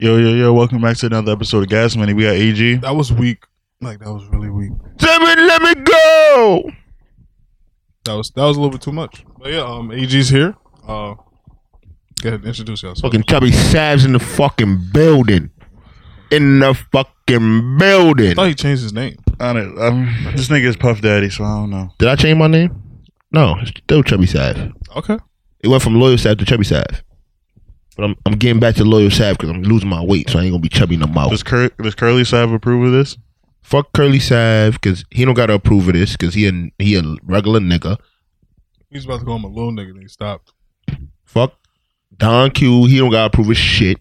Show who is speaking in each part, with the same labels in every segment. Speaker 1: Yo, yo, yo, welcome back to another episode of Gas Money. We got AG.
Speaker 2: That was weak. Like that was really weak.
Speaker 1: Let me, let me go.
Speaker 2: That was that was a little bit too much. But yeah, um, AG's here. Uh, go ahead and introduce yourself.
Speaker 3: Fucking chubby Sabs in the fucking building. In the fucking building.
Speaker 2: I thought he changed his name.
Speaker 1: I don't, um, this nigga is Puff Daddy, so I don't know.
Speaker 3: Did I change my name? No, it's still Chubby Sav.
Speaker 2: Okay.
Speaker 3: It went from Loyal Sav to Chubby Sav. But I'm, I'm getting back to Loyal Sav because I'm losing my weight, so I ain't gonna be chubby no more.
Speaker 1: Does, Cur- does Curly Sav approve of this?
Speaker 3: Fuck Curly Sav because he don't gotta approve of this because he a, he a regular nigga.
Speaker 2: He's about to call him a little nigga, and he stopped.
Speaker 3: Fuck Don Q, he don't gotta approve of shit.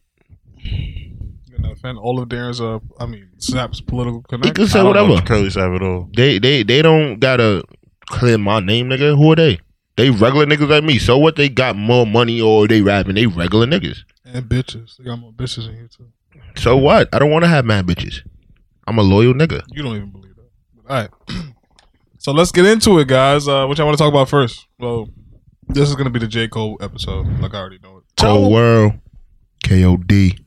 Speaker 2: You know, offend all of Darren's. Uh, I mean, Snap's political
Speaker 3: He
Speaker 2: connect.
Speaker 3: can say
Speaker 1: I don't know
Speaker 3: whatever.
Speaker 1: Curly Sav at all.
Speaker 3: They they they don't gotta clear my name, nigga. Who are they? They regular niggas like me. So what? They got more money or they rapping? They regular niggas.
Speaker 2: And bitches. They got more bitches in here too.
Speaker 3: So what? I don't want to have mad bitches. I'm a loyal nigga.
Speaker 2: You don't even believe that. But, all right. so let's get into it, guys. Uh, which I want to talk about first. Well, this is gonna be the J Cole episode. Like I already know it,
Speaker 3: Whole world. K.O.D.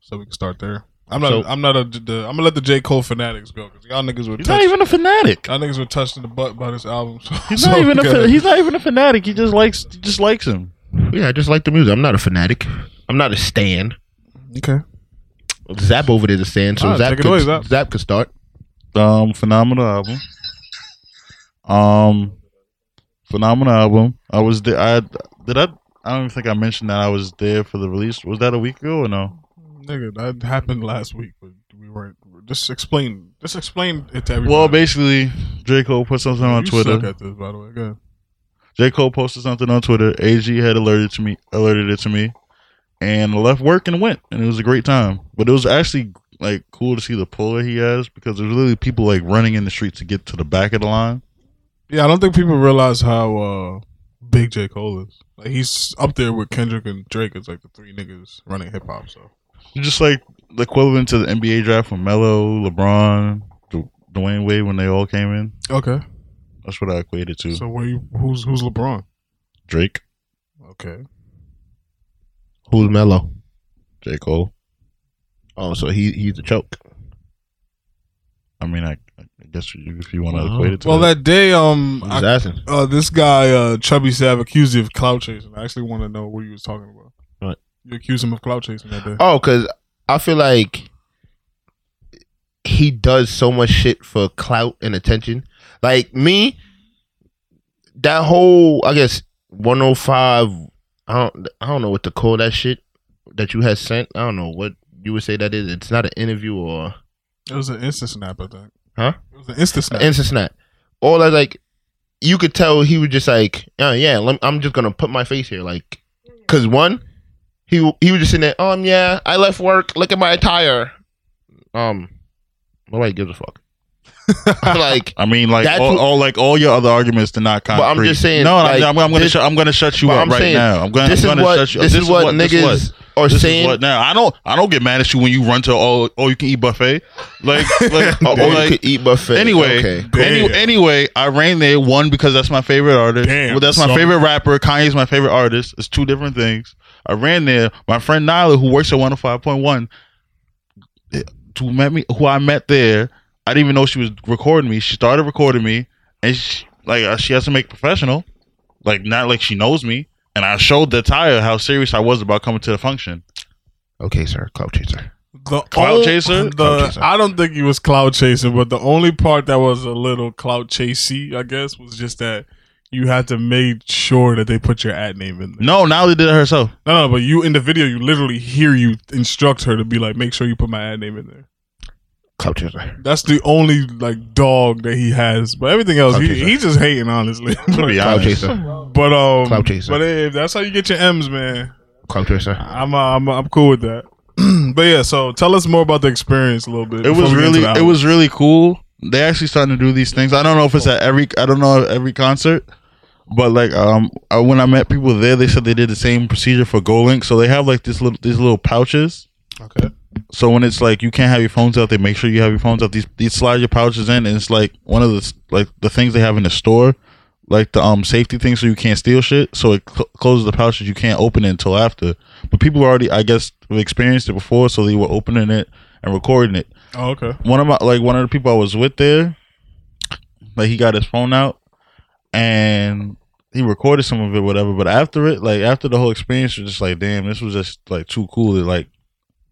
Speaker 2: so we can start there. I'm not.
Speaker 3: So-
Speaker 2: I'm not a. The, I'm gonna let the J Cole fanatics go because y'all niggas were.
Speaker 1: He's not
Speaker 2: touched-
Speaker 1: even a fanatic.
Speaker 2: Y'all niggas were touched in the butt by this album. So,
Speaker 1: He's
Speaker 2: so
Speaker 1: not even a
Speaker 2: we gotta-
Speaker 1: fa- he's not even a fanatic. He just likes he just likes him.
Speaker 3: Yeah, I just like the music. I'm not a fanatic. I'm not a stan.
Speaker 2: Okay.
Speaker 3: Zap over there's a stan, so
Speaker 2: Ah,
Speaker 3: Zap,
Speaker 2: take it
Speaker 3: could,
Speaker 2: away, Zap.
Speaker 3: Zap could start.
Speaker 1: Um, phenomenal album. Um, phenomenal album. I was there. I did I. I don't even think I mentioned that I was there for the release. Was that a week ago or no?
Speaker 2: Nigga, that happened last week, but we weren't. Just explain. Just explain it to everyone.
Speaker 1: Well, basically, J Cole put something on
Speaker 2: you
Speaker 1: Twitter.
Speaker 2: Suck at this, by the way. Go ahead.
Speaker 1: J. Cole posted something on Twitter. AG had alerted to me, alerted it to me, and left work and went, and it was a great time. But it was actually like cool to see the pull that he has because there's literally people like running in the streets to get to the back of the line.
Speaker 2: Yeah, I don't think people realize how uh, big J Cole is. Like he's up there with Kendrick and Drake as like the three niggas running hip hop. So
Speaker 1: Just like the equivalent to the NBA draft when Melo, LeBron, Du- Dwayne Wade when they all came in.
Speaker 2: okay.
Speaker 1: That's what I equated to.
Speaker 2: So where you? Who's who's LeBron?
Speaker 1: Drake,
Speaker 2: Okay.
Speaker 3: Who's Mello?
Speaker 1: J. Cole.
Speaker 3: Oh, so he he's a choke.
Speaker 1: I mean, I, I guess you- if you want to
Speaker 3: Wow.
Speaker 1: equate it to
Speaker 2: Well, that
Speaker 1: that.
Speaker 2: day, um,
Speaker 3: He's
Speaker 2: I-
Speaker 3: asking.
Speaker 2: uh, this guy uh, Chubby Sav accused you of clout chasing. I actually want to know what he was talking about.
Speaker 3: What?
Speaker 2: You accused him of clout chasing that day.
Speaker 3: Oh, because I feel like he does so much shit for clout and attention. Like me, that whole I guess 105. I don't I don't know what to call that shit that you had sent. I don't know what you would say that is. It's not an interview or
Speaker 2: It was an instant snap, I think.
Speaker 3: Huh?
Speaker 2: It was an instant snap.
Speaker 3: an instant snap. All that like you could tell he was just like, oh, yeah, lem- I'm just gonna put my face here, like, cause one, he he was just sitting there, um, yeah, I left work. Look at my attire. Um, nobody gives a fuck. like,
Speaker 1: I mean, like
Speaker 3: That's
Speaker 1: all,
Speaker 3: what-
Speaker 1: all, like all your other arguments did not
Speaker 3: But
Speaker 1: concrete.
Speaker 3: I'm just saying,
Speaker 1: No, no,
Speaker 3: like,
Speaker 1: I'm, I'm gonna
Speaker 3: this-
Speaker 1: shut. I'm gonna shut you
Speaker 3: but
Speaker 1: up
Speaker 3: I'm
Speaker 1: right
Speaker 3: saying,
Speaker 1: now. I'm gonna.
Speaker 3: this
Speaker 1: I'm
Speaker 3: is
Speaker 1: gonna
Speaker 3: what
Speaker 1: shut you up.
Speaker 3: this, is what niggas are
Speaker 1: This
Speaker 3: saying.
Speaker 1: is what now I don't I don't get mad at you when you run to all oh you can eat buffet like like,
Speaker 3: oh, oh, you
Speaker 1: like
Speaker 3: could eat buffet.
Speaker 1: anyway
Speaker 3: okay.
Speaker 1: any,
Speaker 2: Damn.
Speaker 1: anyway I ran there one because that's my favorite artist
Speaker 2: Damn,
Speaker 1: well, that's my
Speaker 2: son.
Speaker 1: favorite rapper Kanye's my favorite artist it's two different things I ran there my friend Nyla who works at 105.1 eh, who met me who I met there I didn't even know she was recording me she started recording me and she, like uh, she has to make it professional like not like she knows me and I showed the tire how serious I was about coming to the function
Speaker 3: Okay, sir, clout chaser.
Speaker 2: The
Speaker 1: Clout
Speaker 2: ol-
Speaker 1: chaser?
Speaker 2: the-
Speaker 3: Clout chaser.
Speaker 2: I don't think he was clout chasing, but the only part that was a little clout chasey, I guess, was just that you had to make sure that they put your ad name in there.
Speaker 1: no Nyla did it herself
Speaker 2: No, no, but you in the video, you literally hear you instruct her to be like, make sure you put my ad name in there.
Speaker 3: Clout chaser.
Speaker 2: That's the only like dog that he has, but everything else,
Speaker 3: Clout
Speaker 2: he,
Speaker 3: chaser.
Speaker 2: he's just hating, honestly.
Speaker 1: to be
Speaker 3: Clout
Speaker 1: honest
Speaker 3: chaser.
Speaker 2: but um,
Speaker 3: Clout chaser.
Speaker 2: but hey, if that's how you get your M's, man.
Speaker 3: Clout chaser.
Speaker 2: I'm uh, I'm I'm cool with that. but yeah, so tell us more about the experience a little bit.
Speaker 1: it
Speaker 2: before
Speaker 1: was
Speaker 2: we get into
Speaker 1: really
Speaker 2: the
Speaker 1: it
Speaker 2: album.
Speaker 1: was really cool they actually starting to do these things i don't know if it's at every i don't know every concert but like um I, when i met people there they said they did the same procedure for golink so they have like this little these little pouches
Speaker 2: okay.
Speaker 1: so when it's like you can't have your phones out, they make sure you have your phones out. These these slide your pouches in, and it's like one of the s- like the things they have in the store like the um safety thing so you can't steal shit. So it cl- closes the pouches. You can't open it until after. But people already, I guess, have experienced it before, so they were opening it and recording it.
Speaker 2: Oh, okay.
Speaker 1: One of my like one of the people I was with there, like he got his phone out and he recorded some of it, whatever. But after it, like after the whole experience, you're just like, damn, this was just like too cool. It like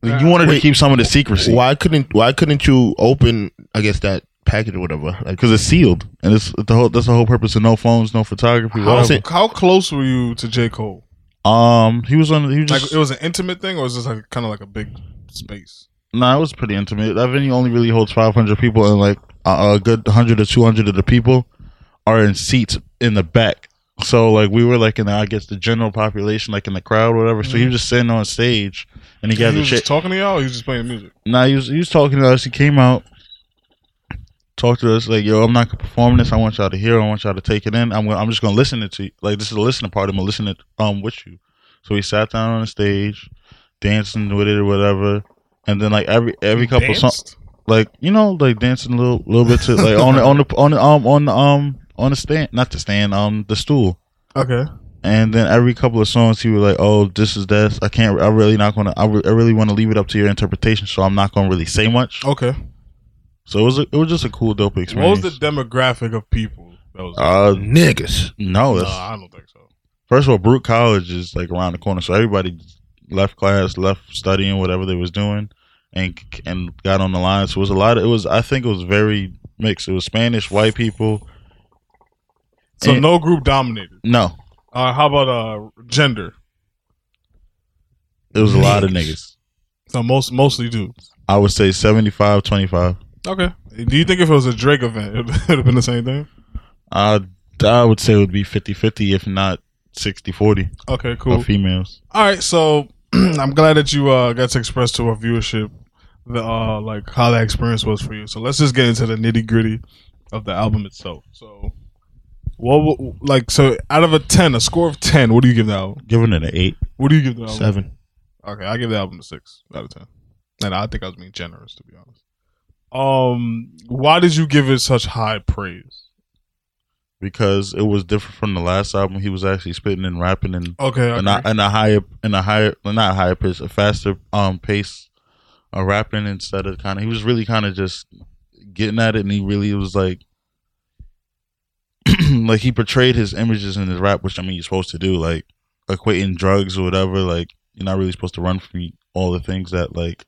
Speaker 1: like, you wanted to
Speaker 4: Wait.
Speaker 1: keep some of the secrecy
Speaker 4: Why couldn't Why couldn't you open? I guess that package or whatever. Like,
Speaker 1: because it's sealed and it's the whole that's the whole purpose of no phones, no photography.
Speaker 4: How is
Speaker 1: whatever.
Speaker 4: it-
Speaker 2: How close were you to J. Cole?
Speaker 1: Um, he was on. He was
Speaker 2: Like
Speaker 1: just
Speaker 2: it was an intimate thing, or was this like kind of like a big space?
Speaker 1: Nah, it was pretty intimate. That venue only really holds 500 people, and like a, a good 100 or 200 of the people are in seats in the back. So like we were like in the, I guess the general population, like in the crowd, or whatever. So he was just sitting on stage, and he got
Speaker 2: he
Speaker 1: the
Speaker 2: was
Speaker 1: shit.
Speaker 2: just talking to y'all. Or he was just playing music.
Speaker 1: Nah, he was he was talking to us. He came out, talked to us like, "Yo, I'm not gonna perform this. I want y'all to hear. it. I want y'all to take it in. I'm gonna, I'm just gonna listen to it to you. Like this is a listening part. I'm gonna listen it um with you." So he sat down on the stage, dancing with it or whatever, and then like every every couple songs,
Speaker 2: Danced?
Speaker 1: like you know, like dancing a little little bit to like on the on the on the um on the um on the stand, not the stand, um the stool.
Speaker 2: Okay.
Speaker 1: And then every couple of songs, he was like, "Oh, this is this. I can't. I really not gonna. I, re- I really want to leave it up to your interpretation. So I'm not gonna really say much."
Speaker 2: Okay.
Speaker 1: So it was. A, it was just a cool, dope
Speaker 2: What
Speaker 1: experience.
Speaker 2: was the demographic of people? That was.
Speaker 1: uh,
Speaker 4: niggas.
Speaker 1: no. That's,
Speaker 2: nah, I don't think so.
Speaker 1: first of all, Brute College is like around the corner, so everybody left class, left studying whatever they was doing, and and got on the line. So it was a lot. Of, it was. I think it was very mixed. It was Spanish, white people.
Speaker 2: So
Speaker 1: And-
Speaker 2: no group dominated.
Speaker 1: No,
Speaker 2: Uh, how about uh gender?
Speaker 1: it was a lot of niggas.
Speaker 2: So most mostly dudes.
Speaker 1: I would say 75, 25.
Speaker 2: Okay. Do you think if it was a Drake event, it would have been the same thing?
Speaker 1: I I would say it would be 50-50, if not 60-40
Speaker 2: Okay. Cool.
Speaker 1: of females.
Speaker 2: All right, so I'm glad that you uh, got to express to our viewership the uh, like how that experience was for you. So let's just get into the nitty gritty of the album itself. So, what wa- like so out of a ten, a score of ten, what do you give the album?
Speaker 1: Giving it an eight.
Speaker 2: What do you give the album?
Speaker 4: Seven.
Speaker 2: Okay, I give the album a six out of ten, and I think I was being generous to be honest. Um, why did you give it such high praise?
Speaker 1: Because it was different from the last album. He was actually spitting and rapping and
Speaker 2: Okay,
Speaker 1: in a, in a higher in a higher well, not a higher pitch, a faster um pace of rapping instead of kinda he was really kinda just getting at it and he really was like like he portrayed his images in his rap, which I mean you're supposed to do, like equating drugs or whatever, like you're not really supposed to run from all the things that like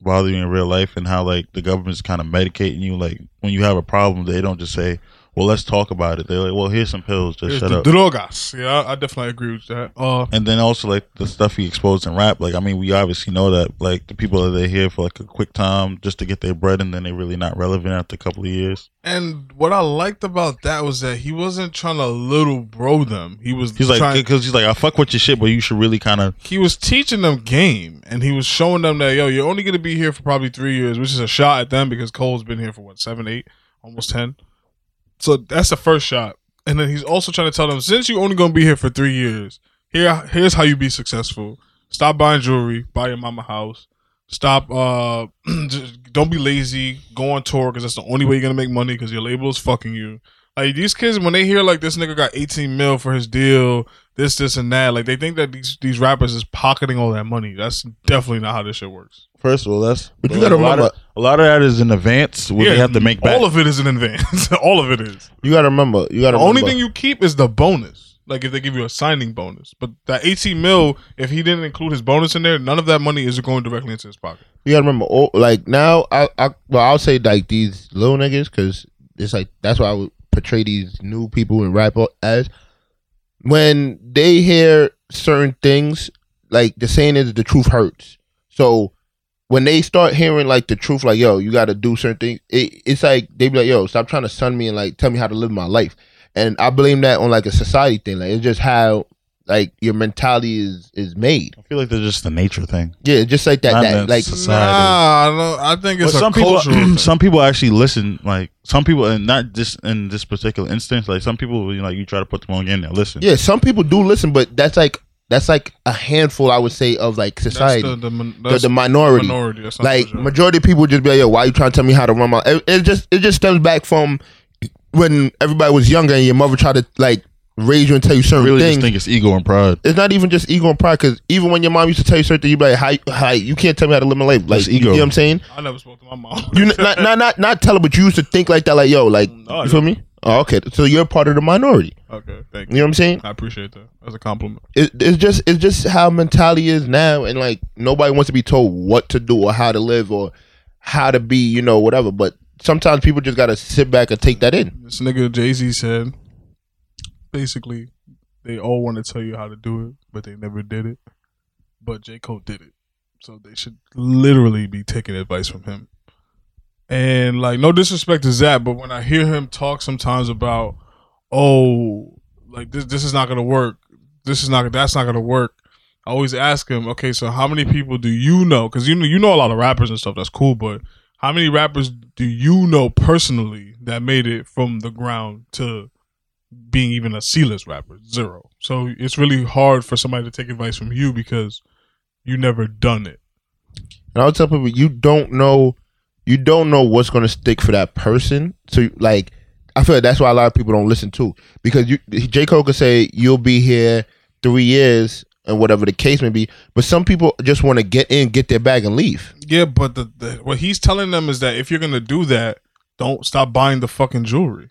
Speaker 1: bother you in real life and how like the government's kind of medicating you like when you have a problem they don't just say well let's talk about it they're like well here's some pills just
Speaker 2: It's
Speaker 1: shut
Speaker 2: the
Speaker 1: up
Speaker 2: drogas. Yeah, I I definitely agree with that. Uh,
Speaker 1: and then also like the stuff he exposed in rap like i mean we obviously know that like the people that they're here for like a quick time just to get their bread and then they're really not relevant after a couple of years
Speaker 2: And what I liked about that was that he wasn't trying to little bro them. He was
Speaker 1: he's like
Speaker 2: trying,
Speaker 1: because he's like i fuck with your shit but you should really kind of
Speaker 2: he was teaching them game, and he was showing them that yo, you're only gonna be here for probably three years, which is a shot at them because Cole's been here for what seven, eight, almost ten. So that's the first shot, and then he's also trying to tell them since you're only gonna be here for three years, here here's how you be successful. Stop buying jewelry, buy your mama house. Stop. Uh, just don't be lazy. Go on tour because that's the only way you're gonna make money because your label is fucking you. Like these kids, when they hear like this nigga got 18 mil for his deal, this, this, and that, like they think that these these rappers is pocketing all that money. That's definitely not how this shit works.
Speaker 1: first of all that's
Speaker 4: But you gotta
Speaker 1: a lot, of,
Speaker 4: remember-
Speaker 1: a lot of that is in advance where they have to make back
Speaker 2: all of it is in advance. all of it is.
Speaker 4: You gotta remember. You
Speaker 2: The
Speaker 4: gotta.
Speaker 2: only
Speaker 4: remember.
Speaker 2: thing you keep is the bonus. Like if they give you a signing bonus, but that 18 mil, if he didn't include his bonus in there, none of that money is going directly into his pocket.
Speaker 4: You gotta remember, oh, like now, I, I, well, I'll say like these little niggas, because it's like that's why I would portray these new people in rap as. When they hear certain things, like the saying is, "the truth hurts." So when they start hearing like the truth, like yo, you gotta do certain things, it, it's like they be like, yo, stop trying to sun me and like tell me how to live my life. And I blame that on like a society thing. Like it's just how like your mentality is is made.
Speaker 1: i feel like they're just the nature thing
Speaker 4: Yeah, just like that.
Speaker 1: Not
Speaker 4: that
Speaker 1: the
Speaker 4: like
Speaker 1: Society.
Speaker 2: Nah, I, don't, I think it's
Speaker 1: But
Speaker 2: a
Speaker 1: some people,
Speaker 2: cultural. thing.
Speaker 1: some people actually listen. Like some people, and not just in this particular instance. Like some people, you know, you try to put them on again, they listen.
Speaker 4: Yeah, some people do listen, but that's like that's like a handful, I would say, of like
Speaker 2: that's
Speaker 4: society, the,
Speaker 2: the, the, min-
Speaker 4: the,
Speaker 2: that's
Speaker 4: minority.
Speaker 2: minority. That's not
Speaker 4: Like
Speaker 2: majority.
Speaker 4: majority of people just be like, "Yo, why you trying to tell me how to run my?" It, it just it just stems back from
Speaker 3: when everybody was younger and your mother tried to like raise you and tell you certain
Speaker 1: really
Speaker 3: things.
Speaker 1: just think it's ego and pride.
Speaker 3: it's not even just ego and pride, because even when your mom used to tell you certain, things, you'd be like, "How, how you can't tell me how to live my life?" Like
Speaker 1: That's ego.
Speaker 3: You know what I'm saying?
Speaker 2: I never spoke to my mom.
Speaker 3: You n- not not not not tell her, but you used to think like that. Like yo, like
Speaker 2: No, I
Speaker 3: you feel me? Oh, okay, so you're part of the minority.
Speaker 2: okay, thank
Speaker 3: You
Speaker 2: you.
Speaker 3: know what I'm saying?
Speaker 2: I appreciate that. That's a compliment.
Speaker 3: It, it's just it's just how mentality is now, and like nobody wants to be told what to do or how to live or how to be, you know, whatever. But sometimes people just gotta sit back and take that in.
Speaker 2: This nigga Jay Z said, basically, they all want to tell you how to do it, but they never did it. But J Cole did it, so they should literally be taking advice from him. And like, no disrespect to Zap, but when I hear him talk sometimes about, oh, like this this is not gonna work, this is not that's not gonna work. I always ask him, okay, so how many people do you know? Because you know you know a lot of rappers and stuff. That's cool, but how many rappers do you know personally that made it from the ground to being even a C-list rapper? Zero. So it's really hard for somebody to take advice from you because you never done it.
Speaker 3: And I'll tell people you don't know, you don't know what's gonna stick for that person. So like, I feel like that's why a lot of people don't listen to because you J Cole could say you'll be here three years and whatever the case may be, but some people just want to get in, get their bag, and leave.
Speaker 2: Yeah, but the, the what he's telling them is that if you're gonna do that, don't stop buying the fucking jewelry.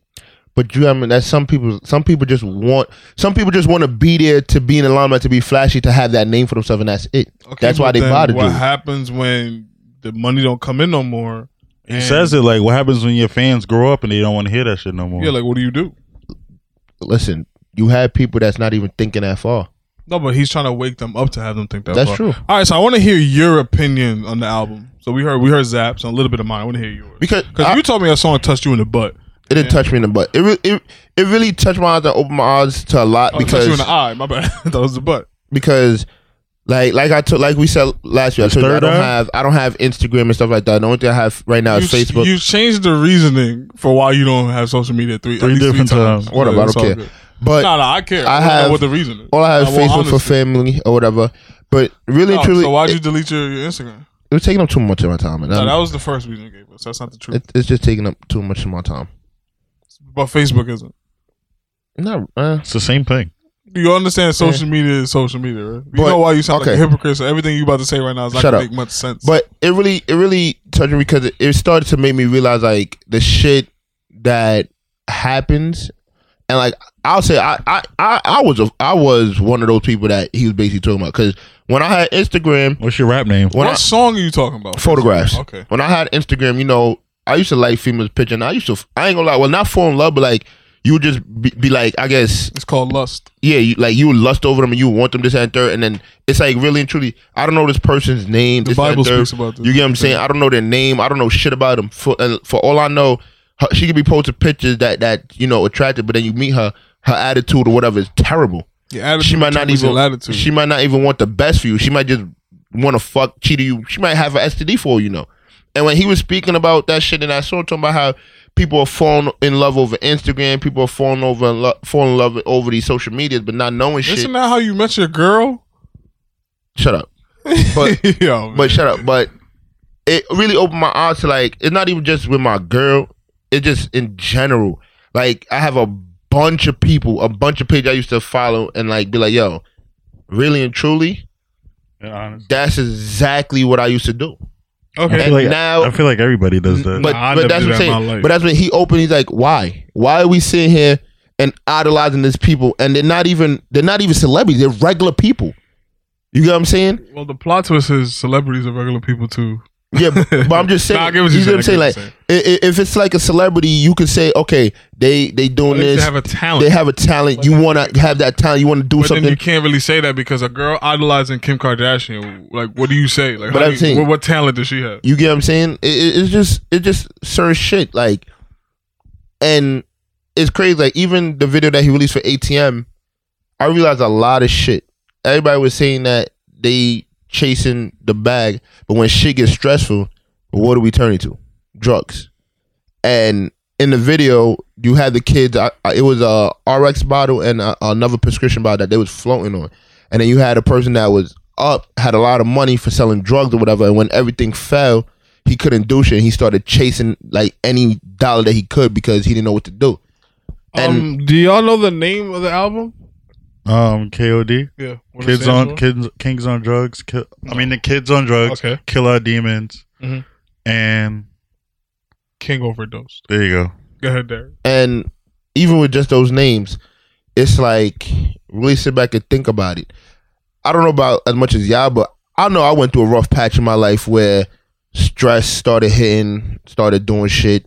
Speaker 3: But you, I mean, that's some people. Some people just want. Some people just want to be there to be in the limelight, to be flashy, to have that name for themselves, and that's it. that's why
Speaker 2: but
Speaker 3: they
Speaker 2: then
Speaker 3: bother
Speaker 2: What
Speaker 3: you.
Speaker 2: happens when the money don't come in no more?
Speaker 1: He says it like, what happens when your fans grow up and they don't want to hear that shit no more?
Speaker 2: Yeah, like what do you do?
Speaker 3: Listen, you have people that's not even thinking that far.
Speaker 2: No, but he's trying to wake them up to have them think that.
Speaker 3: That's
Speaker 2: far.
Speaker 3: true.
Speaker 2: All right, so I want to hear your opinion on the album. So we heard we heard Zaps and a little bit of mine. I want to hear yours
Speaker 3: Because
Speaker 2: because
Speaker 3: I-
Speaker 2: you told me that song touched you in the butt,
Speaker 3: It didn't touch me in the butt. It re- it, it really touched my eyes and opened my eyes to a lot
Speaker 2: oh, it touched
Speaker 3: because
Speaker 2: you in the eye. My bad, that was the butt.
Speaker 3: because like like I took like we said last year. I, told you, I
Speaker 1: third
Speaker 3: don't
Speaker 1: eye?
Speaker 3: have I don't have Instagram and stuff like that. The only thing I have right now
Speaker 2: you,
Speaker 3: is Facebook.
Speaker 2: You changed the reasoning for why you don't have social media three
Speaker 1: Three
Speaker 2: at least
Speaker 1: different
Speaker 2: three times.
Speaker 1: times.
Speaker 3: Whatever, I
Speaker 2: it's
Speaker 3: don't
Speaker 2: all
Speaker 3: care.
Speaker 2: good.
Speaker 3: but
Speaker 2: Nah, nah, I care.
Speaker 3: I
Speaker 2: I, have
Speaker 3: have-
Speaker 2: know what the reason is.
Speaker 3: all I have
Speaker 2: I
Speaker 3: is
Speaker 2: want
Speaker 3: Facebook for
Speaker 2: honesty.
Speaker 3: family or whatever. But really,
Speaker 2: No,
Speaker 3: truly,
Speaker 2: so why'd
Speaker 3: it,
Speaker 2: you delete your, your Instagram?
Speaker 3: it was taking up too much of my time. And
Speaker 2: No,
Speaker 3: I'm-
Speaker 2: that was the first reason you gave us. That's not the truth.
Speaker 3: it, it's just taking up too much of my time.
Speaker 2: but Facebook isn't.
Speaker 3: No, uh,
Speaker 1: It's the same thing.
Speaker 2: You understand social media is social media, right? You
Speaker 3: But-
Speaker 2: know why you sound
Speaker 3: okay.
Speaker 2: like a hypocrite. So everything you about to say right now is not
Speaker 3: Shut
Speaker 2: gonna
Speaker 3: up.
Speaker 2: make much sense.
Speaker 3: but it really it really touched me because it, it started to make me realize like the shit that happens and like I'll say I I I, I was a, I was one of those people that he was basically talking about because when I had Instagram
Speaker 1: What's your rap name?
Speaker 3: when
Speaker 2: what
Speaker 3: I,
Speaker 2: song are you talking about?
Speaker 3: photographs
Speaker 2: Okay.
Speaker 3: when I had Instagram you know I used to like females picture and I used to I ain't gonna lie well not fall in love but like you would just be, be like I guess
Speaker 2: It's called Lust.
Speaker 3: yeah, you, like you would lust over them and you would want them this that, and third, and then it's like really and truly, I don't know this person's name.
Speaker 2: The
Speaker 3: this, that, and
Speaker 2: Bible
Speaker 3: third.
Speaker 2: speaks about this.
Speaker 3: You get what I'm saying? I don't know their name. I don't know shit about them. For and for all I know, her, she could be posting pictures that that you know attractive, but then you meet her, her attitude or whatever is terrible.
Speaker 2: Your attitude
Speaker 3: she might not
Speaker 2: determines
Speaker 3: even
Speaker 2: your attitude.
Speaker 3: she might not even want the best for you. She might just want to fuck cheat on you. She might have an STD for all you know. And when he was speaking about that shit, and I saw him talking about how people are falling in love over Instagram, people are falling over in lo- falling in love over these social medias, but not knowing shit.
Speaker 2: Isn't that how you met your girl?
Speaker 3: shut up. But
Speaker 2: Yo, man.
Speaker 3: but shut up. But it really opened my eyes to like it's not even just with my girl. It just in general. Like I have a bunch of people, a bunch of pages I used to follow, and like be like, yo, really and truly, that's exactly what I used to do.
Speaker 1: I
Speaker 2: okay.
Speaker 1: feel like
Speaker 3: now-
Speaker 1: I feel like everybody does that.
Speaker 3: But,
Speaker 2: Nah, I
Speaker 3: but
Speaker 2: never
Speaker 3: that's
Speaker 2: did
Speaker 3: what I'm
Speaker 2: that in my
Speaker 3: saying.
Speaker 2: life.
Speaker 3: But that's when he opened. He's like, why? Why are we sitting here and idolizing these people? And they're not even they're not even celebrities. They're regular people. You get what I'm saying?
Speaker 2: Well, the plot twist is celebrities are regular people too.
Speaker 3: Yeah, but, but I'm just saying.
Speaker 2: Nah, I get what
Speaker 3: you
Speaker 2: you're
Speaker 3: get what I'm saying?
Speaker 2: saying, I
Speaker 3: Like,
Speaker 2: get what
Speaker 3: i- i- if it's like a celebrity, you could say, okay, they they doing
Speaker 2: They
Speaker 3: this.
Speaker 2: have a talent.
Speaker 3: they have a talent. You want to have that talent. You want to do
Speaker 2: but then you
Speaker 3: something.
Speaker 2: can't really say that because a girl idolizing Kim Kardashian, like, what do you say? Like,
Speaker 3: But
Speaker 2: how
Speaker 3: I'm
Speaker 2: do you-
Speaker 3: saying-
Speaker 2: what, what talent does she have?
Speaker 3: You get what I'm saying? It, it, it's just it's just certain shit like, and it's crazy. Like even the video that he released for ATM, I realized a lot of shit. Everybody was saying that they chasing the bag, but when shit gets stressful, what do we turn it to? Drugs. And in the video, you had the kids. I, I, it was a RX bottle and a, another prescription bottle that they was floating on. And then you had a person that was up, had a lot of money for selling drugs or whatever. And when everything fell, he couldn't do shit. He started chasing like any dollar that he could because he didn't know what to do. And-
Speaker 2: um, do y'all know the name of the album?
Speaker 1: Um, KOD,
Speaker 2: Yeah, what it
Speaker 1: kids
Speaker 2: stands
Speaker 1: on
Speaker 2: for?
Speaker 1: kids, kings on drugs. Ki- I mean, the kids on drugs,
Speaker 2: Okay,
Speaker 1: killer demons,
Speaker 3: Mm-hmm.
Speaker 2: Mhm.
Speaker 1: and
Speaker 2: King overdosed.
Speaker 1: there you go.
Speaker 2: Go ahead, Derek.
Speaker 3: and even with just those names, it's like really sit back and think about it. I don't know about as much as y'all, but I know I went through a rough patch in my life where stress started hitting, started doing shit,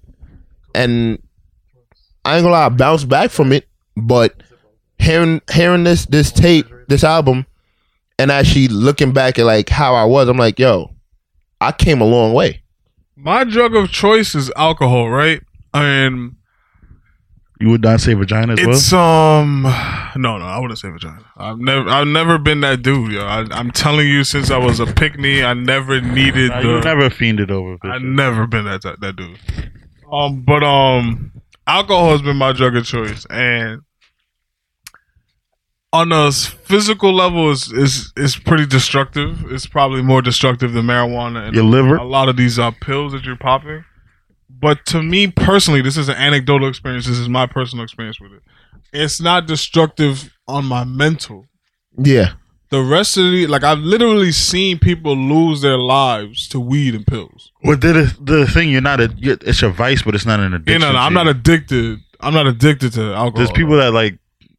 Speaker 3: and I ain't gonna lie, I bounced back from it. But hearing hearing this this tape, this album, and actually looking back at like how I was, I'm like, yo, I came a long way.
Speaker 2: My drug of choice is alcohol, right? And
Speaker 1: You would not say vagina as
Speaker 2: it's um, no, no, I wouldn't say vagina. I've never, I've never been that dude, yo. I, I'm telling you, since I was a pickney, I never needed.
Speaker 1: well.
Speaker 2: the,
Speaker 1: you never fiended over.
Speaker 2: I never been that type, that dude. Um, but um, alcohol has been my drug of choice, and on a s- physical level, is is is pretty destructive. It's probably more destructive than marijuana and
Speaker 1: Your liver.
Speaker 2: a lot of these uh, pills that you're popping. But to me personally, this is an anecdotal experience. This is my personal experience with it. It's not destructive on my mental
Speaker 3: Yeah,
Speaker 2: the rest of the like I've literally seen people lose their lives to weed and pills.
Speaker 1: Well, the, the thing you're not a you it's your vice, but it's not an
Speaker 2: You
Speaker 1: addiction.
Speaker 2: know, I'm not
Speaker 1: to you.
Speaker 2: addicted. I'm not addicted to alcohol.
Speaker 1: There's people that like,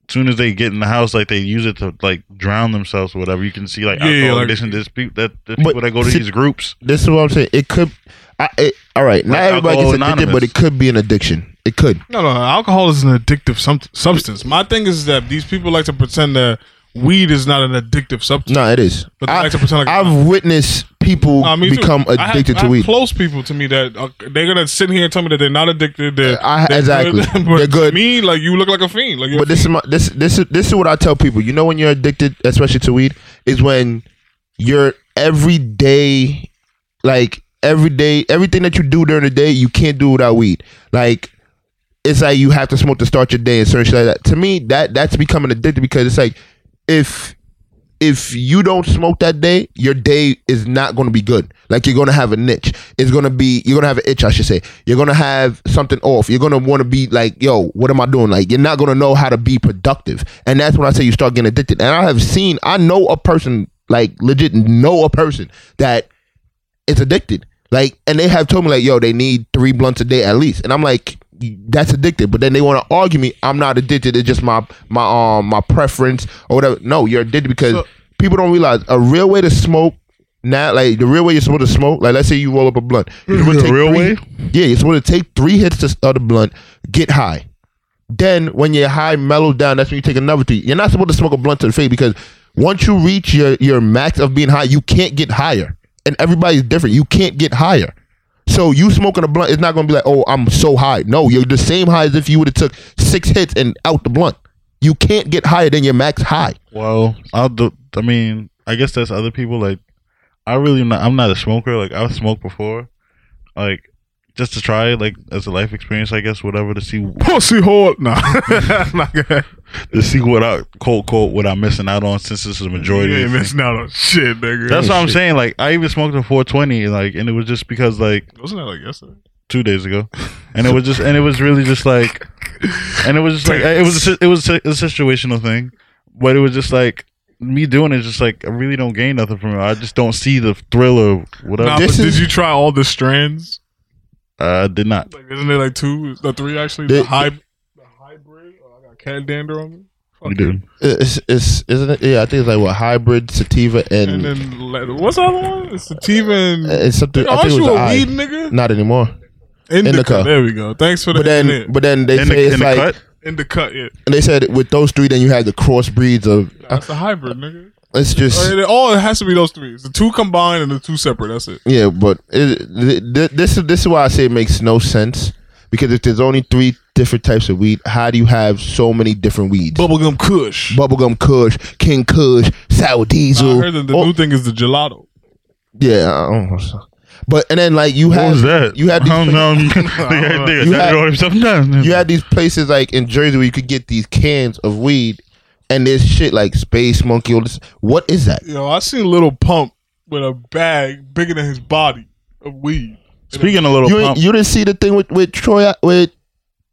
Speaker 1: soon as they get in the house, like they use it to like drown themselves or whatever. You can see like
Speaker 2: Yeah, yeah,
Speaker 1: alcohol
Speaker 2: like-
Speaker 1: addiction. There's people that there's
Speaker 3: But-
Speaker 1: people that go to
Speaker 3: see-
Speaker 1: these groups.
Speaker 3: this is what I'm saying. It could, I, it, all right. Not
Speaker 1: Like
Speaker 3: everybody gets
Speaker 1: Alcohol
Speaker 3: addicted,
Speaker 1: Anonymous.
Speaker 3: but it could be an addiction. It could.
Speaker 2: No, no, alcohol is an addictive sum- substance. My thing is that these people like to pretend that weed is not an addictive substance.
Speaker 3: No, it is.
Speaker 2: But they
Speaker 3: I,
Speaker 2: like to pretend like-
Speaker 3: I've witnessed people
Speaker 2: Nah, me too.
Speaker 3: become
Speaker 2: I have-
Speaker 3: addicted
Speaker 2: I
Speaker 3: to
Speaker 2: have
Speaker 3: weed.
Speaker 2: Close people to me that uh, they're gonna sit here and tell me that they're not addicted. They're,
Speaker 3: I-
Speaker 2: they're
Speaker 3: exactly.
Speaker 2: Good,
Speaker 3: They're
Speaker 2: but
Speaker 3: good.
Speaker 2: To me, like you look like a fiend. Like you're
Speaker 3: But this is my this this is this is what I tell people. You know when you're addicted, especially to weed, is when your everyday, like every day, everything that you do during the day, you can't do without weed. Like it's like you have to smoke to start your day and certain shit like that. To me, that that's becoming addicted because it's like if if you don't smoke that day, your day is not going to be good. Like you're going to have a niche. It's going to be you're going to have an itch, I should say. You're going to have something off. You're going to want to be like, yo, what am I doing? Like you're not going to know how to be productive, and that's when I say you start getting addicted. And I have seen, I know a person, like legit, know a person that is addicted. Like, and they have told me like, yo, they need three blunts a day at least, and I'm like. That's addicted, but then they want to argue me. I'm not addicted. It's just my my um my preference or whatever. No, you're addicted because
Speaker 2: So-
Speaker 3: people don't realize a real way to smoke now like the real way you're supposed to smoke like let's say you roll up a blunt You're supposed to
Speaker 1: The
Speaker 3: take
Speaker 1: real
Speaker 3: three-
Speaker 1: way?
Speaker 3: yeah you're supposed to take three hits to of the blunt get high then when you're high mellow down that's when you take another three you're not supposed to smoke a blunt to the face because once you reach your your max of being high you can't get higher and everybody's different you can't get higher so you smoking a blunt it's not gonna be like oh i'm so high no you're the same high as if you would have took six hits and out the blunt you can't get higher than your max high
Speaker 1: Well, I'll do. I mean, I guess that's other people. Like, I really not. I'm not a smoker. Like, I've smoked before, like just to try it, like as a life experience, I guess, whatever, to see
Speaker 2: pussy hole. Nah, not good.
Speaker 1: to see what I quote quote what I'm missing out on since this is a
Speaker 2: You
Speaker 1: majority. of
Speaker 2: ain't
Speaker 1: the thing.
Speaker 2: missing out on shit, nigga.
Speaker 1: That's what I'm
Speaker 3: shit.
Speaker 1: saying. Like, I even smoked a 420, like, and it was just because like
Speaker 2: wasn't that like yesterday.
Speaker 1: two days ago, and it was just, and it was really just like, and it was just like, it was, a, si- it was a, a situational thing, but it was just like me doing it, just like I really don't gain nothing from it. I just don't see the thrill or
Speaker 2: Nah,
Speaker 1: whatever.
Speaker 3: This
Speaker 2: but
Speaker 3: is-
Speaker 2: did you try all the strands?
Speaker 1: I did not.
Speaker 2: Like, isn't there like two, the three actually?
Speaker 3: The-
Speaker 2: The, hy- the hybrid. Oh, I got cat dander on me. Fuck
Speaker 1: You did.
Speaker 3: It's, it's isn't it? Yeah, I think it's like what hybrid sativa
Speaker 2: And
Speaker 3: and,
Speaker 2: then le- what's the other one? It's sativa. And,
Speaker 3: uh, it's something. I
Speaker 2: aren't
Speaker 3: think it
Speaker 2: you
Speaker 3: was
Speaker 2: a
Speaker 3: an I.
Speaker 2: weed nigga?
Speaker 3: Not anymore.
Speaker 2: Indica.
Speaker 3: indica.
Speaker 2: There we go. Thanks for the
Speaker 3: But then,
Speaker 2: in,
Speaker 3: but then they
Speaker 1: In
Speaker 3: say
Speaker 1: the,
Speaker 3: it's
Speaker 1: in the
Speaker 3: like
Speaker 1: cut,
Speaker 2: in the cut. Yeah,
Speaker 3: and they said with those three, then you had the crossbreeds of.
Speaker 2: that's a hybrid, nigga.
Speaker 3: It's just
Speaker 2: All, right, all it has to be those three. It's the two combined and the two separate. That's it.
Speaker 3: yeah, but it, th- th- this is this is why I say it makes no sense because if there's only three different types of weed, how do you have so many different weeds?
Speaker 2: Bubblegum Kush.
Speaker 3: Bubblegum Kush, King Kush, Sour
Speaker 2: I
Speaker 3: Diesel.
Speaker 2: heard that the
Speaker 3: Oh,
Speaker 2: new thing is the gelato.
Speaker 3: yeah, I don't know. but and then like you
Speaker 1: what
Speaker 3: have
Speaker 1: was that? Um,
Speaker 3: you had these
Speaker 1: I don't know.
Speaker 3: You
Speaker 1: You
Speaker 3: had-
Speaker 1: had himself down.
Speaker 3: you had these places like in Jersey where you could get these cans of weed and this shit like Space Monkey. All this, what is that?
Speaker 2: Yo, I seen Little Pump with a bag bigger than his body of weed.
Speaker 1: Speaking a little
Speaker 3: You ain't-
Speaker 1: pump,
Speaker 3: you didn't see the thing with with Troy with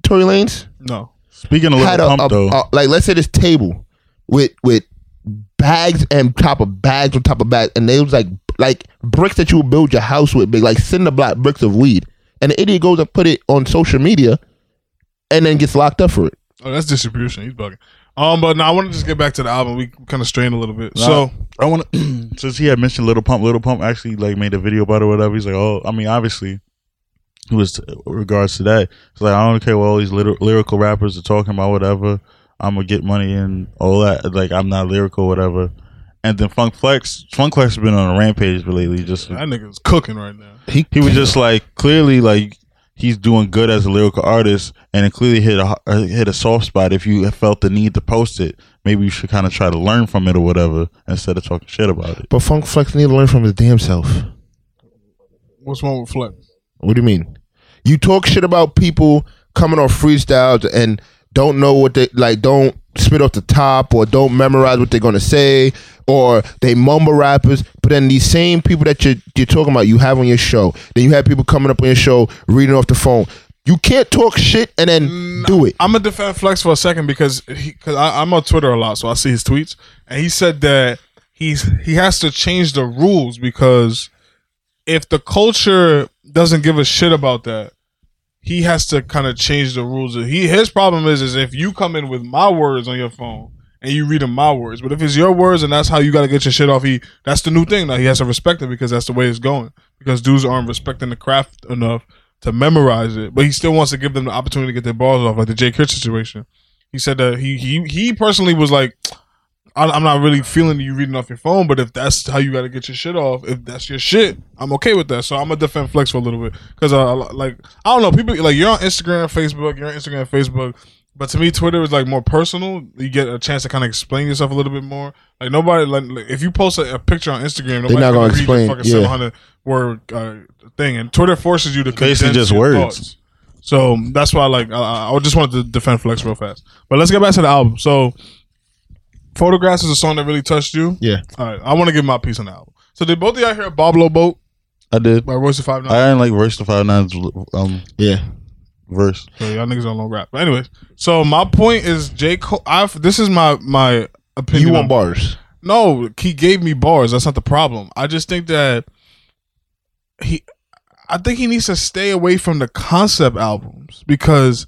Speaker 3: Tory Lanez?
Speaker 2: No.
Speaker 1: Speaking of
Speaker 4: had
Speaker 1: little
Speaker 4: a,
Speaker 1: pump
Speaker 4: a-
Speaker 1: though,
Speaker 4: a- like let's say this table with with bags and top of bags on top of bags, and they was like like bricks that you would build your house with, big like cinder block bricks of weed, and the idiot goes and put it on social media, and then gets locked up for it.
Speaker 2: Oh, that's distribution. He's bugging. Um, but no, I want to just get back to the album. We kind of strained a little bit.
Speaker 1: Nah.
Speaker 2: So
Speaker 1: I want to. since he had mentioned Little Pump, Little Pump actually like made a video about it, or whatever. He's like, oh, I mean, obviously, it was regards to that. It's like I don't care what all these lyri- lyrical rappers are talking about, whatever. I'm gonna get money and all that. Like I'm not lyrical, whatever. And then Funk Flex, Funk Flex has been on a rampage lately. Just
Speaker 2: that nigga's cooking right now.
Speaker 1: he was just like clearly like he's doing good as a lyrical artist, and it clearly hit a uh, hit a soft spot. If you felt the need to post it, maybe you should kind of try to learn from it or whatever instead of talking shit about it.
Speaker 4: But Funk Flex need to learn from his damn self.
Speaker 2: What's wrong with Flex?
Speaker 4: What do you mean? You talk shit about people coming on freestyles and don't know what they like, don't spit off the top or don't memorize what they're gonna say, or they mumble rappers, but then these same people that you're you're talking about you have on your show. Then you have people coming up on your show reading off the phone. You can't talk shit and then do it.
Speaker 2: I'm gonna defend Flex for a second because he, cause I, I'm on Twitter a lot, so I see his tweets, and he said that he's he has to change the rules because if the culture doesn't give a shit about that, he has to kind of change the rules. He his problem is is if you come in with my words on your phone and you read in my words, but if it's your words and that's how you got to get your shit off, he that's the new thing now. He has to respect it because that's the way it's going. Because dudes aren't respecting the craft enough to memorize it, but he still wants to give them the opportunity to get their balls off, like the Jay Kidd situation. He said that he he he personally was like, I- I'm not really feeling you reading off your phone, but if that's how you got to get your shit off, if that's your shit, I'm okay with that. So I'm gonna defend Flex for a little bit because uh, like I don't know, people like you're on Instagram, Facebook, you're on Instagram, Facebook. But to me, Twitter is like more personal. You get a chance to kind of explain yourself a little bit more. Like nobody, like, like, if you post a, a picture on Instagram, nobody's
Speaker 4: not gonna
Speaker 2: read your
Speaker 4: explain,
Speaker 2: fucking
Speaker 4: yeah.
Speaker 2: 700 word uh, thing, and Twitter forces you to
Speaker 1: Basically
Speaker 2: condense
Speaker 1: just
Speaker 2: your
Speaker 1: words.
Speaker 2: thoughts. So that's why, like, I, I just wanted to defend Flex real fast. But let's get back to the album. So, Photographs is a song that really touched you.
Speaker 4: Yeah.
Speaker 2: All right, I want to give my piece on the album. So did both of y'all hear "Bob Low Boat"
Speaker 1: I did.
Speaker 2: by Royce Five Nine?
Speaker 1: I didn't like verse to five nines um
Speaker 4: Yeah.
Speaker 1: verse.
Speaker 2: So y'all niggas don't know rap. But anyways, so my point is J Cole. I've, this is my my
Speaker 4: You
Speaker 2: opinion.
Speaker 4: want
Speaker 2: on-
Speaker 4: bars.
Speaker 2: No, he gave me bars. That's not the problem. I just think that he, I think he needs to stay away from the concept albums because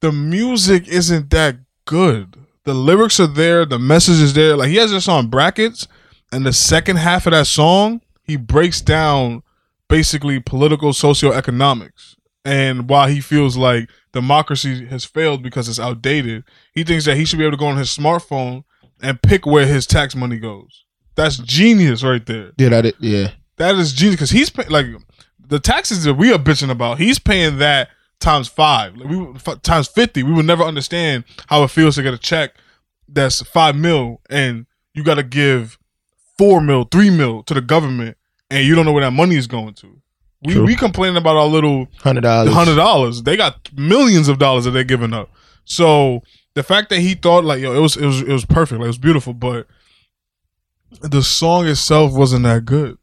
Speaker 2: the music isn't that good. The lyrics are there, the message is there. Like he has this song brackets, and the second half of that song, he breaks down basically political socioeconomics and why he feels like democracy has failed because it's outdated. He thinks that he should be able to go on his smartphone and pick where his tax money goes. That's genius right there.
Speaker 4: Yeah, that it, yeah.
Speaker 2: That is genius because he's pay- like the taxes that we are bitching about. He's paying that times five, like we f- times fifty. We would never understand how it feels to get a check that's five mil and you got to give four mil, three mil to the government, and you don't know where that money is going to. We
Speaker 4: True.
Speaker 2: we complaining about our little
Speaker 4: Hundred dollars.
Speaker 2: hundred dollars. They got millions of dollars that they're giving up. So the fact that he thought like yo, it was it was it was perfect, like it was beautiful, but the song itself wasn't that good.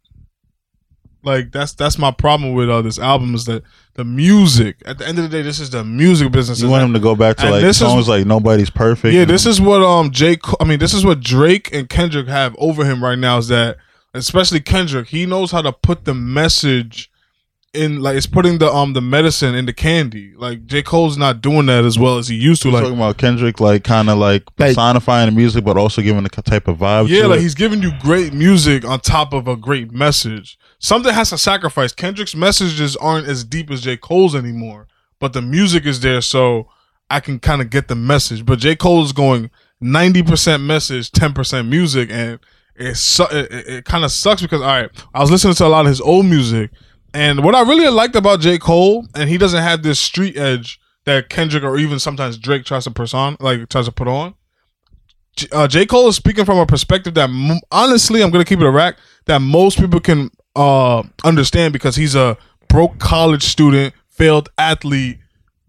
Speaker 2: Like that's that's my problem with uh, this album is that the music. At the end of the day, this is the music business.
Speaker 1: You want him to go back to
Speaker 2: And
Speaker 1: like
Speaker 2: this is-
Speaker 1: songs like nobody's perfect.
Speaker 2: Yeah, this is what um Jake. I mean, this is what Drake and Kendrick have over him right now. Is that especially Kendrick? He knows how to put the message in. Like it's putting the um the medicine in the candy. Like J Cole's not doing that as well as he used to.
Speaker 1: We're
Speaker 2: Like
Speaker 1: talking about Kendrick, like kind of like
Speaker 4: Like-
Speaker 1: personifying the music, but also giving the type of vibe.
Speaker 2: yeah,
Speaker 1: to
Speaker 2: like
Speaker 1: it.
Speaker 2: he's giving you great music on top of a great message. Something has to sacrifice. Kendrick's messages aren't as deep as J Cole's anymore, but the music is there, so I can kind of get the message. But J Cole's going ninety percent message, ten percent music, and it su- it, it, it kind of sucks because all right, I was listening to a lot of his old music, and what I really liked about J Cole, and he doesn't have this street edge that Kendrick or even sometimes Drake tries to person like tries to put on. J- uh, J. Cole is speaking from a perspective that m- honestly, I'm gonna keep it a rack that most people can uh, understand because he's a broke college student, failed athlete,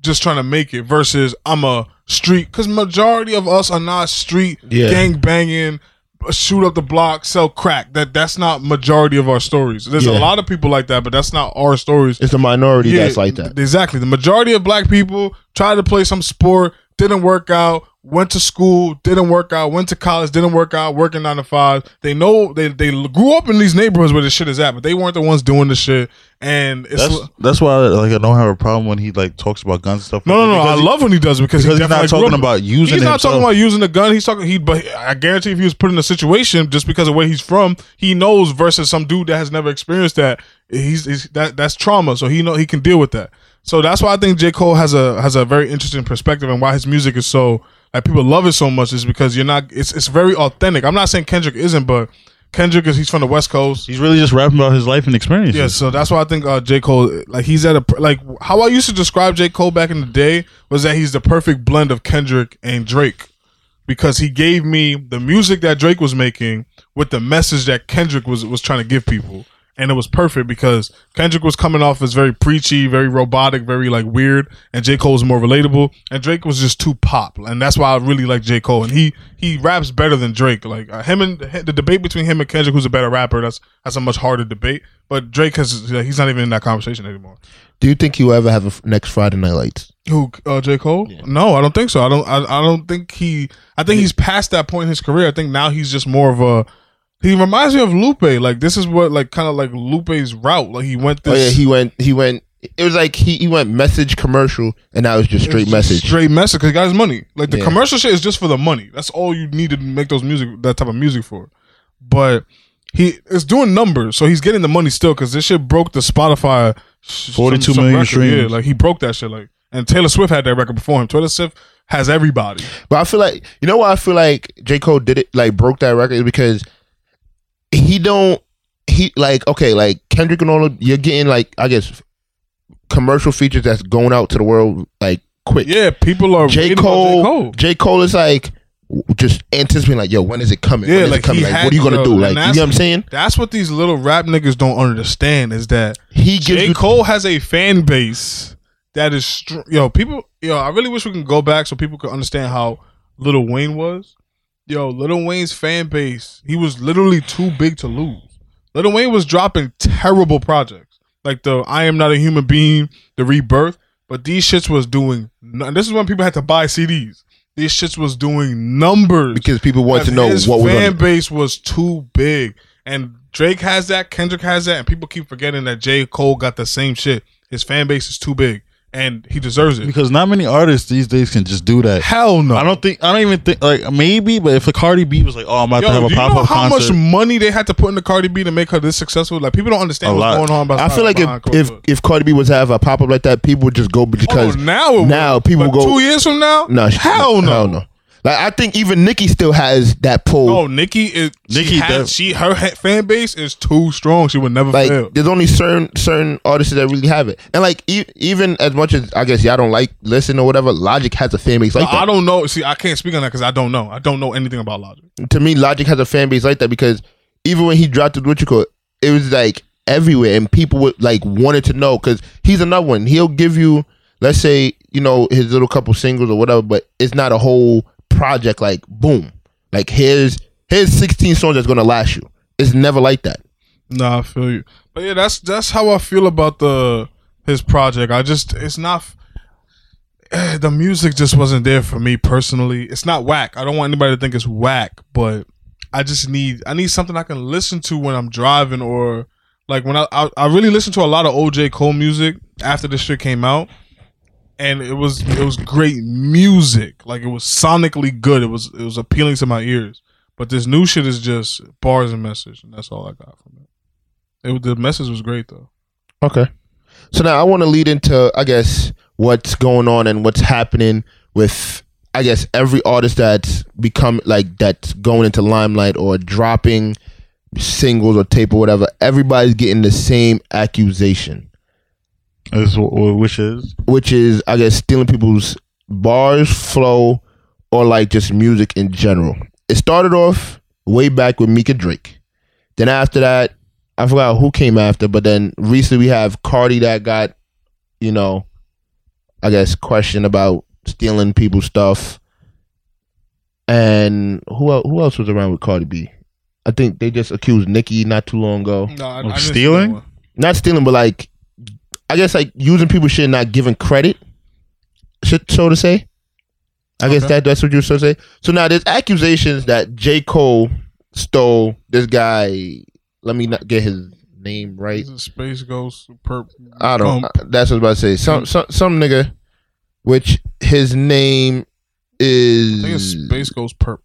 Speaker 2: just trying to make it. Versus I'm a street because majority of us are not street
Speaker 4: Yeah.
Speaker 2: gang banging, uh, shoot up the block, sell crack. That that's not majority of our stories. There's
Speaker 4: Yeah.
Speaker 2: a lot of people like that, but that's not our stories.
Speaker 4: It's the minority that's like that.
Speaker 2: Exactly. The majority of black people try to play some sport, didn't work out, went to school, didn't work out, went to college, didn't work out, working nine to five. They know they they grew up in these neighborhoods where this shit is at, but they weren't the ones doing the shit. And it's
Speaker 1: That's that's why like I don't have a problem when he like talks about guns and stuff.
Speaker 2: no, no, no. I
Speaker 1: Because he-
Speaker 2: love when he does it because,
Speaker 1: because
Speaker 2: he
Speaker 1: he's not
Speaker 2: definitely grew
Speaker 1: talking
Speaker 2: up-
Speaker 1: about using.
Speaker 2: He's not
Speaker 1: himself.
Speaker 2: talking about using a gun. He's talking. He, but I guarantee, if he was put in a situation just because of where he's from, he knows versus some dude that has never experienced that. He's, he's that that's trauma, so he know he can deal with that. So that's why I think J Cole has a has a very interesting perspective, and why his music is so like people love it so much is because you're not. It's it's very authentic. I'm not saying Kendrick isn't, but Kendrick is he's from the West Coast.
Speaker 1: He's really just rapping about his life and experiences.
Speaker 2: Yeah, so that's why I think uh, J. Cole, like he's at a per- like how I used to describe J. Cole back in the day was that he's the perfect blend of Kendrick and Drake because he gave me the music that Drake was making with the message that Kendrick was was trying to give people, and it was perfect because Kendrick was coming off as very preachy, very robotic, very like weird, and J. Cole was more relatable, and Drake was just too pop, and that's why I really like J. Cole, and he he raps better than Drake. Like uh, him and the debate between him and Kendrick, who's a better rapper, that's that's a much harder debate. But Drake has like, he's not even in that conversation anymore.
Speaker 3: Do you think he'll ever have a f- next Friday Night Lights?
Speaker 2: Who uh, J Cole? No, I don't think so. I don't. I, I don't think he. I think he's past that point in his career. I think now he's just more of a. He reminds me of Lupe. Like this is what like kind of like Lupe's route. Like he went this.
Speaker 3: Oh yeah, he went. He went. It was like he, he went message commercial, and now it's just
Speaker 2: it's
Speaker 3: straight
Speaker 2: just
Speaker 3: message.
Speaker 2: Straight message. Cause he got his money. Like the
Speaker 3: Yeah.
Speaker 2: commercial shit is just for the money. That's all you need to make those music that type of music for. But he is doing numbers, so he's getting the money still. Cause this shit broke the Spotify. sh-
Speaker 1: 42 million
Speaker 2: record.
Speaker 1: streams.
Speaker 2: Yeah, like he broke that shit. Like and Taylor Swift had that record before him. Taylor Swift has everybody.
Speaker 3: But I feel like you know why I feel like J Cole did it like broke that record is because he don't he like okay like Kendrick and all of, you're getting like I guess commercial features that's going out to the world like quick.
Speaker 2: Yeah, people are
Speaker 3: J
Speaker 2: hating on
Speaker 3: Cole,
Speaker 2: J. Cole.
Speaker 3: J Cole is like w- just anticipating like yo when is it coming?
Speaker 2: Yeah,
Speaker 3: when is
Speaker 2: like,
Speaker 3: it coming?
Speaker 2: he
Speaker 3: Like
Speaker 2: had-
Speaker 3: what are you gonna
Speaker 2: yo,
Speaker 3: do?
Speaker 2: and
Speaker 3: Like you know
Speaker 2: that's-
Speaker 3: what I'm saying?
Speaker 2: That's what these little rap niggas don't understand is that
Speaker 3: He gives
Speaker 2: J
Speaker 3: you
Speaker 2: Cole has a fan base that is str- yo people yo. I really wish we can go back so people could understand how Little Wayne was. Yo, Little Wayne's fan base, he was literally too big to lose. Little Wayne was dropping terrible projects like the I Am Not a Human Being, the Rebirth, but these shits was doing. n- And this is when people had to buy CDs. These shits was doing numbers
Speaker 3: because people want to
Speaker 2: Because
Speaker 3: know
Speaker 2: his
Speaker 3: what we're
Speaker 2: fan
Speaker 3: gonna.
Speaker 2: base was too big, and Drake has that, Kendrick has that, and people keep forgetting that J. Cole got the same shit. His fan base is too big, and he deserves it.
Speaker 1: because not many artists these days can just do that.
Speaker 2: Hell no!
Speaker 1: I don't think I don't even think like maybe, but if the Cardi B was like, "Oh, I'm about
Speaker 2: Yo,
Speaker 1: to have
Speaker 2: do
Speaker 1: a
Speaker 2: you
Speaker 1: pop
Speaker 2: know
Speaker 1: up
Speaker 2: how
Speaker 1: concert,"
Speaker 2: much money they had to put into Cardi B to make her this successful? Like people don't understand
Speaker 1: A
Speaker 2: what's
Speaker 1: lot.
Speaker 2: going on. Behind,
Speaker 3: I feel like if
Speaker 2: behind closed
Speaker 3: if
Speaker 2: doors.
Speaker 3: if Cardi B was to have a pop up like that, people would just go because
Speaker 2: oh, now it would.
Speaker 3: now people
Speaker 2: But
Speaker 3: go-
Speaker 2: two years from now.
Speaker 3: No, she-
Speaker 2: hell no.
Speaker 3: hell no. Like I think even Nicki still has that pull.
Speaker 2: Oh, Nikki is
Speaker 1: Nicki
Speaker 2: Nikki. She, has,
Speaker 1: def-
Speaker 2: she her ha- fan base is too strong. She would never
Speaker 3: like
Speaker 2: fail.
Speaker 3: there's only certain certain artists that really have it, and like e- even as much as I guess y'all don't like listen or whatever, Logic has a fan base like
Speaker 2: I
Speaker 3: that.
Speaker 2: don't know. See, I can't speak on that because I don't know. I don't know anything about Logic.
Speaker 3: To me, Logic has a fan base like that because even when he dropped the what you call it, it was like everywhere, and people would like wanted to know because he's another one. He'll give you, let's say, you know, his little couple singles or whatever, but it's not a whole project like boom, like here's here's 16 songs that's gonna last you. It's never like that.
Speaker 2: Nah, I feel you. But yeah, that's that's how I feel about the his project. I just it's not eh, the music just wasn't there for me personally. It's not whack. I don't want anybody to think it's whack, but I just need I need something I can listen to when I'm driving or like when I I, I really listened to a lot of OJ Cole music after this shit came out. And it was it was great music. Like it was sonically good. It was it was appealing to my ears. But this new shit is just bars and message, and that's all I got from it. It was- the message was great though.
Speaker 3: Okay. So now I want to lead into, I guess, what's going on and what's happening with, I guess, every artist that's become like that's going into limelight or dropping singles or tape or whatever. Everybody's getting the same accusation,
Speaker 1: Is wh- wh- which is
Speaker 3: which is, I guess, stealing people's bars, flow, or like just music in general. It started off way back with Mika Drake. Then after that, I forgot who came after, but then recently we have Cardi that got, you know, I guess questioned about stealing people's stuff. And who el- who else was around with Cardi B? I think they just accused Nicki not too long ago.
Speaker 2: No, I,
Speaker 1: Of stealing?
Speaker 3: Not stealing, but like, I guess like using people's shit, and not giving credit, shit, so to say. I guess
Speaker 2: Okay.
Speaker 3: that that's what you should say. So now there's accusations that J. Cole stole this guy. Let me not get his name right.
Speaker 2: He's a space ghost. Perp.
Speaker 3: I don't.
Speaker 2: Pump.
Speaker 3: I- that's what I was about to say.
Speaker 2: hmm.
Speaker 3: Some some some nigga, which his name
Speaker 2: I think it's
Speaker 3: is.
Speaker 2: space ghost perp.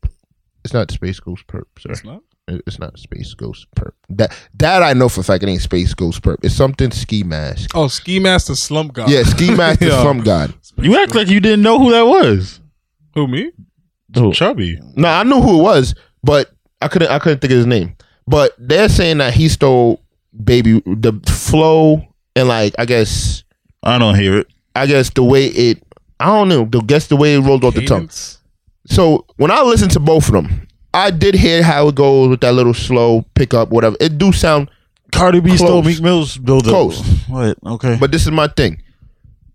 Speaker 3: It's not Space Ghost Perp, sir.
Speaker 2: It's not.
Speaker 3: It- It's not Space Ghost Perp. That that I know for a fact. It ain't Space Ghost Perp. It's something Ski Mask.
Speaker 2: Oh, ski master slump guy.
Speaker 3: Yeah, Ski Mask is
Speaker 2: Yeah.
Speaker 3: from God.
Speaker 1: You act like you didn't know who that was.
Speaker 2: who me?
Speaker 1: Chubby.
Speaker 3: No, I knew who it was, but I couldn't. I couldn't think of his name. But they're saying that he stole baby the flow and like I guess
Speaker 1: I don't hear it.
Speaker 3: I guess the way it. I don't know. The guess the way it rolled off the tongue.
Speaker 2: Cadence?
Speaker 3: So when I listened to both of them, I did hear how it goes with that little slow pickup, whatever. It do sound,
Speaker 1: Cardi B
Speaker 3: stole
Speaker 1: stole
Speaker 3: Meek
Speaker 1: Meek Mill's build
Speaker 3: Close.
Speaker 1: What? Okay.
Speaker 3: but this is my thing.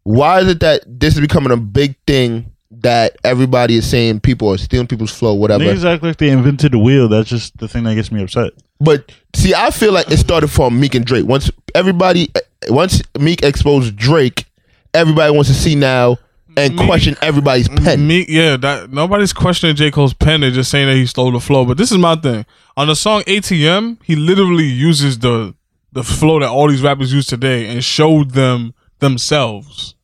Speaker 3: Why is it that this is becoming a big thing that everybody is saying people are stealing people's flow, whatever?
Speaker 1: Niggas act like they invented the wheel. That's just the thing that gets me upset.
Speaker 3: But see, I feel like it started from Meek and Drake. Once everybody, once Meek exposed Drake, everybody wants to see now and
Speaker 2: Meek-
Speaker 3: question everybody's pen.
Speaker 2: Me, yeah, that nobody's questioning J. Cole's pen. They're just saying that he stole the flow. But this is my thing. On the song ATM, he literally uses the the flow that all these rappers use today and showed them themselves.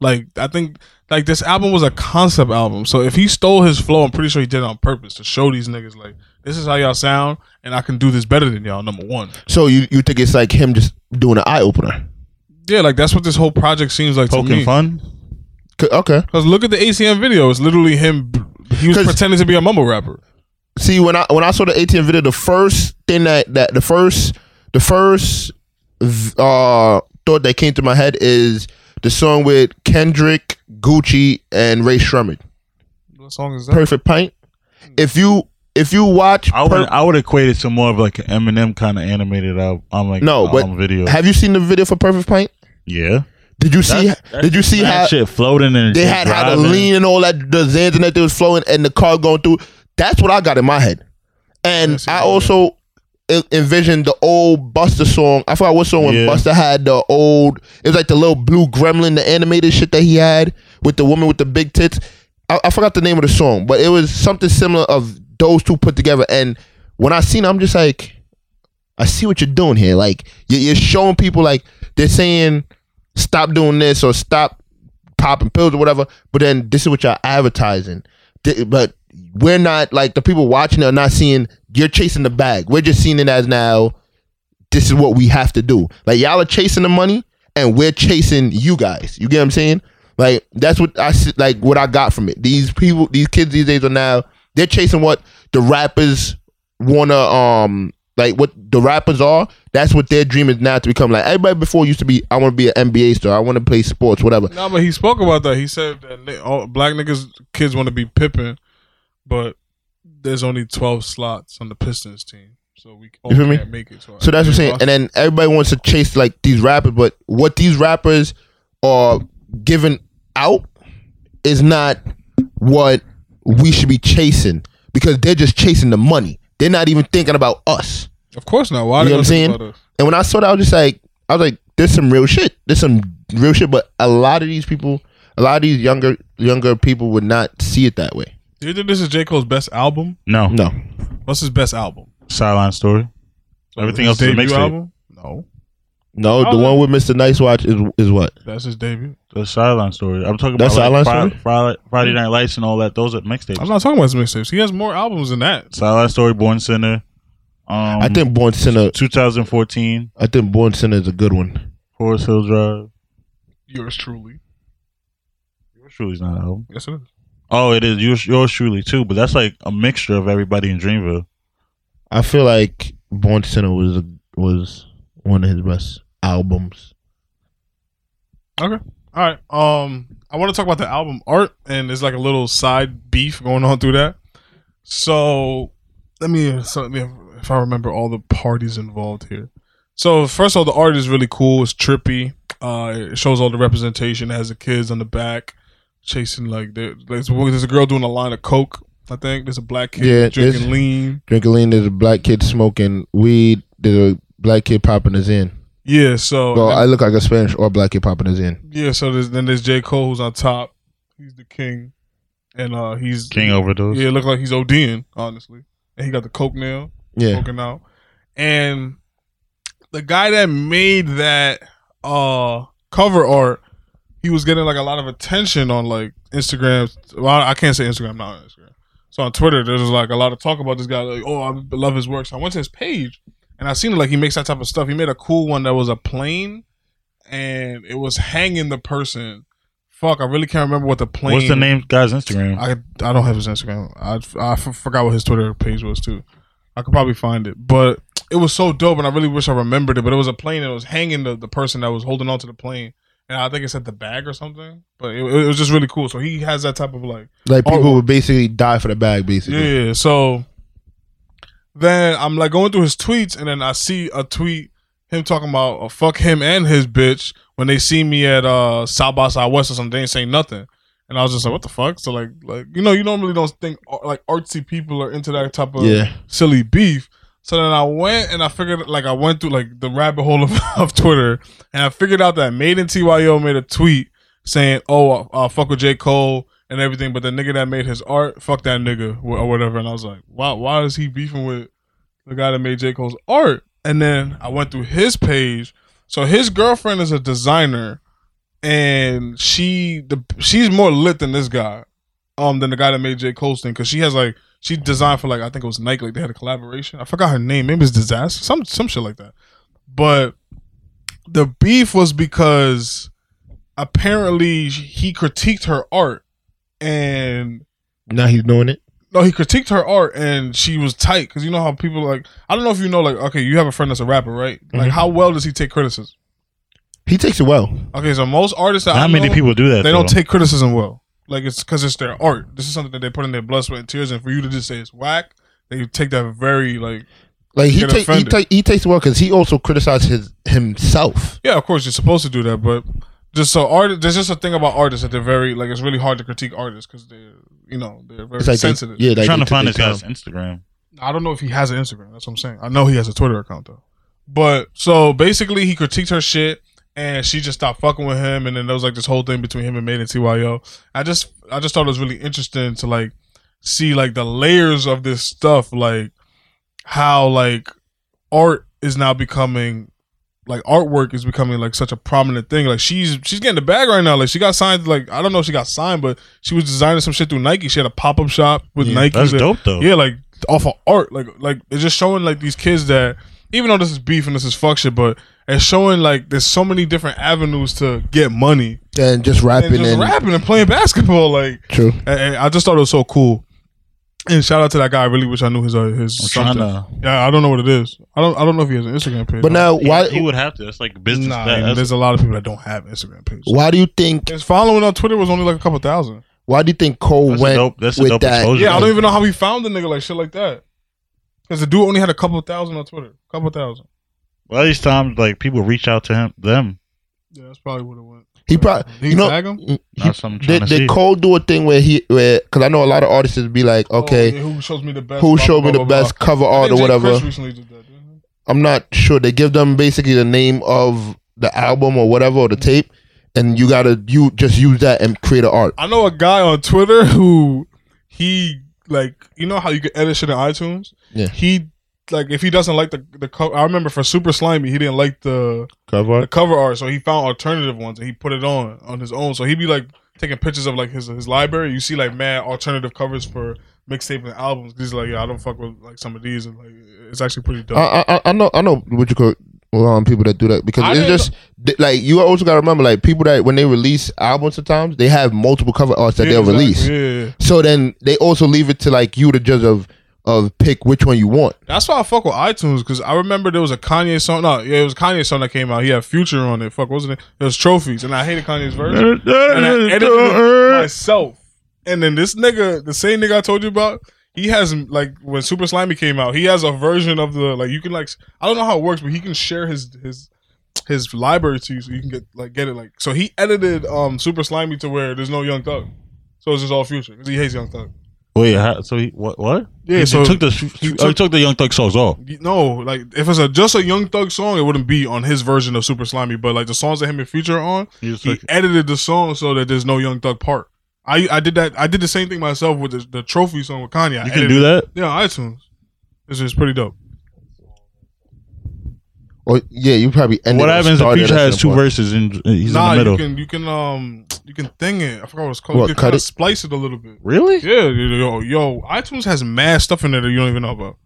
Speaker 2: Like I think like this album was a concept album. So if he stole his flow, I'm pretty sure he did it on purpose to show these niggas like this is how y'all sound and I can do this better than y'all, number one.
Speaker 3: So you, you think it's like him just doing an eye opener?
Speaker 2: Yeah, like that's what this whole project seems like to
Speaker 1: Poking
Speaker 2: me.
Speaker 1: fun.
Speaker 3: C- Okay.
Speaker 2: Cause look at the ATM video. It's literally him. He was
Speaker 3: 'Cause-
Speaker 2: pretending to be a mumble rapper.
Speaker 3: see when I when I saw the ATM video, the first thing that that the first the first v- uh thought that came to my head is the song with Kendrick, Gucci, and Ray Sherman.
Speaker 2: What song is that?
Speaker 3: Perfect Pint. If you if you watch,
Speaker 1: I would
Speaker 3: Per-
Speaker 1: I would equate it to more of like an Eminem kind of animated album. I'm like
Speaker 3: No, but
Speaker 1: album video.
Speaker 3: have you seen the video for Perfect Pint?
Speaker 1: yeah.
Speaker 3: Did you see?
Speaker 1: That's- that's
Speaker 3: did you see
Speaker 1: That
Speaker 3: how
Speaker 1: shit floating and
Speaker 3: they
Speaker 1: shit
Speaker 3: had how the
Speaker 1: driving.
Speaker 3: lean and all that the Zans and that they was flowing and the car going through? That's what I got in my head, and
Speaker 2: That's
Speaker 3: I
Speaker 2: it,
Speaker 3: also en- envisioned the old Buster song. I forgot what song when
Speaker 1: Yeah.
Speaker 3: Buster had the old. It was like the little blue gremlin, the animated shit that he had with the woman with the big tits. I, I forgot the name of the song, but it was something similar of those two put together. And when I seen, it, I'm just like, I see what you're doing here. Like you- you're showing people, like they're saying, stop doing this or stop popping pills or whatever. But then this is what y'all advertising. Th- But we're not like the people watching are not seeing you're chasing the bag. We're just seeing it as now. This is what we have to do. Like y'all are chasing the money, and we're chasing you guys. You get what I'm saying? Like that's what I s- like. What I got from it. These people, these kids these days are now they're chasing what the rappers wanna um like what the rappers are. That's what their dream is now to become. Like everybody before used to be, I want to be an NBA star. I want to play sports, whatever.
Speaker 2: No, but he spoke about that. He said that ni- all black niggas kids want to be Pippin, but there's only twelve slots on the Pistons team, so we all
Speaker 3: feel me?
Speaker 2: can't make it.
Speaker 3: So that's what I'm saying. And then everybody wants to chase like these rappers, but what these rappers are giving out is not what we should be chasing because they're just chasing the money. They're not even thinking about us.
Speaker 2: of course not. Why
Speaker 3: You
Speaker 2: they
Speaker 3: know
Speaker 2: gonna
Speaker 3: what I'm
Speaker 2: think
Speaker 3: saying?
Speaker 2: about us?
Speaker 3: And when I saw that, I was just like, I was like, there's some real shit. There's some real shit. But a lot of these people, a lot of these younger younger people would not see it that way.
Speaker 2: Do you think this is J Cole's best album?
Speaker 1: No,
Speaker 3: No.
Speaker 2: What's his best album?
Speaker 1: sideline story. Everything else is a
Speaker 2: His debut
Speaker 1: mixtape.
Speaker 2: album? No,
Speaker 3: No, the one with Mr. Nice Watch is is what?
Speaker 2: that's his debut.
Speaker 1: The sideline story. I'm talking
Speaker 3: That's
Speaker 1: about like,
Speaker 3: Sideline
Speaker 1: Fri- Friday, Friday Night Lights and all that. Those are mixtapes.
Speaker 2: I'm not talking about his mixtapes. He has more albums than that.
Speaker 1: Sideline story. Born Center. Um,
Speaker 3: I think Born Sinner
Speaker 1: 2014.
Speaker 3: I think Born Sinner is a good one.
Speaker 1: Forest Hill Drive.
Speaker 2: Yours truly.
Speaker 1: Yours Truly's not an album.
Speaker 2: Yes, it is.
Speaker 1: Oh, it is yours, yours truly too, but that's like a mixture of everybody in Dreamville.
Speaker 3: I feel like Born Sinner was was one of his best albums.
Speaker 2: Okay. All right. Um, I want to talk about the album art, and there's like a little side beef going on through that. So let me, so let me, if I remember all the parties involved here. So first of all, the art is really cool. It's trippy. Uh, it shows all the representation. It has the kids on the back chasing like there- there's, there's a girl doing a line of coke. I think there's a black kid
Speaker 3: Yeah,
Speaker 2: drinking
Speaker 3: it's-
Speaker 2: lean.
Speaker 3: Drinking lean, there's a black kid smoking weed. There's a black kid popping his in.
Speaker 2: Oh, Yeah. So
Speaker 3: Well, I look like a Spanish or black kid popping his in.
Speaker 2: Yeah, so there's, then there's J. Cole who's on top. He's the king. and uh, he's
Speaker 1: King overdose.
Speaker 2: Yeah, it looked like he's ODing, honestly. And he got the coke nail
Speaker 4: Yeah.
Speaker 2: poking out. And the guy that made that uh cover art, he was getting like a lot of attention on like Instagram. Well, I can't say Instagram, not on Instagram. So on Twitter, there's like a lot of talk about this guy. Like, oh, I love his work. So I went to his page and I seen it like he makes that type of stuff. He made a cool one that was a plane and it was hanging the person. Fuck, I really can't remember what the plane.
Speaker 1: What's the name, guy's Instagram?
Speaker 2: I I don't have his Instagram. I, I f- forgot what his Twitter page was too. I could probably find it, but it was so dope, and I really wish I remembered it. But it was a plane that was hanging the, the person that was holding onto the plane, and I think it said the bag or something. But it, it was just really cool. So he has that type of like
Speaker 4: Like people
Speaker 2: Oh.
Speaker 4: would basically die for the bag, basically.
Speaker 2: yeah, yeah. So then I'm like going through his tweets, and then I see a tweet him talking about uh, fuck him and his bitch when they see me at uh South by Southwest or something. They ain't saying nothing, and I was just like, what the fuck? So like, like you know, you normally don't think uh, like artsy people are into that type of
Speaker 4: Yeah.
Speaker 2: silly beef. So then I went and I figured, like, I went through like the rabbit hole of, of Twitter, and I figured out that Made in Tyo made a tweet saying, "Oh, uh, fuck with J Cole and everything," but the nigga that made his art, fuck that nigga wh- or whatever. And I was like, "Why? Why is he beefing with the guy that made J Cole's art?" And then I went through his page. So his girlfriend is a designer, and she the she's more lit than this guy, um, than the guy that made J Cole's thing because she has like she designed for like I think it was Nike. Like they had a collaboration. I forgot her name. Maybe it's Disaster. Some some shit like that. But the beef was because apparently he critiqued her art and
Speaker 4: Now he's doing it.
Speaker 2: no, he critiqued her art and she was tight because you know how people like I don't know if you know like okay you have a friend that's a rapper right like
Speaker 1: Mm-hmm.
Speaker 4: Mhm.
Speaker 2: how well does he take criticism?
Speaker 4: He takes it well.
Speaker 2: Okay, so most artists that I
Speaker 1: How many
Speaker 2: know-
Speaker 1: people do that?
Speaker 2: they don't
Speaker 1: though?
Speaker 2: take criticism well. Like it's because it's their art. This is something that they put in their blood, sweat, and tears, and for you to just say it's whack, they take that very like
Speaker 4: Like he
Speaker 2: Get
Speaker 4: take, he,
Speaker 2: offended.
Speaker 4: take, he takes it well because he also criticizes his, himself.
Speaker 2: yeah, of course you're supposed to do that, but just so art, there's just a thing about artists that they're very like it's really hard to critique artists because they're you know they're very
Speaker 4: It's like they-
Speaker 2: sensitive.
Speaker 4: yeah, like
Speaker 1: I'm trying
Speaker 4: they
Speaker 1: to
Speaker 4: took
Speaker 1: find
Speaker 4: their
Speaker 1: this guy's
Speaker 4: time.
Speaker 1: Instagram.
Speaker 2: I don't know if he has an Instagram. That's what I'm saying. I know he has a Twitter account though. But so basically, he critiqued her shit, and she just stopped fucking with him. And then there was like this whole thing between him and Made and Tyo. I just I just thought it was really interesting to like see like the layers of this stuff, like how like art is now becoming like artwork is becoming like such a prominent thing. Like she's she's getting the bag right now. Like she got signed. Like I don't know if she got signed, but she was designing some shit through Nike. She had a pop up shop with
Speaker 4: Yeah,
Speaker 2: Nike.
Speaker 1: That's
Speaker 2: that-
Speaker 1: dope though.
Speaker 2: Oh. yeah, like off of art, like like it's just showing like these kids that even though this is beef and this is fuck shit, but it's showing like there's so many different avenues to get money
Speaker 4: and just rapping
Speaker 2: and
Speaker 4: and,
Speaker 2: just rapping and playing basketball. Like
Speaker 4: true.
Speaker 2: and- and I just thought it was so cool. And shout out to that guy. I really wish I knew his uh, his.
Speaker 1: I'm trying
Speaker 2: something.
Speaker 1: to.
Speaker 2: Yeah, I don't know what it is. I don't. I don't know if he has an Instagram page.
Speaker 4: But now,
Speaker 1: He,
Speaker 4: why
Speaker 1: he would have to. That's like business.
Speaker 2: nah,
Speaker 1: that-
Speaker 2: and
Speaker 1: that's-
Speaker 2: there's a lot of people that don't have Instagram pages.
Speaker 4: why do you think
Speaker 2: His following on Twitter was only like a couple thousand.
Speaker 4: why do you think Cole
Speaker 1: That's a
Speaker 4: went
Speaker 1: dope- that's a
Speaker 4: with
Speaker 1: dope
Speaker 4: that?
Speaker 1: exposure.
Speaker 2: Yeah, I don't even know how he found the nigga like shit like that. Cause the dude only had a couple thousand on Twitter, couple thousand.
Speaker 1: well, these times, like people reach out to him, them.
Speaker 2: Yeah, that's probably what it went.
Speaker 4: He probably
Speaker 2: Did he
Speaker 4: you know
Speaker 2: tag him?
Speaker 4: he-
Speaker 1: That's what I'm trying
Speaker 4: did,
Speaker 1: to
Speaker 4: did
Speaker 1: see.
Speaker 4: Cole do a thing where he where because I know a lot of artists would be like okay
Speaker 2: Oh, yeah, who shows me the best?
Speaker 4: who
Speaker 2: blah,
Speaker 4: showed me
Speaker 2: blah,
Speaker 4: the
Speaker 2: blah,
Speaker 4: best cover
Speaker 2: blah. I
Speaker 4: art or
Speaker 2: think Jay
Speaker 4: whatever
Speaker 2: Chris recently did that, didn't
Speaker 4: I'm not sure they give them basically the name of the album or whatever
Speaker 2: Mm-hmm.
Speaker 4: or the tape and you gotta you just use that and create an art
Speaker 2: he? I know a guy on Twitter who he like. You know how you can edit shit in iTunes?
Speaker 4: Yeah.
Speaker 2: He like if he doesn't like the the cover. I remember for Super Slimy, he didn't like the
Speaker 4: cover
Speaker 2: the cover art, so he found alternative ones and he put it on on his own. So he'd be like taking pictures of like his his library. You see like mad alternative covers for mixtape and albums. He's like, yeah, I don't fuck with like some of these, and like it's actually pretty dope.
Speaker 4: I, I I know I know what you call um, people that do that because
Speaker 2: I
Speaker 4: it's
Speaker 2: didn't
Speaker 4: just th- like you also gotta remember like people that when they release albums sometimes they have multiple cover arts that
Speaker 2: Yeah,
Speaker 4: they'll
Speaker 2: exactly.
Speaker 4: release
Speaker 2: Yeah, yeah.
Speaker 4: so then they also leave it to like you to judge of of pick which one you want
Speaker 2: That's why I fuck with iTunes because I remember there was a Kanye song. No, yeah, it was a Kanye song that came out. He had Future on it. Fuck, what was it? It was Trophies, and I hated Kanye's version. And I edited it myself. And then this nigga, the same nigga I told you about, he has like when Super Slimy came out, he has a version of the like you can like I don't know how it works, but he can share his his his library to you so you can get like get it like so he edited um Super Slimy to where there's no Young Thug, so it's just all Future because he hates Young Thug.
Speaker 1: Wait, how, so he what? What?
Speaker 2: Yeah,
Speaker 1: he
Speaker 2: so-
Speaker 1: took the he
Speaker 2: took-
Speaker 1: took, took the Young Thug songs off.
Speaker 2: You- No, like if it's a just a Young Thug song, it wouldn't be on his version of Super Slimy. But like the songs that him and Future are on,
Speaker 1: He just
Speaker 2: he
Speaker 1: took-
Speaker 2: edited the song so that there's no Young Thug part. I I did that. I did the same thing myself with the, the trophy song with Kanye.
Speaker 1: You can do that.
Speaker 2: Yeah, iTunes. It's just pretty dope.
Speaker 3: Or yeah, you probably ended.
Speaker 1: What
Speaker 3: or
Speaker 1: happens if
Speaker 3: started
Speaker 1: Future
Speaker 3: at
Speaker 1: has
Speaker 3: some
Speaker 1: two
Speaker 3: point.
Speaker 1: verses and and he's
Speaker 2: nah,
Speaker 1: in the middle?
Speaker 2: you can you can um you can thing it. I forgot what it's called.
Speaker 3: What,
Speaker 2: you can
Speaker 3: cut
Speaker 2: kinda
Speaker 3: it?
Speaker 2: splice it a little bit.
Speaker 1: really?
Speaker 2: Yeah, yo, yo, iTunes has mad stuff in there that you don't even know about.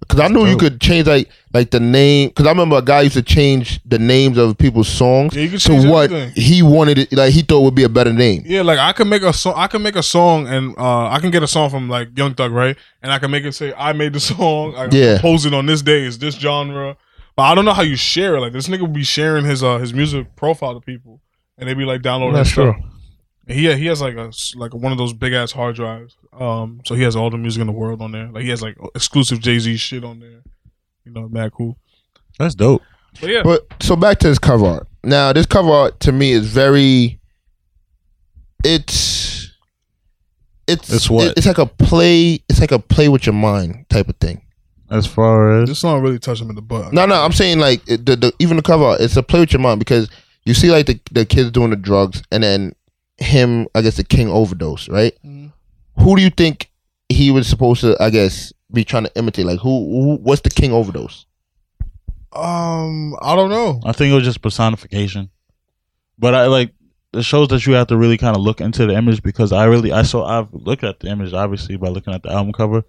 Speaker 3: Because I knew you
Speaker 1: dope.
Speaker 3: could change like like the name. Because I remember a guy used to change the names of people's songs
Speaker 2: Yeah, you could
Speaker 3: to
Speaker 2: change
Speaker 3: what
Speaker 2: everything.
Speaker 3: he wanted. It, like he thought would be a better name.
Speaker 2: Yeah, like I can make a song. I can make a song, and uh, I can get a song from like Young Thug, right? And I can make it say, "I made the song. I
Speaker 3: Yeah.
Speaker 2: composed it on this day. It's this genre." But I don't know how you share it. Like this nigga would be sharing his uh his music profile to people, and they be like downloading. his stuff. And He he has like a s- like one of those big ass hard drives. Um, so he has all the music in the world on there. Like he has like exclusive Jay Z shit on there. You know, mad cool.
Speaker 1: That's dope.
Speaker 2: But yeah,
Speaker 3: But so back to this cover art. Now this cover art to me is very. It's. It's
Speaker 1: It's what?
Speaker 3: it- it's like a play. It's like a play with your mind type of thing.
Speaker 1: As far as
Speaker 2: this song really touched him in the butt.
Speaker 3: No, no, I'm saying like it- the, the even the cover art. It's a play with your mind because you see like the the kids doing the drugs and then him. I guess the king overdose, right?
Speaker 2: Mhm.
Speaker 3: Who do you think he was supposed to? I guess be trying to imitate. Like who? who what's the king overdose?
Speaker 2: Um, I don't know.
Speaker 1: I think it was just personification. But I like it shows that you have to really kind of look into the image because I really I saw I've looked at the image obviously by looking at the album cover,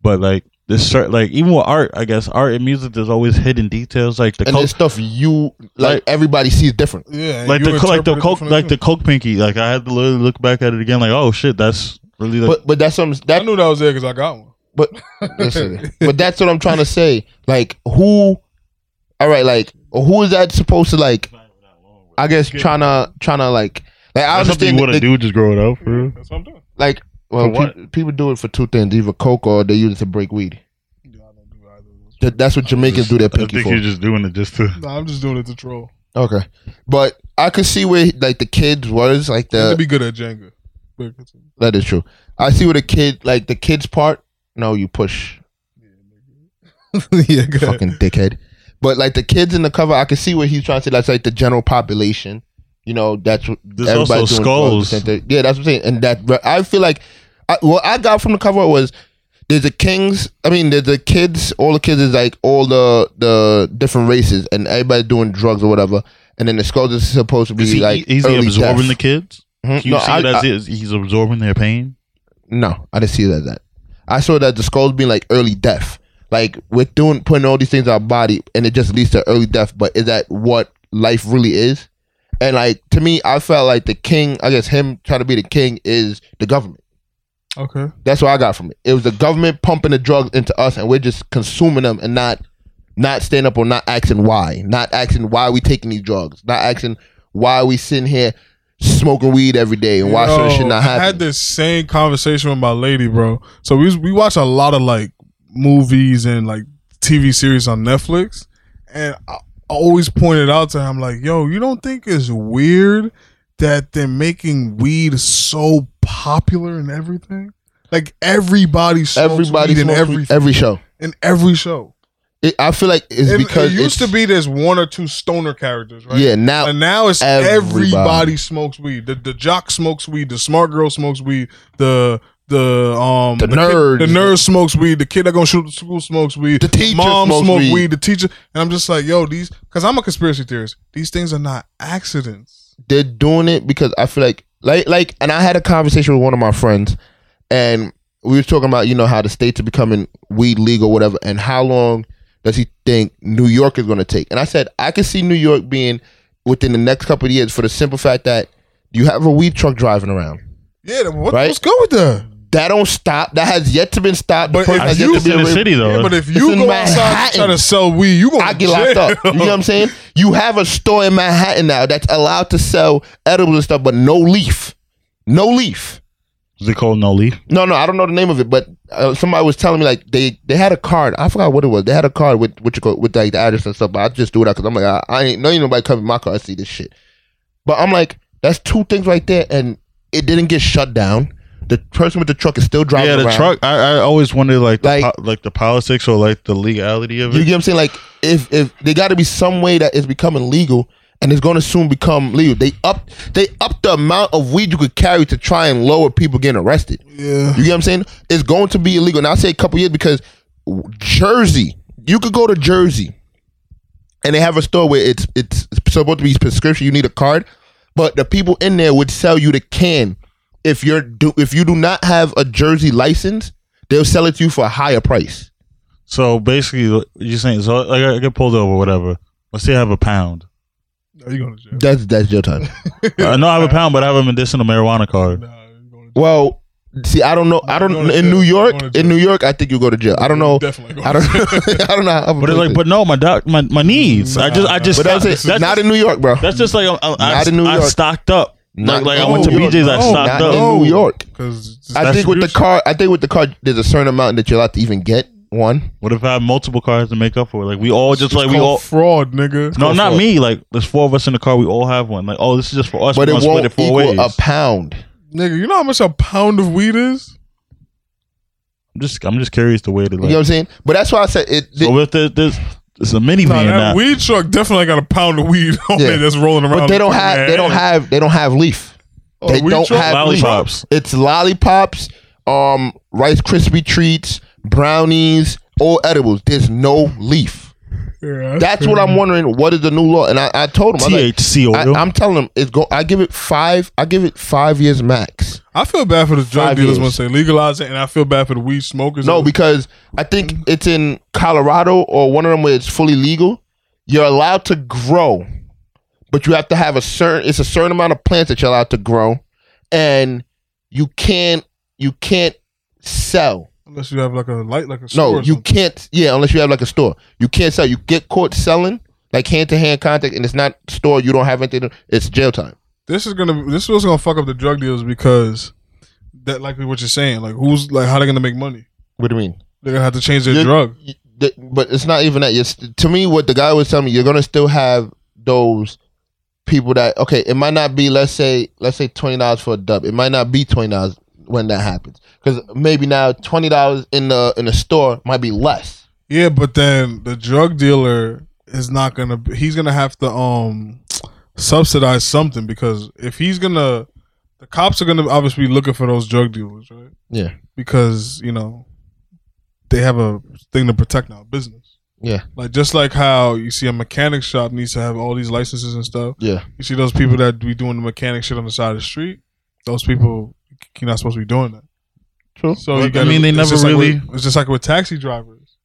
Speaker 1: but like this cert like even with art I guess art and music there's always hidden details like the
Speaker 3: And
Speaker 1: coke
Speaker 3: this stuff you
Speaker 1: Like-
Speaker 3: like everybody sees different.
Speaker 2: Yeah, and
Speaker 1: like
Speaker 2: you
Speaker 1: the co- like the
Speaker 2: interpret it
Speaker 1: coke
Speaker 2: differently
Speaker 1: like
Speaker 2: too.
Speaker 1: the coke pinky like I had to literally look back at it again like oh shit that's really like
Speaker 3: But but that's what I'm,
Speaker 2: I
Speaker 3: that
Speaker 2: knew that was there because I got one.
Speaker 3: But listen, but that's what I'm trying to say. Like who? All right, like who is that supposed to like? I guess trying to trying to like like I
Speaker 1: that's something
Speaker 3: understand
Speaker 1: you want
Speaker 3: the-
Speaker 1: to do just grow
Speaker 3: Hmm?
Speaker 1: it out for real.
Speaker 2: That's what I'm doing.
Speaker 3: like well
Speaker 1: For what?
Speaker 3: peop- people do it for two things: either coke or they use it to break weed.
Speaker 2: Yeah, I don't do either of those.
Speaker 3: That, that's what Jamaicans do their
Speaker 1: I
Speaker 3: pinky
Speaker 1: think
Speaker 3: for.
Speaker 1: you're just doing it just to
Speaker 2: Nah, I'm just doing it to troll.
Speaker 3: okay, but I could see where like the kids was like
Speaker 2: They'd
Speaker 3: the
Speaker 2: be good at Jenga. But continue.
Speaker 3: that is true. I see where the kid like the kids part. No, you push.
Speaker 2: yeah, good.
Speaker 3: fucking dickhead. But like the kids in the cover, I can see what he's trying to say. That's like the general population. You know, that's what
Speaker 1: There's
Speaker 3: everybody
Speaker 1: also
Speaker 3: doing
Speaker 1: skulls.
Speaker 3: 12%. Yeah, that's what I'm saying. And that but I feel like I, what I got from the cover was there's the kings. I mean, there's the kids. All the kids is like all the the different races, and everybody doing drugs or whatever. And then the skulls is supposed to be
Speaker 1: is he,
Speaker 3: like
Speaker 1: is he
Speaker 3: early
Speaker 1: absorbing the
Speaker 3: death.
Speaker 1: kids?
Speaker 3: Mhm.
Speaker 1: Do you
Speaker 3: No,
Speaker 1: see
Speaker 3: I-
Speaker 1: it as
Speaker 3: I-
Speaker 1: is- he's absorbing their pain?
Speaker 3: no, I didn't see that. That I saw that the skulls being like early death, like we're doing putting all these things in our body, and it just leads to early death. But is that what life really is? And like to me, I felt like the king. I guess him trying to be the king is the government.
Speaker 2: Okay.
Speaker 3: That's what I got from it. It was the government pumping the drugs into us, and we're just consuming them and not not stand up or not asking why, not asking why we taking these drugs, not asking why we sitting here smoking weed every day and why certain shit not
Speaker 2: I had
Speaker 3: happening.
Speaker 2: this same conversation with my lady, bro. So we we watch a lot of like movies and like TV series on Netflix, and I I always pointed out to him like, "Yo, you don't think it's weird that they're making weed so popular and everything? Like everybody smokes
Speaker 3: Everybody
Speaker 2: weed in
Speaker 3: smokes
Speaker 2: every
Speaker 3: weed every show.
Speaker 2: in every show.
Speaker 3: It, I feel like it's
Speaker 2: It, it
Speaker 3: because
Speaker 2: used to
Speaker 3: it's-
Speaker 2: be there's one or two stoner characters, right?
Speaker 3: Yeah, now
Speaker 2: And now it's everybody,
Speaker 3: Oh, Everybody.
Speaker 2: smokes weed. The, the jock smokes weed. The smart girl smokes weed. The the um
Speaker 3: The
Speaker 2: kid-
Speaker 3: nerds.
Speaker 2: the nerd smokes weed. The kid that gonna shoot the school smokes weed.
Speaker 3: The teacher
Speaker 2: mom
Speaker 3: smokes
Speaker 2: smoke
Speaker 3: weed.
Speaker 2: The teacher and I'm just like, yo, these because I'm a conspiracy theorist. These things are not accidents.
Speaker 3: they're doing it because I feel like like like and I had a conversation with one of my friends and we were talking about, you know, how the states are becoming weed legal, whatever, and how long does he think New York is gonna take? And I said, I could see New York being within the next couple of years for the simple fact that you have a weed truck driving around.
Speaker 2: Yeah, then what,
Speaker 3: Right?
Speaker 2: what's good with that?
Speaker 3: That don't stop. That has yet to been stopped. The
Speaker 2: But
Speaker 3: person
Speaker 2: if
Speaker 3: has
Speaker 1: I've
Speaker 3: yet
Speaker 2: you-
Speaker 3: to
Speaker 1: in
Speaker 3: be
Speaker 1: the
Speaker 3: away-
Speaker 1: city though.
Speaker 2: but if
Speaker 3: It's
Speaker 2: you
Speaker 3: in
Speaker 2: go outside
Speaker 3: Manhattan.
Speaker 2: trying to sell weed, you gonna
Speaker 1: Oh,
Speaker 3: I get locked up. You know what I'm saying? You have a store in Manhattan now that's allowed to sell edibles and stuff, but no leaf. No leaf.
Speaker 1: Is it called No Leaf?
Speaker 3: No, no, I don't know the name of it, but uh, somebody was telling me like they they had a card. I forgot what it was. They had a card with what you call with like the address and stuff. But I just threw it out because I'm like I, I ain't no ain't nobody coming to my car. I see this shit. But I'm like that's two things right there, and it didn't get shut down. The person with the truck is still driving.
Speaker 1: Yeah, the
Speaker 3: around.
Speaker 1: truck. I, I always wondered like the
Speaker 3: Like-
Speaker 1: po- like the politics or like the legality of
Speaker 3: You
Speaker 1: it.
Speaker 3: get what I'm saying? Like if if they got to be some way that it's becoming legal, and it's going to soon become legal. They up they up the amount of weed you could carry to try and lower people getting arrested.
Speaker 2: Yeah.
Speaker 3: You get what I'm saying? It's going to be illegal. And I say a couple years because Jersey, you could go to Jersey and they have a store where it's it's supposed to be prescription. You need a card, but the people in there would sell you the can. If you're do if you do not have a Jersey license, they'll sell it to you for a higher price.
Speaker 1: So basically, you're saying so like I get pulled over, whatever. Let's say I have a pound.
Speaker 2: Are you going to jail?
Speaker 3: That's that's your time.
Speaker 1: I know I have a pound, but I have a medicinal marijuana card.
Speaker 2: Nah, you're going to jail.
Speaker 3: Well, see, I don't know. I
Speaker 2: You're going
Speaker 3: don't
Speaker 2: to
Speaker 3: in
Speaker 2: jail.
Speaker 3: New
Speaker 2: You're
Speaker 3: York.
Speaker 2: going to
Speaker 3: In
Speaker 2: jail.
Speaker 3: New York, I think you go to jail. I don't know.
Speaker 2: Definitely. going
Speaker 3: I
Speaker 2: to
Speaker 3: don't.
Speaker 2: jail.
Speaker 3: I don't know. how other
Speaker 1: But it's like,
Speaker 3: places-
Speaker 1: but no, my doc, my, my needs. I just, I just,
Speaker 3: but that's it.
Speaker 1: stocked- that's,
Speaker 3: not in New York, bro.
Speaker 1: that's just like I, I,
Speaker 3: Not in New
Speaker 1: I
Speaker 3: York.
Speaker 1: stocked up.
Speaker 3: Not-
Speaker 1: like, like I went to
Speaker 3: no,
Speaker 1: BJ's, I
Speaker 2: no,
Speaker 1: stocked
Speaker 3: not
Speaker 1: up.
Speaker 3: in New York.
Speaker 2: 'Cause it's-
Speaker 3: I think with the car, I think with the car, there's a certain amount that you're allowed to even get one.
Speaker 1: What if I have multiple cars to make up for? it? Like we all just
Speaker 2: it's
Speaker 1: like we
Speaker 2: called
Speaker 1: all.
Speaker 2: fraud, nigga.
Speaker 1: No, not
Speaker 3: fraud.
Speaker 1: me. Like there's four of us in the car. We all have one. Like oh, this is just for us.
Speaker 3: But
Speaker 1: We're
Speaker 3: it
Speaker 1: gonna split
Speaker 3: won't
Speaker 1: four
Speaker 3: equal
Speaker 1: ways.
Speaker 3: a pound.
Speaker 2: Nigga, you know how much a pound of weed is?
Speaker 1: I'm just, I'm just curious to wait it.
Speaker 3: You know what
Speaker 1: Like,
Speaker 3: I'm saying? But that's why I said it.
Speaker 1: so if there, there's, there's a minivan
Speaker 2: Nah, that
Speaker 1: now.
Speaker 2: weed truck definitely got a pound of weed on
Speaker 3: Yeah.
Speaker 2: it that's rolling around.
Speaker 3: but they don't
Speaker 2: Man.
Speaker 3: have. They don't have. They don't have leaf.
Speaker 2: Oh,
Speaker 3: They
Speaker 2: weed
Speaker 3: don't
Speaker 2: truck?
Speaker 3: have
Speaker 1: Lollipops.
Speaker 3: leaf. It's lollipops, um, Rice Krispie treats, brownies, all edibles. There's no leaf.
Speaker 2: Yeah,
Speaker 3: That's what I'm wondering. What is the new law? And I, I told him, I was like,
Speaker 1: THC
Speaker 3: I,
Speaker 1: oil.
Speaker 3: I'm telling him, it's go. I give it five. I give it five years max.
Speaker 2: I feel bad for the drug
Speaker 3: Five
Speaker 2: dealers
Speaker 3: years.
Speaker 2: once they legalize it, and I feel bad for the weed smokers.
Speaker 3: No, because I think it's in Colorado or one of them where it's fully legal. You're allowed to grow, but you have to have a certain. It's a certain amount of plants that you're allowed to grow, and you can't. You can't sell.
Speaker 2: unless you have like a light, like a store
Speaker 3: No,
Speaker 2: or
Speaker 3: you
Speaker 2: something.
Speaker 3: can't. Yeah, unless you have like a store, you can't sell. You get caught selling like hand to hand contact, and it's not store. You don't have anything. It's jail time.
Speaker 2: This is gonna. This is what's gonna fuck up the drug dealers because that, like what you're saying, like who's like how they gonna make money?
Speaker 3: What do you mean?
Speaker 2: They're gonna have to change their
Speaker 3: You're-
Speaker 2: drug.
Speaker 3: you- the- but it's not even that. It's, to me, what the guy was telling me, you're gonna still have those people that okay. It might not be let's say let's say twenty dollars for a dub. It might not be twenty dollars when that happens because maybe now twenty dollars in the in the store might be less.
Speaker 2: Yeah, but then the drug dealer is not gonna. He's gonna have to um subsidize something because if he's gonna, the cops are gonna obviously be looking for those drug dealers, right?
Speaker 3: Yeah.
Speaker 2: Because you know they have a thing to protect now, business.
Speaker 3: Yeah.
Speaker 2: Like just like how you see a mechanic shop needs to have all these licenses and stuff.
Speaker 3: Yeah.
Speaker 2: You see those people that be doing the mechanic shit on the side of the street. Those people, you're not supposed to be doing that.
Speaker 3: True.
Speaker 2: So
Speaker 1: But,
Speaker 2: you
Speaker 1: I
Speaker 2: gotta-
Speaker 1: mean, they
Speaker 2: it's
Speaker 1: never
Speaker 2: just like
Speaker 1: really-
Speaker 2: with- it's just like with taxi drivers.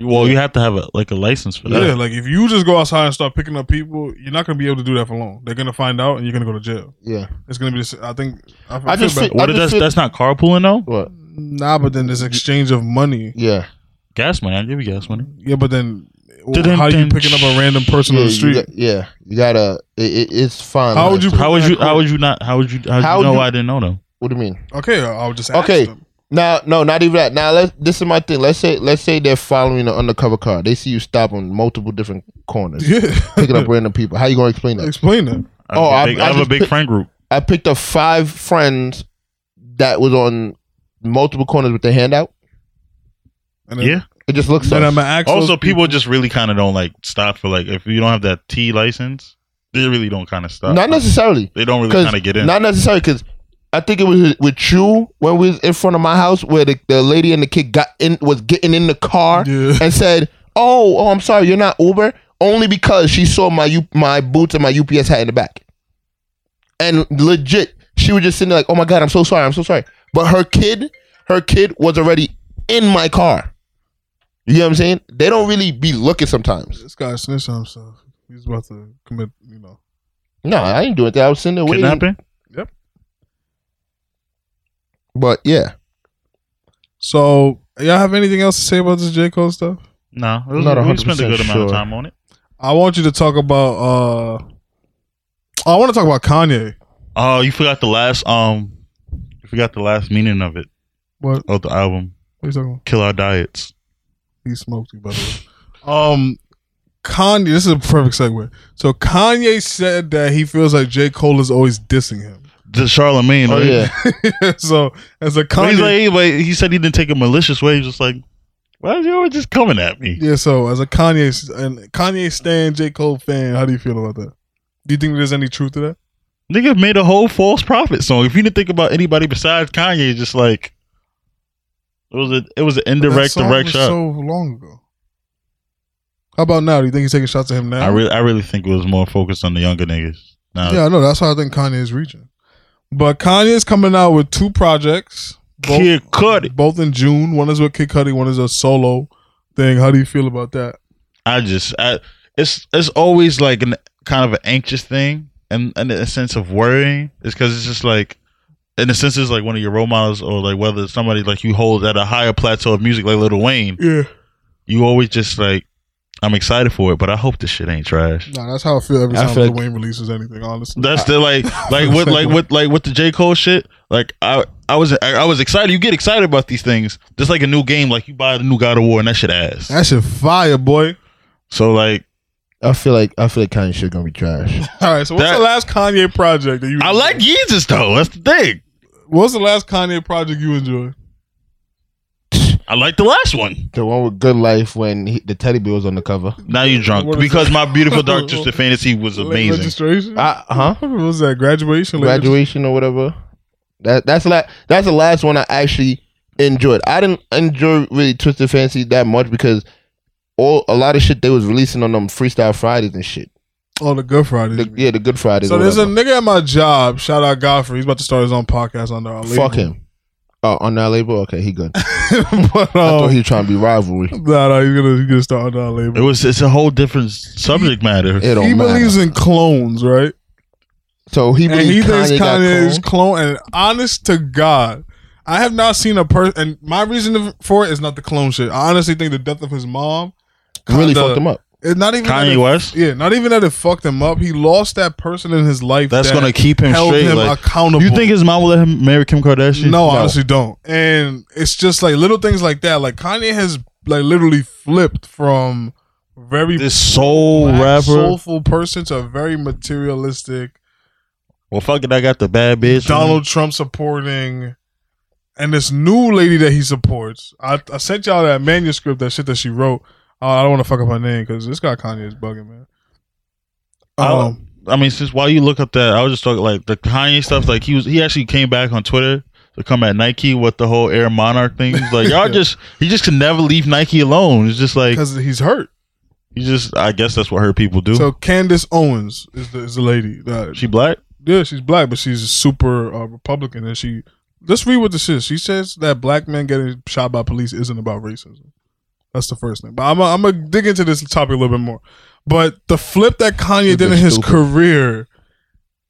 Speaker 1: well, you have to have a like a license for that.
Speaker 2: Yeah, like if you just go outside and start picking up people, you're not gonna be able to do that for long. They're gonna find out, and you're gonna go to jail.
Speaker 3: Yeah.
Speaker 2: It's gonna be. This, I think. I,
Speaker 3: I just
Speaker 2: feel bad.
Speaker 3: think-
Speaker 1: What if that's
Speaker 3: feel-
Speaker 1: that's not carpooling though?
Speaker 3: What?
Speaker 2: nah, but then this exchange of money.
Speaker 3: Yeah.
Speaker 1: Gas money. I give you gas money.
Speaker 2: Yeah, but then
Speaker 1: Dun-dun-dun.
Speaker 2: how are you picking up a random person
Speaker 3: yeah,
Speaker 2: on the
Speaker 3: You
Speaker 2: street?
Speaker 3: got, yeah. You gotta. It, it, it's fine.
Speaker 2: How would you-
Speaker 1: How would you? How would you not? How would you? How would
Speaker 3: How
Speaker 1: you know
Speaker 3: you-
Speaker 1: I didn't know them?
Speaker 3: What do you mean?
Speaker 2: Okay, I'll just ask
Speaker 3: Okay.
Speaker 2: them.
Speaker 3: Now, no, not even that. Now, let this is my thing. Let's say, let's say they're following an undercover car. They see you stop on multiple different corners.
Speaker 2: Yeah,
Speaker 3: picking up random people. How you gonna explain that?
Speaker 2: explain that.
Speaker 1: I have
Speaker 3: Oh,
Speaker 1: a
Speaker 3: I-
Speaker 1: big-
Speaker 3: I
Speaker 1: I have a
Speaker 3: just
Speaker 1: big
Speaker 3: pick-
Speaker 1: friend group.
Speaker 3: I picked up five friends that was on multiple corners with their hand out.
Speaker 2: And then,
Speaker 1: Yeah.
Speaker 3: It just looks
Speaker 2: Then
Speaker 3: like
Speaker 2: I'm gonna ask those
Speaker 1: Also, people just really kind of don't like stop for like if you don't have that T license, they really don't kind of stop.
Speaker 3: not necessarily
Speaker 1: They don't really
Speaker 3: because
Speaker 1: kind of get in.
Speaker 3: not necessarily because I think it was with you when we was in front of my house where the, the lady and the kid got in was getting in the car
Speaker 2: Yeah.
Speaker 3: and said, "Oh, oh, I'm sorry, you're not Uber," only because she saw my U- my boots and my UPS hat in the back. And legit, she was just sitting there like, "Oh my god, I'm so sorry, I'm so sorry." But her kid, her kid was already in my car. You know what I'm saying? They don't really be looking sometimes.
Speaker 2: This guy snitched on himself. He's about to commit. You know.
Speaker 3: No, I ain't doing that. I was sitting there waiting.
Speaker 1: Kidnapping.
Speaker 3: But yeah,
Speaker 2: So y'all have anything else to say about this J Cole stuff?
Speaker 1: No, it was,
Speaker 3: Not
Speaker 1: we spent a
Speaker 3: 100%
Speaker 1: good amount
Speaker 3: sure.
Speaker 1: of time on it.
Speaker 2: I want you to talk about. uh I want to talk about Kanye.
Speaker 1: Oh, you forgot the last um, you forgot the last meaning of it
Speaker 2: What?
Speaker 1: of the album.
Speaker 2: What are you talking about?
Speaker 1: Kill our diets.
Speaker 2: He smoked you, by the way. Um, Kanye. This is a perfect segue. So Kanye said that he feels like J Cole is always dissing him.
Speaker 1: The Charlemagne.
Speaker 3: oh
Speaker 1: right?
Speaker 3: yeah.
Speaker 2: so as a
Speaker 1: But he's
Speaker 2: Kanye,
Speaker 1: like, hey, but he said he didn't take a malicious way. He's just like, why is you always just coming at me?
Speaker 2: yeah. So as a Kanye and Kanye stan J Cole fan, how do you feel about that? Do you think there's any truth to that?
Speaker 1: Nigga made a whole false prophet song. If you didn't think about anybody besides Kanye, it's just like it was a it was an
Speaker 2: That
Speaker 1: indirect
Speaker 2: song
Speaker 1: direct
Speaker 2: was
Speaker 1: shot.
Speaker 2: So long ago. How about now? Do you think he's taking shots at him now?
Speaker 1: I really I really think it was more focused on the younger niggas. Now
Speaker 2: yeah, I know. That's how I think Kanye is reaching. But Kanye is coming out with two projects. Both,
Speaker 1: Kid Cudi.
Speaker 2: Both in June. One is with Kid Cudi. One is a solo thing. How do you feel about that?
Speaker 1: I just I it's it's always like an kind of an anxious thing and and a sense of worrying. It's because it's just like in a sense it's like one of your role models or like whether it's somebody like you hold at a higher plateau of music like Lil Wayne.
Speaker 2: Yeah.
Speaker 1: You always just like I'm excited for it, but I hope this shit ain't trash.
Speaker 2: Nah, that's how I feel every
Speaker 3: I
Speaker 2: time
Speaker 3: feel
Speaker 2: Lil
Speaker 3: like-
Speaker 2: Wayne releases anything, honestly.
Speaker 1: That's the like like with like with like with the J Cole shit. Like I I was I, I was excited. You get excited about these things. Just like a new game, like you buy the new God of War and that shit ass.
Speaker 2: that shit fire, boy.
Speaker 1: So like
Speaker 4: I feel like I feel like Kanye shit gonna be trash.
Speaker 2: All right, so what's
Speaker 1: That-
Speaker 2: the last Kanye project that you
Speaker 1: I like Yeezus though. That's the thing.
Speaker 2: What's the last Kanye project you enjoyed?
Speaker 1: I like the last one.
Speaker 4: the one with Good Life when he, the teddy bear was on the cover.
Speaker 1: Now you drunk
Speaker 2: What is
Speaker 1: because
Speaker 2: that?
Speaker 1: my beautiful dark twisted fantasy was
Speaker 2: Late
Speaker 1: amazing.
Speaker 2: Registration?
Speaker 4: Uh, huh?
Speaker 2: what was that? Graduation? Late
Speaker 4: Graduation or whatever. That that's la- that's the last one I actually enjoyed. I didn't enjoy really Twisted Fancy that much because all a lot of shit they was releasing on them Freestyle Fridays and shit.
Speaker 2: Registration? Oh, the Good Friday.
Speaker 4: The, yeah, the Good Fridays.
Speaker 2: so
Speaker 4: or
Speaker 2: there's a
Speaker 4: whatever.
Speaker 2: nigga at my job. Shout out Godfrey. He's about to start his own podcast under our label.
Speaker 4: fuck him. Oh, on that label, okay, he good.
Speaker 2: but
Speaker 4: I
Speaker 2: um,
Speaker 4: thought he was trying to be rivalry.
Speaker 2: nah, nah, he's gonna he's gonna start under our
Speaker 1: It
Speaker 2: label.
Speaker 1: was it's a whole different subject matter.
Speaker 4: It don't
Speaker 2: He
Speaker 4: matter.
Speaker 2: believes in clones, right?
Speaker 4: so he
Speaker 2: and
Speaker 4: believes
Speaker 2: he
Speaker 4: Kanye,
Speaker 2: thinks
Speaker 4: got
Speaker 2: Kanye is
Speaker 4: cloned.
Speaker 2: clone. And honest to God, I have not seen a person. And my reason for it is not the clone shit. I honestly think the death of his mom
Speaker 4: really
Speaker 2: kinda-
Speaker 4: fucked him up.
Speaker 2: It's not even that
Speaker 1: Kanye
Speaker 2: it-
Speaker 1: West.
Speaker 2: Yeah, not even that it fucked him up. He lost that person in his life.
Speaker 1: That's
Speaker 2: that
Speaker 1: gonna keep him
Speaker 2: held
Speaker 1: straight.
Speaker 2: him
Speaker 1: like,
Speaker 2: accountable.
Speaker 1: you think his mom will let him marry Kim Kardashian?
Speaker 2: No, I honestly don't. And it's just like little things like that. Like Kanye has like literally flipped from very
Speaker 1: This soul
Speaker 2: black,
Speaker 1: rapper.
Speaker 2: soulful person to a very materialistic
Speaker 1: Well, fuck it. I got the bad bitch.
Speaker 2: Donald Trump supporting. And this new lady that he supports, I, I sent y'all that manuscript, that shit that she wrote. Uh, I don't want to fuck up her name because this guy Kanye is bugging, man.
Speaker 1: I'll-
Speaker 2: Um,
Speaker 1: I mean, since while you look up that, I was just talking like the Kanye stuff. Like he was, he actually came back on Twitter to come at Nike with the whole Air Monarch thing. He's like y'all
Speaker 2: Yeah.
Speaker 1: just, he just can never leave Nike alone. It's just like
Speaker 2: because he's hurt.
Speaker 1: he just, I guess that's what her people do.
Speaker 2: So Candace Owens is the, is the lady. that-
Speaker 1: she black.
Speaker 2: Yeah, she's black, but she's a super uh, Republican, and she. Let's read what this is. She says that black men getting shot by police isn't about racism. That's the first thing. But I'm I'm gonna dig into this topic a little bit more. But the flip that Kanye
Speaker 4: You've
Speaker 2: did
Speaker 4: been
Speaker 2: in his
Speaker 4: stupid.
Speaker 2: career,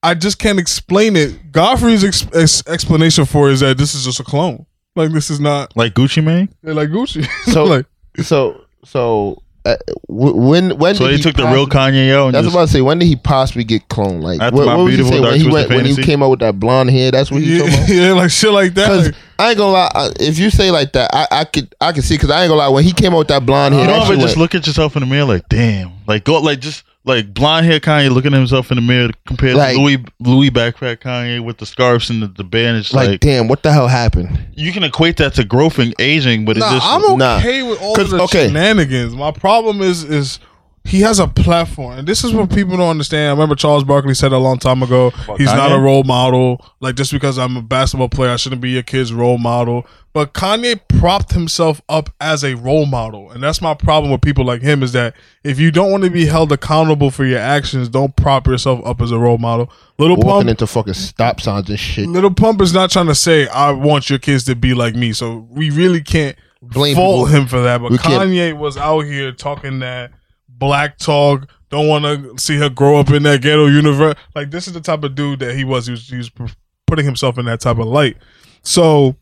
Speaker 2: I just can't explain it. Godfrey's ex- ex- explanation for it is that this is just a clone. Like this is not
Speaker 1: Like Gucci Mane.
Speaker 2: they're like Gucci.
Speaker 4: So-
Speaker 2: like
Speaker 4: So so uh, w- when when
Speaker 1: So
Speaker 4: did
Speaker 1: they
Speaker 4: he
Speaker 1: took the
Speaker 4: possibly-
Speaker 1: real Kanye out. And
Speaker 4: That's
Speaker 1: just,
Speaker 4: about to say. When did he possibly get cloned? Like
Speaker 1: After
Speaker 4: what,
Speaker 1: my
Speaker 4: what was he
Speaker 1: beautiful
Speaker 4: saying when
Speaker 1: dark
Speaker 4: he
Speaker 1: twisted
Speaker 4: went, when he
Speaker 1: fantasy?
Speaker 4: came out with that blonde hair? That's what he
Speaker 2: yeah,
Speaker 4: talking about.
Speaker 2: yeah, like shit like that.
Speaker 4: Because
Speaker 2: Like,
Speaker 4: I ain't gonna lie, I- if you say like that, I, I could I could see. Because I ain't gonna lie, when he came out with that blonde hair,
Speaker 1: no,
Speaker 4: that
Speaker 1: but
Speaker 4: shit
Speaker 1: just
Speaker 4: went-
Speaker 1: look at yourself in the mirror. Like damn. Like go. Like just like blonde hair Kanye looking at himself in the mirror compared
Speaker 4: Like-
Speaker 1: to Louis Louis backpack Kanye with the scarves and the, the band. It's
Speaker 4: like,
Speaker 1: like
Speaker 4: damn, what the hell happened?
Speaker 1: you can equate that to growth and aging, but it's
Speaker 2: Nah,
Speaker 1: just
Speaker 2: I'm
Speaker 4: Nah.
Speaker 2: okay with all of
Speaker 4: 'Cause,
Speaker 2: the
Speaker 4: okay.
Speaker 2: shenanigans. My problem is is he has a platform, and this is what people don't understand. I remember Charles Barkley said a long time ago, he's not a
Speaker 1: Kanye?
Speaker 2: role model. Like just because I'm a basketball player, I shouldn't be your kid's role model. But Kanye propped himself up as a role model, and that's my problem with people like him is that if you don't want to be held accountable for your actions, don't prop yourself up as a role model. Little
Speaker 4: Walking
Speaker 2: Pump,
Speaker 4: into fucking stop signs and shit.
Speaker 2: Little Pump is not trying to say I want your kids to be like me, so we really can't
Speaker 4: Blame
Speaker 2: fault
Speaker 4: people.
Speaker 2: him for that. But
Speaker 4: We can't-
Speaker 2: Kanye was out here talking that black talk. Don't want to see her grow up in that ghetto universe. Like this is the type of dude that he was. He was, he was p- putting himself in that type of light. So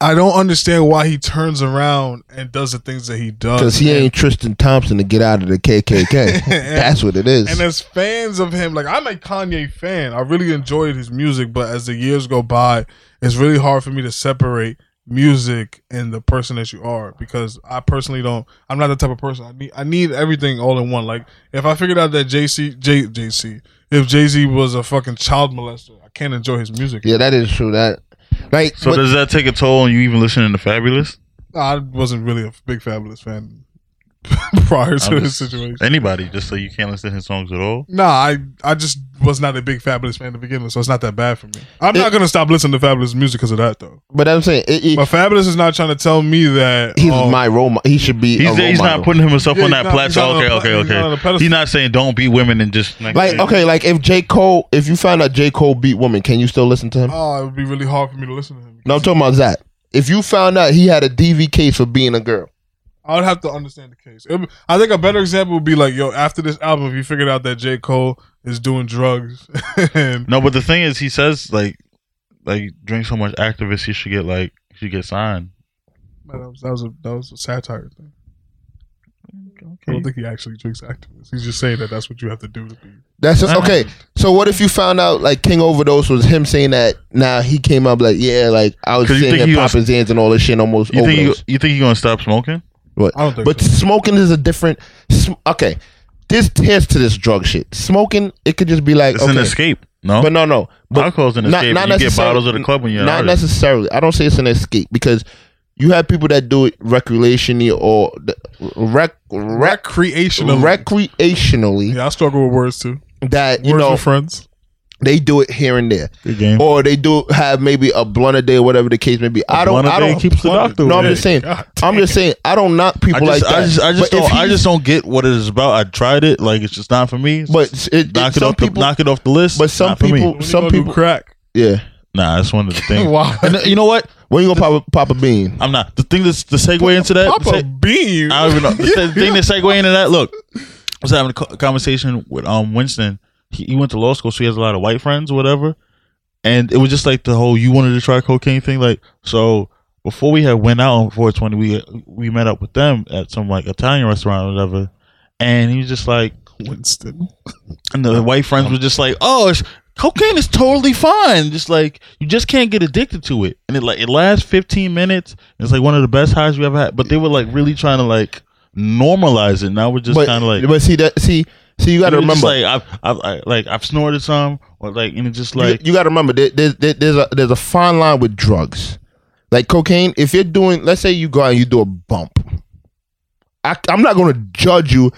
Speaker 2: I don't understand why he turns around and does the things that he does.
Speaker 4: Because he
Speaker 2: And-
Speaker 4: ain't Tristan Thompson to get out of the KKK. That's what it is.
Speaker 2: and as fans of him, like I'm a Kanye fan. I really enjoyed his music, but as the years go by, it's really hard for me to separate music and the person that you are because I personally don't. I'm not the type of person. I need I need everything all in one. Like if I figured out that JC J JC if Jay Z was a fucking child molester, I can't enjoy his music.
Speaker 4: yeah, that is true. That like
Speaker 1: So
Speaker 4: but-
Speaker 1: does that take a toll on you even listening to Fabulous?
Speaker 2: I wasn't really a big Fabulous fan. prior to
Speaker 1: I'm
Speaker 2: this
Speaker 1: just-
Speaker 2: situation.
Speaker 1: Anybody, just so you can't listen to his songs at all.
Speaker 2: Nah, I I just was not a big Fabulous fan to begin with, so it's not that bad for me. I'm
Speaker 3: It-
Speaker 2: not gonna stop listening to Fabulous music because of that though.
Speaker 3: But I'm saying it, it-
Speaker 2: But Fabulous is not trying to tell me that
Speaker 3: he's
Speaker 2: oh,
Speaker 3: my role. Mo- he should be. a
Speaker 1: He's,
Speaker 3: role
Speaker 1: he's
Speaker 3: model.
Speaker 1: not putting himself
Speaker 2: Yeah,
Speaker 1: on
Speaker 2: he's
Speaker 1: that
Speaker 2: not- he's
Speaker 1: plateau.
Speaker 2: not on
Speaker 1: Okay,
Speaker 2: a
Speaker 1: okay,
Speaker 2: pla- he's not on a
Speaker 1: okay.
Speaker 2: pedestal.
Speaker 1: He's not saying don't be women and just
Speaker 3: Like okay, like if J Cole, if you found out J Cole beat women, can you still listen to him?
Speaker 2: oh, it would be really hard for me to listen to him.
Speaker 3: No, I'm talking about that. If you found out he had a DV case for being a girl,
Speaker 2: I would have to understand the case. It- I think a better example would be like, yo, after this album, if you figured out that J. Cole is doing drugs, and
Speaker 1: No, but the thing is, he says like, like drink so much activist, he should get like, he should get signed.
Speaker 2: Man, that was that was a, that was a satire thing. I
Speaker 1: Okay.
Speaker 2: don't think he actually drinks activists. He's just saying that that's what you have to do to be.
Speaker 3: that's just,
Speaker 1: Uh-huh.
Speaker 3: okay. So what if you found out like King Overdose was him saying that? Now he came up like, yeah, like I was
Speaker 1: 'Cause you
Speaker 3: sitting
Speaker 1: think
Speaker 3: here
Speaker 1: he
Speaker 3: popping hands and all this shit, almost
Speaker 1: You think you,
Speaker 3: overdose.
Speaker 1: you think he's gonna stop smoking?
Speaker 3: What?
Speaker 2: I don't think.
Speaker 3: But
Speaker 2: so.
Speaker 3: smoking is a different. Sm- okay, this here's to this drug shit. Smoking, it could just be like
Speaker 1: It's an
Speaker 3: okay,
Speaker 1: escape. No,
Speaker 3: but no, no, but
Speaker 1: alcohol's an
Speaker 3: not-
Speaker 1: escape.
Speaker 3: not
Speaker 1: you get
Speaker 3: necessarily-
Speaker 1: bottles of the club when you're an
Speaker 3: not
Speaker 1: artist.
Speaker 3: necessarily. I don't say it's an escape because you have people that do it recreationally or the- rec, rec
Speaker 2: recreational.
Speaker 3: recreationally
Speaker 2: yeah, I struggle with words too.
Speaker 3: that
Speaker 2: Words
Speaker 3: you know
Speaker 2: with friends.
Speaker 3: they do it here and there,
Speaker 1: Good game.
Speaker 3: or they do have maybe a blunt a day, whatever the case may be. I I don't.
Speaker 1: blunt a
Speaker 3: I
Speaker 1: day
Speaker 3: don't.
Speaker 1: keeps the doctor
Speaker 3: No, I'm
Speaker 1: away.
Speaker 3: just saying.
Speaker 2: God
Speaker 3: I'm just saying. I don't knock people
Speaker 1: I
Speaker 3: like
Speaker 1: just,
Speaker 3: that.
Speaker 1: I just, I just
Speaker 3: But if
Speaker 1: don't, I
Speaker 3: he-
Speaker 1: just don't get what it is about. I tried it, like it's just not for me. It's
Speaker 3: But
Speaker 1: just-
Speaker 3: it, it-
Speaker 1: knock it
Speaker 3: some
Speaker 1: off, the,
Speaker 3: people.
Speaker 1: knock it off the list.
Speaker 3: but some
Speaker 1: Not for me.
Speaker 3: people-
Speaker 2: When you
Speaker 3: some
Speaker 2: go do
Speaker 3: people-
Speaker 2: crack.
Speaker 3: yeah.
Speaker 1: nah, that's one of the things.
Speaker 2: Wow.
Speaker 1: And th- you know what?
Speaker 3: When you gonna pop a, pop a bean?
Speaker 1: I'm not the thing. That's the segue into that.
Speaker 2: Papa
Speaker 1: se-
Speaker 2: Bean.
Speaker 1: I don't even know. The thing that segue into that, look, I was having a co- conversation with um Winston. He, he went to law school, so he has a lot of white friends or whatever. And it was just like the whole you wanted to try cocaine thing. Like so, before we had went out on 420, we we met up with them at some like Italian restaurant or whatever. And he was just like,
Speaker 2: Winston.
Speaker 1: and the white friends were just like, "Oh, it's, cocaine is totally fine. Just like you just can't get addicted to it." And it like it lasts 15 minutes. And it's like one of the best highs we ever had. But they were like really trying to like normalize it. Now we're just
Speaker 3: but
Speaker 1: kind of like.
Speaker 3: but see that see see you got to
Speaker 1: we were just
Speaker 3: remember.
Speaker 1: like I've, I've I, like I've snorted some, or like and it's just
Speaker 3: you-
Speaker 1: like
Speaker 3: you, got to remember there, there, there- there's a there's a fine line with drugs like cocaine if you're doing let's say you go out and you do a bump I, i'm not going to judge you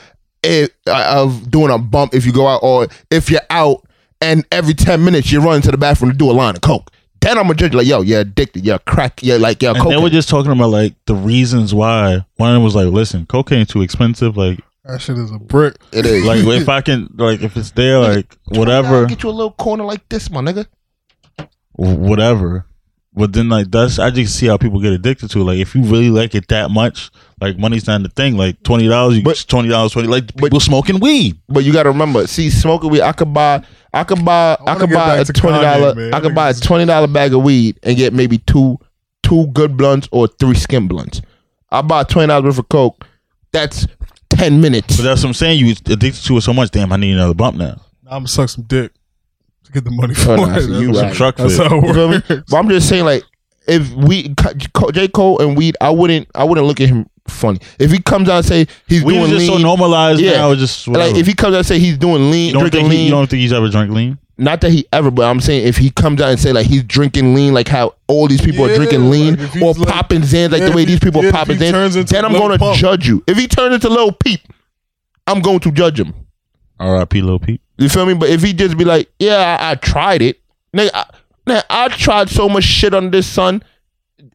Speaker 3: if, uh, of doing a bump if you go out or if you're out and every 10 minutes you run to the bathroom to do a line of coke then i'm going to judge you like yo you're addicted you're crack you're like you're
Speaker 1: and they were
Speaker 3: coke
Speaker 1: just talking about like the reasons why. One of them was like, "Listen, cocaine too expensive. Like,
Speaker 2: That shit is a brick.
Speaker 3: it is
Speaker 1: like if I can, like if it's there, like whatever."
Speaker 3: get you a little corner like this my nigga
Speaker 1: whatever. But then like that's I just see how people get addicted to it. like if you really like it that much, like money's not the thing. Like twenty dollars, you
Speaker 3: But-
Speaker 1: twenty dollars, twenty like people smoking weed.
Speaker 3: But you gotta remember, see, smoking weed, I could buy, I could buy, I,
Speaker 2: wanna
Speaker 3: could
Speaker 2: get
Speaker 3: buy
Speaker 2: back
Speaker 3: a
Speaker 2: to
Speaker 3: twenty dollar,
Speaker 2: Kanye, man.
Speaker 3: I
Speaker 2: That
Speaker 3: could buy a
Speaker 2: nigga's-
Speaker 3: twenty dollar bag of weed and get maybe two, two good blunts or three skin blunts. I buy twenty dollars worth of coke. That's ten minutes.
Speaker 1: But that's what I'm saying. You addicted to it so much. Damn, I need another bump now.
Speaker 2: I'm gonna suck some dick to get the money for
Speaker 3: Oh, nah,
Speaker 2: it.
Speaker 3: so you
Speaker 2: That's-
Speaker 1: Some
Speaker 3: Right.
Speaker 1: truck
Speaker 2: That's
Speaker 1: fit.
Speaker 2: how
Speaker 3: You feel me?
Speaker 2: it works.
Speaker 3: But I'm just saying, like, if we J Cole and weed, I wouldn't, I wouldn't look at him funny. If he comes out and say he's
Speaker 1: Weed is
Speaker 3: doing
Speaker 1: just
Speaker 3: lean,
Speaker 1: so normalized
Speaker 3: Yeah.
Speaker 1: now. It's just whatever.
Speaker 3: like if he comes out and say he's doing lean,
Speaker 1: you don't
Speaker 3: drinking
Speaker 1: think he,
Speaker 3: lean,
Speaker 1: you don't think he's ever drank lean?
Speaker 3: not that he ever, but I'm saying if he comes out and say like he's drinking lean, like how all these people are
Speaker 2: Yeah,
Speaker 3: drinking lean
Speaker 2: like, if he's
Speaker 3: or
Speaker 2: like-
Speaker 3: popping Zans, like
Speaker 2: yeah,
Speaker 3: the way
Speaker 2: if he-
Speaker 3: these people
Speaker 2: yeah,
Speaker 3: are
Speaker 2: if
Speaker 3: popping
Speaker 2: he turns
Speaker 3: Zans,
Speaker 2: into
Speaker 3: then I'm
Speaker 2: Lil
Speaker 3: gonna
Speaker 2: Pump.
Speaker 3: judge you. If he turns into little Peep, I'm going to judge him.
Speaker 1: R.I.P. Lil Peep.
Speaker 3: You feel me? But if he just be like, yeah, I, I tried it, nigga, I, nigga, I tried so much shit under this sun.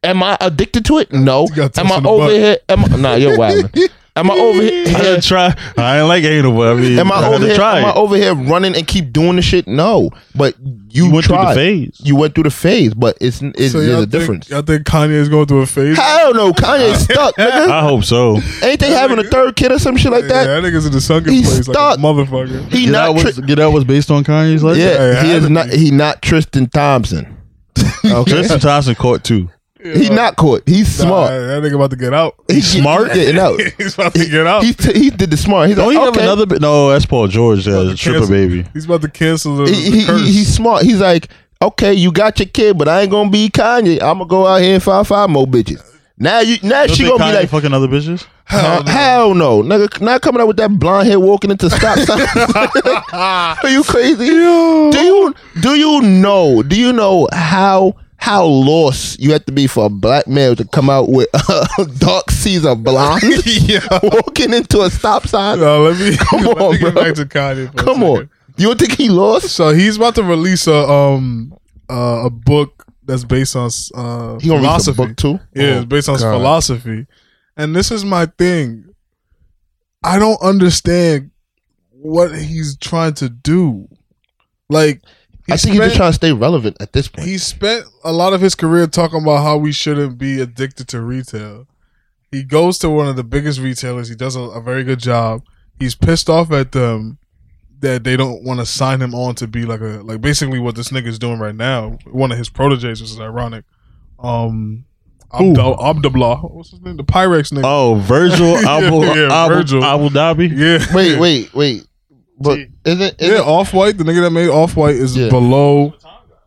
Speaker 3: Am I addicted to it? No.
Speaker 2: You got
Speaker 3: Am
Speaker 2: touched
Speaker 3: I
Speaker 2: in the
Speaker 3: over
Speaker 2: butt.
Speaker 3: here? Am I, nah, you're wild. Am I over
Speaker 1: I
Speaker 3: here?
Speaker 1: didn't try. I ain't like anal, but I mean,
Speaker 3: Am I
Speaker 1: had
Speaker 3: over
Speaker 1: to
Speaker 3: here?
Speaker 1: try.
Speaker 3: Am I
Speaker 1: it.
Speaker 3: over here running and keep doing the shit? No, but you,
Speaker 1: you went
Speaker 3: tried.
Speaker 1: through the phase.
Speaker 3: you went through the phase, but it's, it's
Speaker 2: So y'all
Speaker 3: there's a
Speaker 2: think-
Speaker 3: difference.
Speaker 2: Y'all think Kanye's going through a phase?
Speaker 3: Hell no, Kanye's stuck, nigga.
Speaker 1: I hope so.
Speaker 3: Ain't they having a third kid or some shit like
Speaker 2: Yeah,
Speaker 3: that?
Speaker 2: that nigga's in the sunken
Speaker 3: He's
Speaker 2: place
Speaker 3: stuck.
Speaker 2: like a motherfucker.
Speaker 3: He
Speaker 1: Get out,
Speaker 3: not.
Speaker 1: was,
Speaker 3: Tri-
Speaker 1: Get Out was based on Kanye's life.
Speaker 3: yeah,
Speaker 2: Yeah,
Speaker 3: he
Speaker 2: it had
Speaker 3: is
Speaker 2: to
Speaker 3: not. He not Tristan Thompson. Okay,
Speaker 1: Tristan Thompson caught too.
Speaker 3: he not caught. He's
Speaker 2: Nah,
Speaker 3: smart.
Speaker 2: That nigga about to get out.
Speaker 3: He's smart. Getting out.
Speaker 2: He's about to get out.
Speaker 3: He t- he did the smart. He's
Speaker 1: Don't
Speaker 3: like,
Speaker 1: you
Speaker 3: okay.
Speaker 1: have another? bi- No, that's Paul George. Yeah, the Tripper
Speaker 2: cancel-
Speaker 1: Baby.
Speaker 2: He's about to cancel the,
Speaker 3: He,
Speaker 2: the
Speaker 3: he,
Speaker 2: curse.
Speaker 3: he- he's smart. He's like, okay, you got your kid, but I ain't gonna be Kanye. I'm gonna go out here and find five more bitches. Now you now
Speaker 1: Don't
Speaker 3: she
Speaker 1: think
Speaker 3: gonna be
Speaker 1: Kanye
Speaker 3: like,
Speaker 1: fucking other bitches.
Speaker 3: Huh? Hell no, nigga! Not coming out with that blonde hair walking into stop signs. Are you crazy? Do you do you know? Do you know how how lost you have to be for a black male to come out with uh, dark Caesar blonde
Speaker 2: Yo,
Speaker 3: walking into a stop sign.
Speaker 2: yo, let me
Speaker 3: Come
Speaker 2: let me
Speaker 3: on,
Speaker 2: get
Speaker 3: bro.
Speaker 2: back to Kanye. for a
Speaker 3: Come
Speaker 2: second.
Speaker 3: on, you don't think he lost?
Speaker 2: So he's about to release a um uh, a book that's based on uh,
Speaker 3: He gonna read the
Speaker 2: philosophy.
Speaker 3: book too.
Speaker 2: Yeah, it's based on his
Speaker 3: God.
Speaker 2: philosophy. And this is my thing. I don't understand what he's trying to do. Like he
Speaker 3: I think he's
Speaker 2: spent,
Speaker 3: just trying to stay relevant at this point.
Speaker 2: he spent a lot of his career talking about how we shouldn't be addicted to retail. He goes to one of the biggest retailers. He does a, a very good job. He's pissed off at them that they don't want to sign him on to be like a like basically what this nigga's doing right now. One of his proteges, which is ironic. Um,
Speaker 1: Who?
Speaker 2: Abdul Abdullah, what's his name? The Pyrex nigga.
Speaker 1: Oh, Virgil Abu
Speaker 2: Yeah,
Speaker 1: Abu,
Speaker 2: Virgil.
Speaker 1: Abu Dhabi.
Speaker 2: yeah.
Speaker 3: Oh, Wait, wait, wait. But
Speaker 1: See,
Speaker 3: isn't,
Speaker 2: Yeah,
Speaker 3: isn't
Speaker 2: Off White. The nigga that made Off White is
Speaker 3: Yeah.
Speaker 2: below.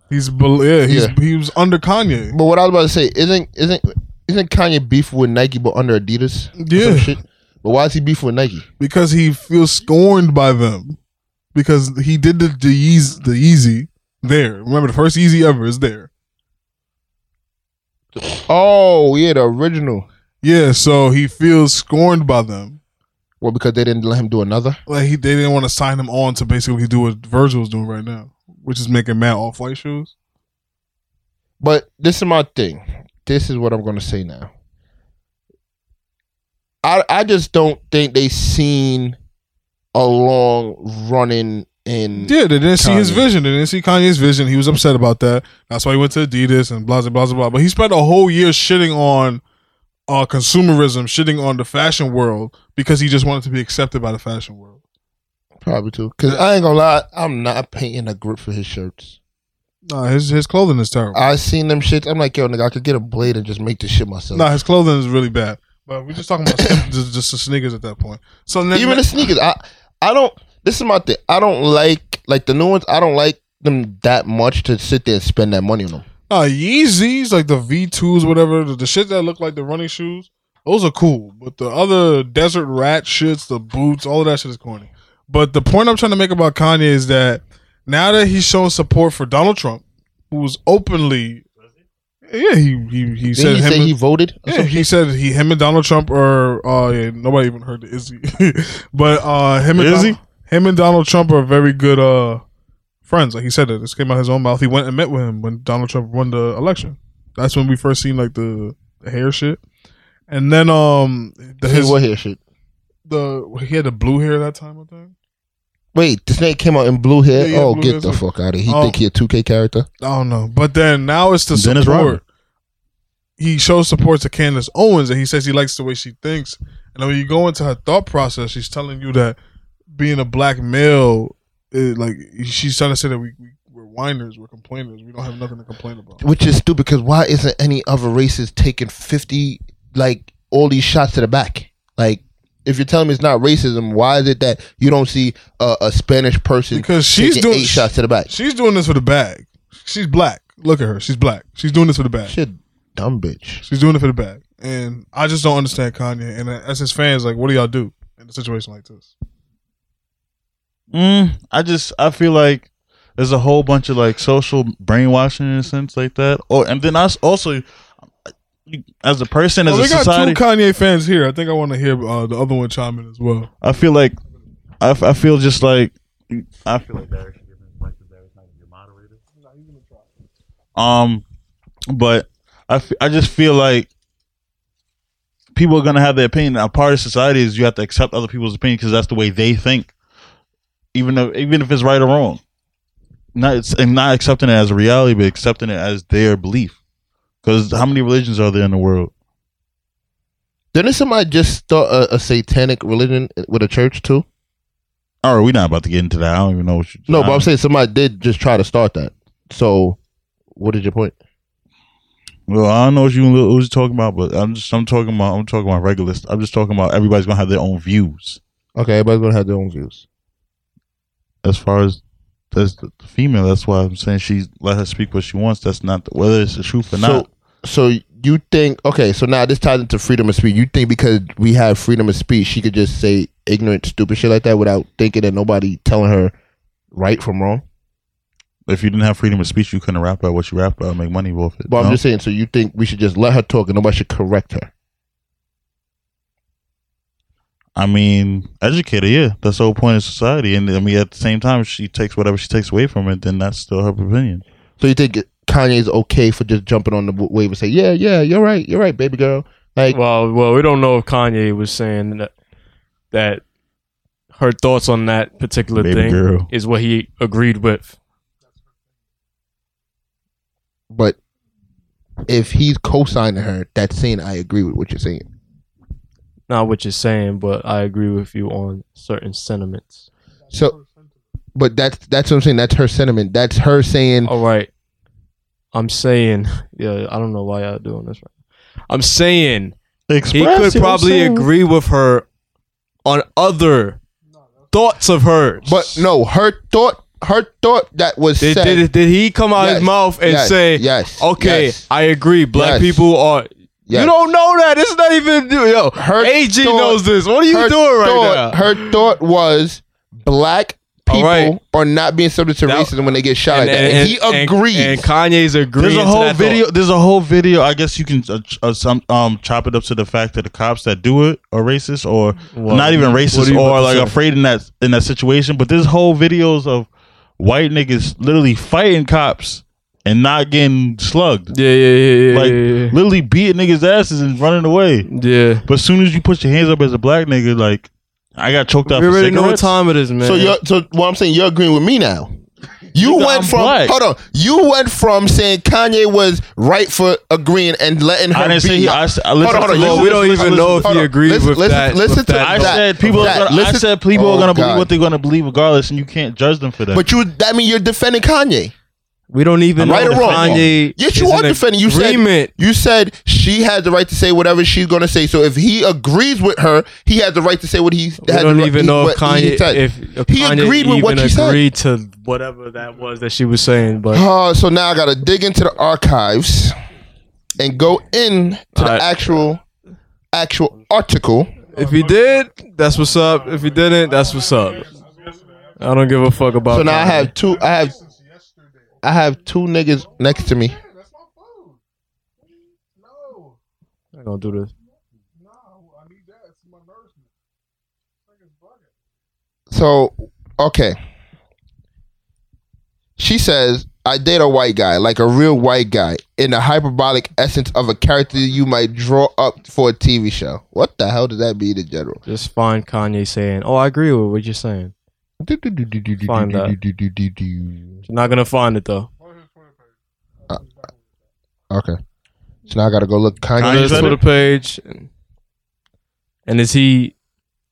Speaker 2: He's below. Yeah, he's,
Speaker 3: Yeah.
Speaker 2: he was under Kanye.
Speaker 3: but what I was about to say isn't isn't isn't Kanye beef with Nike but under Adidas? or some
Speaker 2: Yeah.
Speaker 3: shit? But why is he beef with Nike?
Speaker 2: because he feels scorned by them because he did the the Yeez, the Yeezy there. Remember the first Yeezy ever is there.
Speaker 3: Oh yeah, the original.
Speaker 2: Yeah, so he feels scorned by them.
Speaker 3: Well, because they didn't let him do another.
Speaker 2: Like he, they didn't want to sign him on to basically do what Virgil's doing right now, which is making mad off white shoes.
Speaker 3: But this is my thing. This is what I'm gonna say now. I I just don't think they seen a long running in.
Speaker 2: Yeah, they didn't see his
Speaker 3: Mm. Kanye.
Speaker 2: vision. They didn't see Kanye's vision. He was upset about that. That's why he went to Adidas and blah blah blah blah. blah. But he spent a whole year shitting on uh, consumerism, shitting on the fashion world because he just wanted to be accepted by the fashion world.
Speaker 3: Probably too. Cause I ain't gonna lie, I'm not painting a grip for his shirts.
Speaker 2: Nah, his his clothing is terrible.
Speaker 3: I seen them shits. I'm like, yo, nigga, I could get a blade and just make this shit myself.
Speaker 2: No, his clothing is really bad. But we're just talking about sneak- just, just the sneakers at that point. So then,
Speaker 3: Even the sneakers, I I don't. This is my thing. I don't like like the new ones. I don't like them that much to sit there and spend that money on them.
Speaker 2: uh, Yeezys, like the V twos, whatever, the, the shit that look like the running shoes, those are cool. But the other desert rat shits, the boots, all of that shit is corny. But the point I'm trying to make about Kanye is that now that he's showing support for Donald Trump, who was openly, yeah, he he he
Speaker 3: Did
Speaker 2: said
Speaker 3: he
Speaker 2: him
Speaker 3: say
Speaker 2: and-
Speaker 3: he voted?
Speaker 2: Yeah, he said he him and Donald Trump are uh yeah, nobody even heard the Izzy. but uh him and
Speaker 1: Izzy?
Speaker 2: Don- him and Donald Trump are very good uh friends. Like he said it. This came out of his own mouth. He went and met with him when Donald Trump won the election. That's when we first seen like the, the hair shit. And then um the
Speaker 3: He
Speaker 2: his,
Speaker 3: what hair shit?
Speaker 2: the he had the blue hair that time, I think.
Speaker 3: Wait, this nigga came out in blue hair.
Speaker 2: Yeah, yeah,
Speaker 3: oh,
Speaker 2: blue hair,
Speaker 3: get the
Speaker 2: so-
Speaker 3: fuck out of here! He
Speaker 2: Oh.
Speaker 3: think he a two K character?
Speaker 2: I don't know. But then now it's the
Speaker 1: Dennis
Speaker 2: support.
Speaker 1: Rodman.
Speaker 2: He shows support to Candace Owens and he says he likes the way she thinks. And when you go into her thought process, she's telling you that being a black male, is like she's trying to say that we, we we're whiners, we're complainers, we don't have nothing to complain about.
Speaker 3: Which is stupid because why isn't any other races taking fifty like all these shots to the back? Like, if you're telling me it's not racism, why is it that you don't see a, a Spanish person
Speaker 2: Because she's
Speaker 3: taking
Speaker 2: doing
Speaker 3: eight shots to the back?
Speaker 2: She's doing this for the bag. She's black. Look at her. She's black. She's doing this for the bag.
Speaker 3: Shit, dumb bitch.
Speaker 2: She's doing it for the bag. And I just don't understand Kanye. And as his fans, like, what do y'all do in a situation like this?
Speaker 1: Mm, I just I feel like there's a whole bunch of like social brainwashing in a sense like that. Or and then us also as a person, as
Speaker 2: Well,
Speaker 1: a
Speaker 2: we Oh, got
Speaker 1: society,
Speaker 2: two Kanye fans here. I think I want to hear uh, the other one chime in as well.
Speaker 1: I feel like I, f- I feel just like I feel like Derek should give his mic to Derek, not your moderator. Um, but I, f- I just feel like people are gonna have their opinion. A part of society is you have to accept other people's opinion because that's the way they think, even though even if it's right or wrong. Not it's, and not accepting it as a reality, but accepting it as their belief. Because how many religions are there in the world?
Speaker 3: Didn't somebody just start a, a satanic religion with a church too?
Speaker 1: All right, we're not about to get into that. I don't even know what you.
Speaker 3: No, but
Speaker 1: I-
Speaker 3: I'm saying somebody did just try to start that. So, what is your point?
Speaker 1: Well, I don't know what you what you talking about, but I'm just I'm talking about I'm talking about regular. st- I'm just talking about everybody's gonna have their own views
Speaker 3: Okay, everybody's gonna have their own views.
Speaker 1: as far as as the the female. That's why I'm saying she let her speak what she wants. That's not whether it's the truth or not.
Speaker 3: So, so you think okay? So now this ties into freedom of speech. You think because we have freedom of speech, she could just say ignorant, stupid shit like that without thinking that nobody telling her right from wrong?
Speaker 1: If you didn't have freedom of speech, you couldn't rap about what you rap about and make money off it.
Speaker 3: But
Speaker 1: No?
Speaker 3: I'm just saying. So you think we should just let her talk and nobody should correct her?
Speaker 1: I mean, educator, yeah. That's the whole point of society. And I mean, at the same time, if she takes whatever she takes away from it, then that's still her opinion.
Speaker 3: So you think Kanye's okay for just jumping on the w- wave and say, "Yeah, yeah, you're right, you're right, baby girl." Like,
Speaker 5: Well, well, we don't know if Kanye was saying that, that her thoughts on that particular
Speaker 1: Baby
Speaker 5: thing
Speaker 1: girl.
Speaker 5: is what he agreed with.
Speaker 3: but if he's co-signing her, that's saying I agree with what you're saying.
Speaker 5: Not what you're saying, but I agree with you on certain sentiments.
Speaker 3: So, but that's that's what I'm saying. That's her sentiment. That's her saying.
Speaker 5: All right. I'm saying, yeah, I don't know why y'all doing this right. I'm saying he could probably agree with her on other thoughts of hers.
Speaker 3: But no, her thought, her thought that was
Speaker 5: did,
Speaker 3: said.
Speaker 5: did, did he come out
Speaker 3: Yes,
Speaker 5: his mouth and
Speaker 3: yes,
Speaker 5: say,
Speaker 3: yes,
Speaker 5: okay,
Speaker 3: yes,
Speaker 5: I agree, black
Speaker 3: yes,
Speaker 5: people are."
Speaker 3: yes.
Speaker 5: You don't know that. It's not even yo.
Speaker 3: Her
Speaker 5: AG
Speaker 3: thought-
Speaker 5: knows this. What are you doing right
Speaker 3: thought,
Speaker 5: now?
Speaker 3: Her thought was black
Speaker 5: All
Speaker 3: people
Speaker 5: right.
Speaker 3: are not being subject to
Speaker 5: That-
Speaker 3: racism when they get shot like that. And, he agreed.
Speaker 5: And, Kanye's
Speaker 1: There's
Speaker 5: agreeing.
Speaker 1: a
Speaker 5: to
Speaker 1: whole
Speaker 5: that thought.
Speaker 1: video. There's a whole video. I guess you can uh, ch- uh, some um chop it up to the fact that the cops that do it are racist or
Speaker 5: Well,
Speaker 1: not even
Speaker 5: what are
Speaker 1: racist
Speaker 5: you about
Speaker 1: or
Speaker 5: to
Speaker 1: like
Speaker 5: say?
Speaker 1: afraid in that in that situation. But there's whole videos of white niggas literally fighting cops and not getting slugged,
Speaker 5: Yeah, yeah, yeah, yeah,
Speaker 1: like
Speaker 5: yeah,
Speaker 1: literally beating niggas asses and running away.
Speaker 5: yeah. yeah.
Speaker 1: But as soon as you put your hands up as a black nigga, like I got choked out.
Speaker 5: We
Speaker 1: for
Speaker 5: already know what
Speaker 1: cigarettes.
Speaker 5: time it is, man.
Speaker 3: So you're so what I'm saying, you're agreeing with me now. You
Speaker 1: Nigga,
Speaker 3: went
Speaker 1: I'm
Speaker 3: from
Speaker 1: black.
Speaker 3: hold on. You went from saying Kanye was right for agreeing and letting her
Speaker 1: I didn't
Speaker 3: be.
Speaker 1: say he. I, s- I listened
Speaker 3: hold
Speaker 1: to
Speaker 3: on,
Speaker 1: the-
Speaker 5: well,
Speaker 3: listen,
Speaker 5: we don't
Speaker 3: listen,
Speaker 5: even know if
Speaker 3: Hold
Speaker 5: he
Speaker 3: on.
Speaker 5: agreed
Speaker 3: Listen-
Speaker 5: with
Speaker 3: listen-
Speaker 5: that.
Speaker 3: listen
Speaker 5: with
Speaker 3: to-
Speaker 5: that
Speaker 1: I
Speaker 5: note.
Speaker 3: That-
Speaker 1: said people.
Speaker 3: that-
Speaker 1: are gonna, I
Speaker 3: listen-
Speaker 1: said people
Speaker 3: Oh,
Speaker 1: are gonna believe
Speaker 3: God.
Speaker 1: what they're gonna believe regardless, and you can't judge them for that.
Speaker 3: But you that mean you're defending Kanye.
Speaker 5: We don't even
Speaker 3: Right
Speaker 5: know
Speaker 3: or
Speaker 5: if
Speaker 3: wrong?
Speaker 5: Kanye.
Speaker 3: Yes, you
Speaker 5: is
Speaker 3: are
Speaker 5: in
Speaker 3: defending. You said
Speaker 5: agreement.
Speaker 3: you said she has the right to say whatever she's gonna say. So if he agrees with her, he has the right to say what he.
Speaker 5: We
Speaker 3: has
Speaker 5: don't
Speaker 3: the right-
Speaker 5: even know if
Speaker 3: what he
Speaker 5: Kanye,
Speaker 3: said.
Speaker 5: if if
Speaker 3: He
Speaker 5: Kanye
Speaker 3: agreed with
Speaker 5: even
Speaker 3: what she said.
Speaker 5: agreed to whatever that was that she was saying. But
Speaker 3: Oh, so now I gotta dig into the archives and go in to the
Speaker 5: Alright.
Speaker 3: actual actual article.
Speaker 5: if he did, that's what's up. If he didn't, that's what's up. I don't give a fuck about.
Speaker 3: So now I
Speaker 5: Kanye.
Speaker 3: have two. I have I have two niggas next to me.
Speaker 5: I'm gonna do this.
Speaker 3: So okay, she says I date a white guy, like a real white guy, in the hyperbolic essence of a character you might draw up for a TV show. What the hell does that mean in general?
Speaker 5: Just find Kanye saying, "Oh, I agree with what you're saying." Find
Speaker 3: Okay,
Speaker 5: You're not gonna find it though.
Speaker 3: so now I gotta go look.
Speaker 5: Go
Speaker 1: Kanye
Speaker 5: to
Speaker 3: Kanye,
Speaker 5: his
Speaker 1: said
Speaker 5: Twitter
Speaker 1: it?
Speaker 5: page, and, and is he,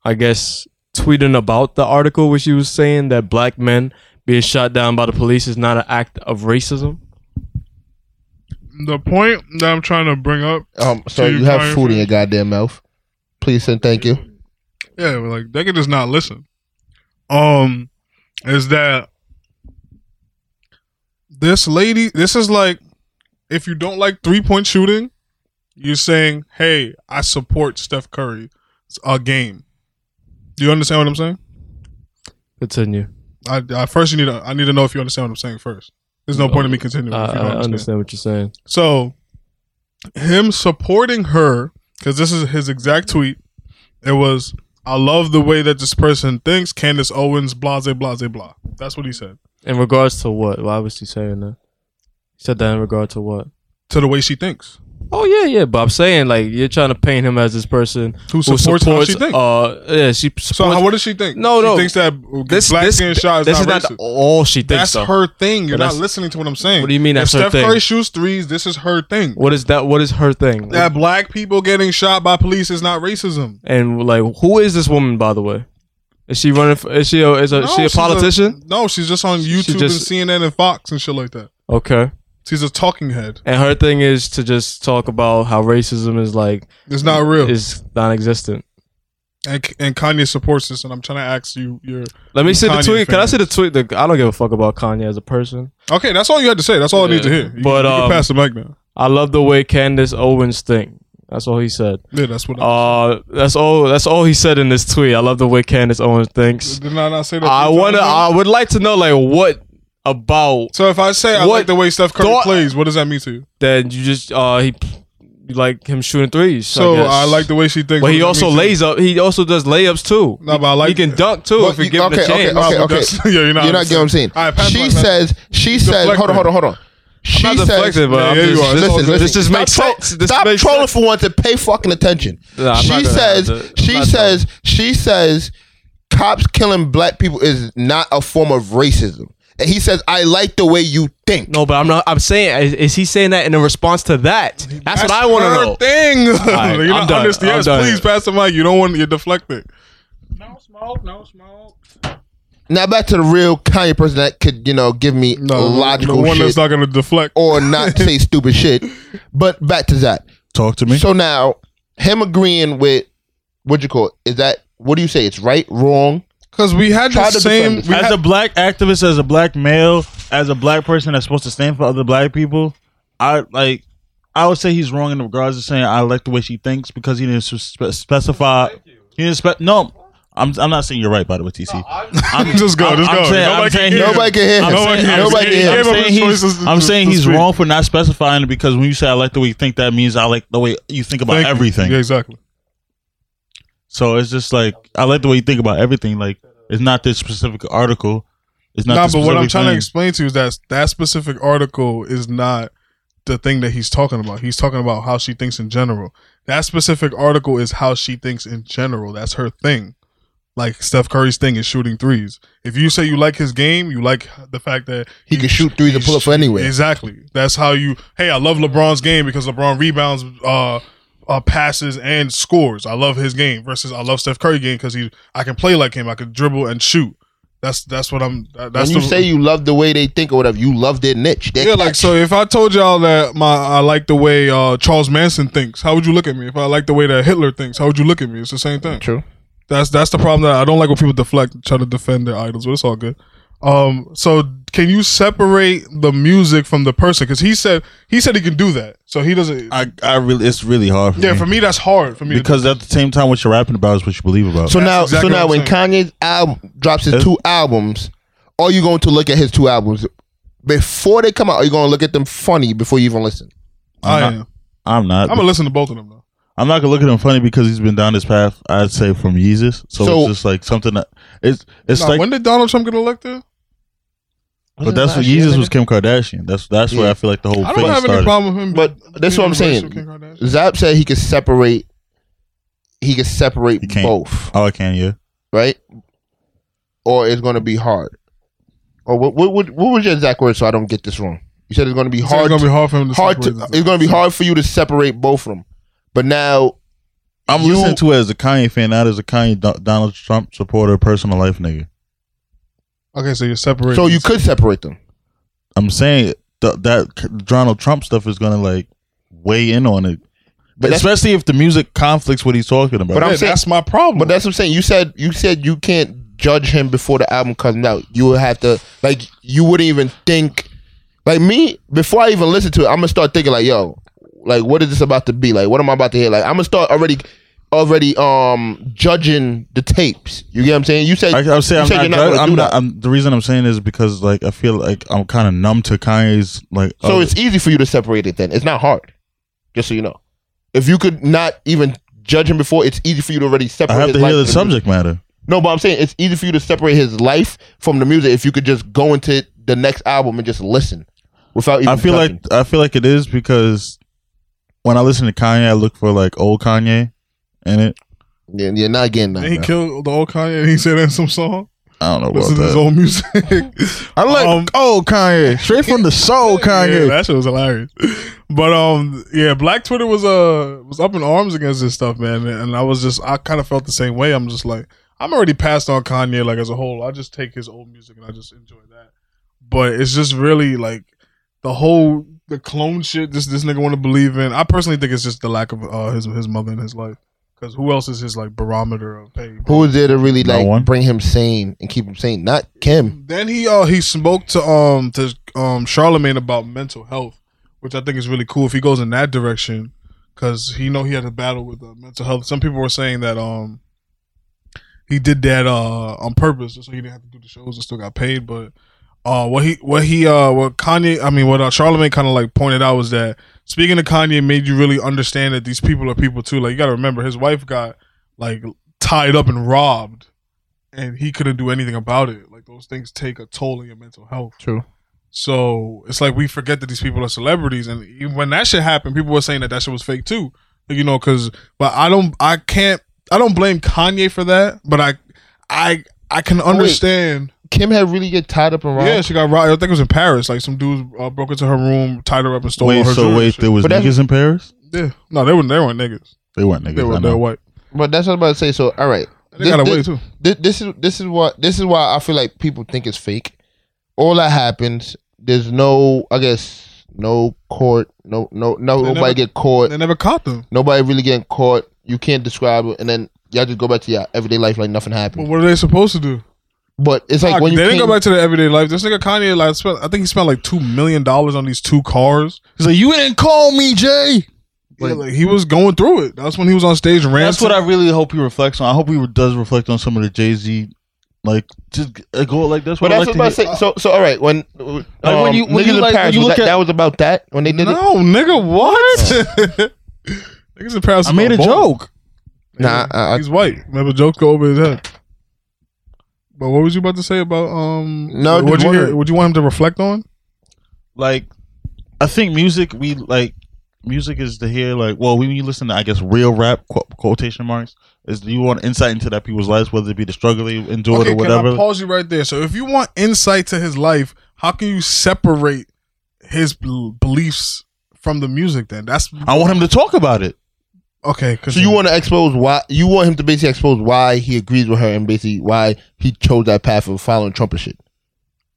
Speaker 5: I guess, tweeting about the article where she was saying that black men being shot down by the police is not an act of racism?
Speaker 2: The point that I'm trying to bring up,
Speaker 3: um, so
Speaker 2: to
Speaker 3: you have
Speaker 2: Kanye
Speaker 3: food in your
Speaker 2: first.
Speaker 3: goddamn mouth. Please and thank you.
Speaker 2: yeah, like they could just not listen. Um, is that this lady? This is like if you don't like three point shooting, you're saying, "Hey, I support Steph Curry." It's a game. Do you understand what I'm saying?
Speaker 5: Continue.
Speaker 2: I, I first you need to I need to know if you understand what I'm saying first. There's no point in me continuing.
Speaker 5: I,
Speaker 2: if you
Speaker 5: I
Speaker 2: don't understand.
Speaker 5: understand what you're saying.
Speaker 2: So, him supporting her, because this is his exact tweet. It was, I love the way that this person thinks, Candace Owens, blah, blah, blah, blah, blah. That's what he said.
Speaker 5: In regards to what? Why was he saying that? He said that in regard to what?
Speaker 2: To the way she thinks.
Speaker 5: Oh yeah, yeah. But I'm saying like you're trying to paint him as this person
Speaker 2: Who supports, how she thinks.
Speaker 5: uh, yeah, she supports.
Speaker 2: so, how, what does she think?
Speaker 5: No,
Speaker 2: she
Speaker 5: no.
Speaker 2: thinks that
Speaker 5: this,
Speaker 2: black
Speaker 5: this,
Speaker 2: skin shot is
Speaker 5: this
Speaker 2: not
Speaker 5: is
Speaker 2: racist.
Speaker 5: not all she thinks.
Speaker 2: that's
Speaker 5: though.
Speaker 2: her thing. You're
Speaker 5: But
Speaker 2: not
Speaker 5: that's-
Speaker 2: listening to what I'm saying.
Speaker 5: What do you mean
Speaker 2: If
Speaker 5: that's her
Speaker 2: Steph
Speaker 5: thing?
Speaker 2: Curry shoots threes, this is her thing.
Speaker 5: What is that? What is her thing?
Speaker 2: That black people getting shot by police is not racism.
Speaker 5: And like, who is this woman, by the way? Is she running? For, is she a, is a,
Speaker 2: No,
Speaker 5: she a
Speaker 2: she's
Speaker 5: politician?
Speaker 2: no, she's just on
Speaker 5: She
Speaker 2: YouTube
Speaker 5: just-
Speaker 2: and CNN and Fox and shit like that.
Speaker 5: okay.
Speaker 2: She's a talking head.
Speaker 5: And her thing is to just talk about how racism is like
Speaker 2: It's not real.
Speaker 5: is non-existent.
Speaker 2: and, and Kanye supports this, and I'm trying to ask you your.
Speaker 5: Let me see the
Speaker 2: Kanye
Speaker 5: tweet. Can I
Speaker 2: fans.
Speaker 5: see the tweet? The, I don't give a fuck about Kanye as a person.
Speaker 2: Okay, that's all you had to say. That's all I need to
Speaker 5: Yeah,
Speaker 2: hear. You,
Speaker 5: but,
Speaker 2: you
Speaker 5: um,
Speaker 2: can pass the mic now.
Speaker 5: I love the way Candace Owens think. That's all he said.
Speaker 2: Yeah, that's what. I
Speaker 5: Uh, that's all. That's all he said in this tweet. I love the way Candace Owens thinks.
Speaker 2: Did I not say that?
Speaker 5: I
Speaker 2: three
Speaker 5: wanna.
Speaker 2: times now?
Speaker 5: I would like to know like what about
Speaker 2: So if I say I
Speaker 5: What
Speaker 2: like the way Steph Curry
Speaker 5: thought-
Speaker 2: plays, what does that mean to you?
Speaker 5: then you just uh he you like him shooting threes.
Speaker 2: So
Speaker 5: guess.
Speaker 2: I, like the way she thinks.
Speaker 5: But
Speaker 2: what
Speaker 5: he
Speaker 2: does that
Speaker 5: also
Speaker 2: mean to you?
Speaker 5: lays up. He also does layups too.
Speaker 2: No, but I like
Speaker 5: he can dunk too
Speaker 3: But
Speaker 5: if you uh,
Speaker 3: you-
Speaker 5: give him
Speaker 3: okay, okay,
Speaker 5: a chance.
Speaker 3: okay,
Speaker 2: Nah, but
Speaker 3: okay.
Speaker 2: that's- yeah, you're not.
Speaker 3: You're not getting what I'm saying.
Speaker 2: All right, pass
Speaker 3: she
Speaker 2: my-
Speaker 3: says, she says, hold
Speaker 2: deflecting.
Speaker 3: on, hold on, hold on. She
Speaker 5: I'm not
Speaker 3: says,
Speaker 5: deflecting, but
Speaker 2: Yeah,
Speaker 5: I'm
Speaker 2: yeah, you
Speaker 5: just,
Speaker 2: are.
Speaker 5: this,
Speaker 2: Listen,
Speaker 5: this,
Speaker 2: listen.
Speaker 5: just makes
Speaker 3: stop,
Speaker 5: sense. This
Speaker 3: stop
Speaker 5: makes
Speaker 3: trolling
Speaker 5: sense.
Speaker 3: for one to pay fucking attention.
Speaker 5: Nah, I'm not
Speaker 3: she
Speaker 5: doing that.
Speaker 3: says,
Speaker 5: I'm not
Speaker 3: she
Speaker 5: doing
Speaker 3: says, she says, cops killing black people is not a form of racism. And he says, I like the way you think.
Speaker 5: No, but I'm not. I'm saying, is, is he saying that in a response to that? That's, what I want to
Speaker 2: her
Speaker 5: know.
Speaker 2: Thing.
Speaker 5: right,
Speaker 2: you
Speaker 5: I'm
Speaker 2: don't
Speaker 5: done.
Speaker 2: understand.
Speaker 5: I'm
Speaker 2: Yes,
Speaker 5: done.
Speaker 2: please pass the mic. You don't want you're deflecting.
Speaker 1: No smoke, no smoke.
Speaker 3: Now back to the real Kanye person that could, you know, give me logical
Speaker 2: the one
Speaker 3: shit
Speaker 2: that's not going to deflect.
Speaker 3: or not say stupid shit. But back to that.
Speaker 2: Mm-hmm.
Speaker 1: Talk to me.
Speaker 3: So now him agreeing with what you call it, is that what do you say? It's right, wrong.
Speaker 2: Because we had the
Speaker 3: Try to
Speaker 2: same.
Speaker 3: defend it.
Speaker 2: We
Speaker 1: as
Speaker 2: had,
Speaker 1: a black activist, as a black male, as a black person that's supposed to stand for other black people, I like. I would say he's wrong in regards to saying I like the way she thinks because he didn't spe- specify. He didn't spe- no. I'm, I'm not saying you're right by the way, TC. I'm
Speaker 2: Just go, just go.
Speaker 1: Saying,
Speaker 2: Nobody
Speaker 1: I'm
Speaker 2: can
Speaker 1: saying,
Speaker 2: hear
Speaker 1: he's-
Speaker 2: you.
Speaker 3: Nobody can hear him.
Speaker 1: I'm
Speaker 2: Nobody
Speaker 1: saying-
Speaker 2: can hear
Speaker 1: I'm
Speaker 3: Nobody
Speaker 1: saying-
Speaker 3: can
Speaker 1: I'm
Speaker 2: hear him. He
Speaker 1: saying
Speaker 2: gave up his
Speaker 1: he's-
Speaker 2: choices to-
Speaker 1: I'm
Speaker 2: to-
Speaker 1: saying
Speaker 2: to
Speaker 1: he's
Speaker 2: speak.
Speaker 1: wrong for not specifying it because when you say I like the way you think, that means I like the way you think about
Speaker 2: Thank you.
Speaker 1: everything.
Speaker 2: Yeah, exactly.
Speaker 1: So it's just like I like the way you think about everything. Like it's not this specific article. It's not.
Speaker 2: No,
Speaker 1: this
Speaker 2: but what I'm
Speaker 1: specific
Speaker 2: trying to
Speaker 1: thing.
Speaker 2: explain to you is that that specific article is not the thing that he's talking about. He's talking about how she thinks in general. That specific article is how she thinks in general. That's her thing. Like Steph Curry's thing is shooting threes. If you say you like his game, you like the fact that
Speaker 3: He can shoot threes and pull up for anywhere.
Speaker 2: Exactly. That's how you. Hey, I love LeBron's game because LeBron rebounds, uh, uh passes and scores. I love his game versus I love Steph Curry game because he I can play like him. I can dribble and shoot. That's that's what I'm. that- That's
Speaker 3: When you
Speaker 2: the,
Speaker 3: say you love the way they think or whatever, you love their niche. Their
Speaker 2: yeah, like
Speaker 3: catch.
Speaker 2: so. If I told y'all that my I like the way uh, Charles Manson thinks, how would you look at me? If I like the way that Hitler thinks, how would you look at me? It's the same thing.
Speaker 3: True.
Speaker 2: That's that's the problem that I don't like when people deflect, try to defend their idols, but it's all good. Um, so can you separate the music from the person? Because he said he said he can do that, so he doesn't.
Speaker 1: I, I really, it's really hard. For
Speaker 2: yeah,
Speaker 1: me.
Speaker 2: for me that's hard for me to
Speaker 1: because at the same time, what you're rapping about is what you believe about.
Speaker 3: So now,
Speaker 2: exactly
Speaker 3: so now,
Speaker 2: what
Speaker 3: when
Speaker 2: I'm
Speaker 3: Kanye's album drops his
Speaker 1: That's-
Speaker 3: two albums, are you going to look at his two albums before they come out? Are you going to look at them funny before you even listen?
Speaker 2: I
Speaker 1: I'm
Speaker 2: am.
Speaker 1: I'm not.
Speaker 2: I'm gonna listen to both of them though.
Speaker 1: I'm not gonna look at him funny because he's been down this path. I'd say from Yeezus. So,
Speaker 3: So-
Speaker 1: it's just like something that it's it's
Speaker 2: Nah,
Speaker 1: like.
Speaker 2: when did Donald Trump get elected?
Speaker 1: but that's what Yeezus was Kim Kardashian. That's that's where I feel like the whole
Speaker 2: I
Speaker 1: thing
Speaker 2: don't have
Speaker 1: started.
Speaker 2: any problem with him.
Speaker 3: But that's what I'm
Speaker 2: being
Speaker 3: saying.
Speaker 2: related to Kim Kardashian.
Speaker 3: Zab said he could separate. He could separate
Speaker 1: He can't.
Speaker 3: both,
Speaker 1: Oh, I can yeah.
Speaker 3: right? Or it's going to be hard. Or what? What? What, what was your exact word? So I don't get this wrong. You said it's going to be
Speaker 2: He said It's
Speaker 3: hard.
Speaker 2: gonna be hard for him to
Speaker 3: hard to,
Speaker 2: separate the two.
Speaker 3: it's going to be hard for you to separate both of them. But now,
Speaker 1: I'm
Speaker 3: You-
Speaker 1: listening to it as a Kanye fan, not as a Kanye Do- Donald Trump supporter, personal life nigga.
Speaker 2: Okay, so you're separating.
Speaker 3: so you could separate them.
Speaker 1: I'm saying th- that c- Donald Trump stuff is gonna like weigh in on it,
Speaker 3: But that's-
Speaker 1: especially if the music conflicts what he's talking about.
Speaker 3: But I'm
Speaker 2: Yeah,
Speaker 3: saying-
Speaker 2: that's my problem.
Speaker 3: But that's what I'm saying. You said you said you can't judge him before the album comes out. You would have to like you wouldn't even think like me before I even listen to it. I'm gonna start thinking like, yo, like what is this about to be? Like what am I about to hear? Like I'm gonna start already, already um judging the tapes. You get what I'm saying? You said
Speaker 1: I, I'm saying
Speaker 3: you
Speaker 1: I'm
Speaker 3: said
Speaker 1: not.
Speaker 3: you're not
Speaker 1: gonna-
Speaker 3: gonna
Speaker 1: I'm
Speaker 3: do
Speaker 1: not.
Speaker 3: that.
Speaker 1: I'm, the reason I'm saying is because like I feel like I'm kind of numb to Kanye's like. oh,
Speaker 3: so
Speaker 1: other-
Speaker 3: it's easy for you to separate it. Then it's not hard. Just so you know, if you could not even judge him before, it's easy for you to already separate.
Speaker 1: I have
Speaker 3: his
Speaker 1: to
Speaker 3: life
Speaker 1: hear the
Speaker 3: from music.
Speaker 1: subject matter.
Speaker 3: No, but I'm saying it's easy for you to separate his life from the music if you could just go into the next album and just listen without even.
Speaker 1: I feel
Speaker 3: touching.
Speaker 1: like I feel like it is because when I listen to Kanye, I look for like old Kanye in it.
Speaker 3: yeah, yeah, not again.
Speaker 2: Didn't he killed the old Kanye. And he said in some song.
Speaker 1: I don't know
Speaker 2: Listen
Speaker 1: about
Speaker 2: to his
Speaker 1: that.
Speaker 2: old music.
Speaker 1: I like
Speaker 2: Um,
Speaker 1: old Kanye, straight from the soul
Speaker 2: Yeah,
Speaker 1: Kanye.
Speaker 2: that shit was hilarious. But um, yeah, Black Twitter was uh was up in arms against this stuff, man. And I was just I kind of felt the same way. I'm just like I'm already passed on Kanye like as a whole. I just take his old music and I just enjoy that. But it's just really like the whole the clone shit. This this nigga want to believe in. I personally think it's just the lack of uh, his his mother in his life. Because who else is his like barometer of hey?
Speaker 3: Who was there to really
Speaker 1: No
Speaker 3: like
Speaker 1: one.
Speaker 3: bring him sane and keep him sane? Not Kim.
Speaker 2: Then he uh he spoke to um to um Charlemagne about mental health, which I think is really cool if he goes in that direction, because he know he had a battle with uh, mental health. Some people were saying that um he did that uh on purpose, so he didn't have to do the shows and still got paid. But uh, what he what he uh what Kanye I mean what uh, Charlemagne kind of like pointed out was that speaking to Kanye made you really understand that these people are people too. Like you got to remember his wife got like tied up and robbed, and he couldn't do anything about it. Like those things take a toll on your mental health.
Speaker 4: True.
Speaker 2: So it's like we forget that these people are celebrities, and even when that shit happened, people were saying that that shit was fake too. You know, because but I don't I can't I don't blame Kanye for that, but I I I can understand.
Speaker 3: Kim had really get tied up and robbed.
Speaker 2: Yeah, she got robbed. I think it was in Paris. Like some dudes uh, broke into her room, tied her up, and stole all
Speaker 1: Wait,
Speaker 2: her
Speaker 1: so
Speaker 2: jewelry.
Speaker 1: wait,
Speaker 2: and
Speaker 1: there was
Speaker 3: But that-
Speaker 1: niggas in Paris?
Speaker 2: shit. yeah, no, they weren't. They weren't niggas.
Speaker 1: They weren't niggas.
Speaker 2: They
Speaker 1: I
Speaker 2: were. They were
Speaker 1: know.
Speaker 2: white.
Speaker 3: But that's what I'm about to say. So, all right,
Speaker 2: They
Speaker 3: This-
Speaker 2: got away
Speaker 3: this-
Speaker 2: too.
Speaker 3: Th- this is this is what this is why I feel like people think it's fake. All that happens. There's no, I guess, no court. No, no, no.
Speaker 2: They
Speaker 3: nobody
Speaker 2: never-
Speaker 3: get caught.
Speaker 2: They never caught them.
Speaker 3: Nobody really getting caught. You can't describe it, and then y'all just go back to your everyday life like nothing
Speaker 2: But
Speaker 3: happened.
Speaker 2: what are they supposed to do?
Speaker 3: But it's like
Speaker 2: Fuck,
Speaker 3: when you
Speaker 2: they didn't
Speaker 3: came-
Speaker 2: go back to their everyday life. This nigga Kanye, like, spent, I think he spent like two million dollars on these two cars.
Speaker 1: He's like, you didn't call me, Jay.
Speaker 2: Yeah, like, he was going through it. That's when he was on stage and ran.
Speaker 1: That's what I really hope he reflects on. I hope he re- does reflect on some of the Jay Z, like just g- uh, go like that's
Speaker 3: But
Speaker 1: what
Speaker 3: that's
Speaker 1: I
Speaker 3: what
Speaker 1: like
Speaker 3: I'm about
Speaker 1: to
Speaker 3: to say. So, so all right, when um,
Speaker 1: when you- when
Speaker 3: niggas
Speaker 1: you
Speaker 3: in
Speaker 1: like-
Speaker 3: Paris,
Speaker 1: when you
Speaker 3: was
Speaker 1: look
Speaker 3: that,
Speaker 1: at-
Speaker 3: that was about that when they did it.
Speaker 2: No, nigga, what? Niggas in Paris.
Speaker 1: I made a
Speaker 2: about both.
Speaker 1: joke.
Speaker 3: Nah, uh, I, I,
Speaker 2: He's white. Remember, jokes go over his head. But what was you about to say about um?
Speaker 3: No,
Speaker 2: what
Speaker 3: just
Speaker 2: you hear?
Speaker 3: wondering.
Speaker 2: Would you want him to reflect on?
Speaker 1: Like, I think music we like music is to hear like well when you listen to I guess real rap qu- quotation marks is you want insight into that people's lives whether it be the struggle they endured
Speaker 2: can
Speaker 1: or
Speaker 2: I
Speaker 1: whatever.
Speaker 2: pause you right there? So, if you want insight to his life, how can you separate his bel- beliefs from the music? Then that's
Speaker 1: I want him to talk about it.
Speaker 2: okay. 'cause
Speaker 3: so you want to expose why you want him to basically expose why he agrees with her and basically why he chose that path of following Trump and shit.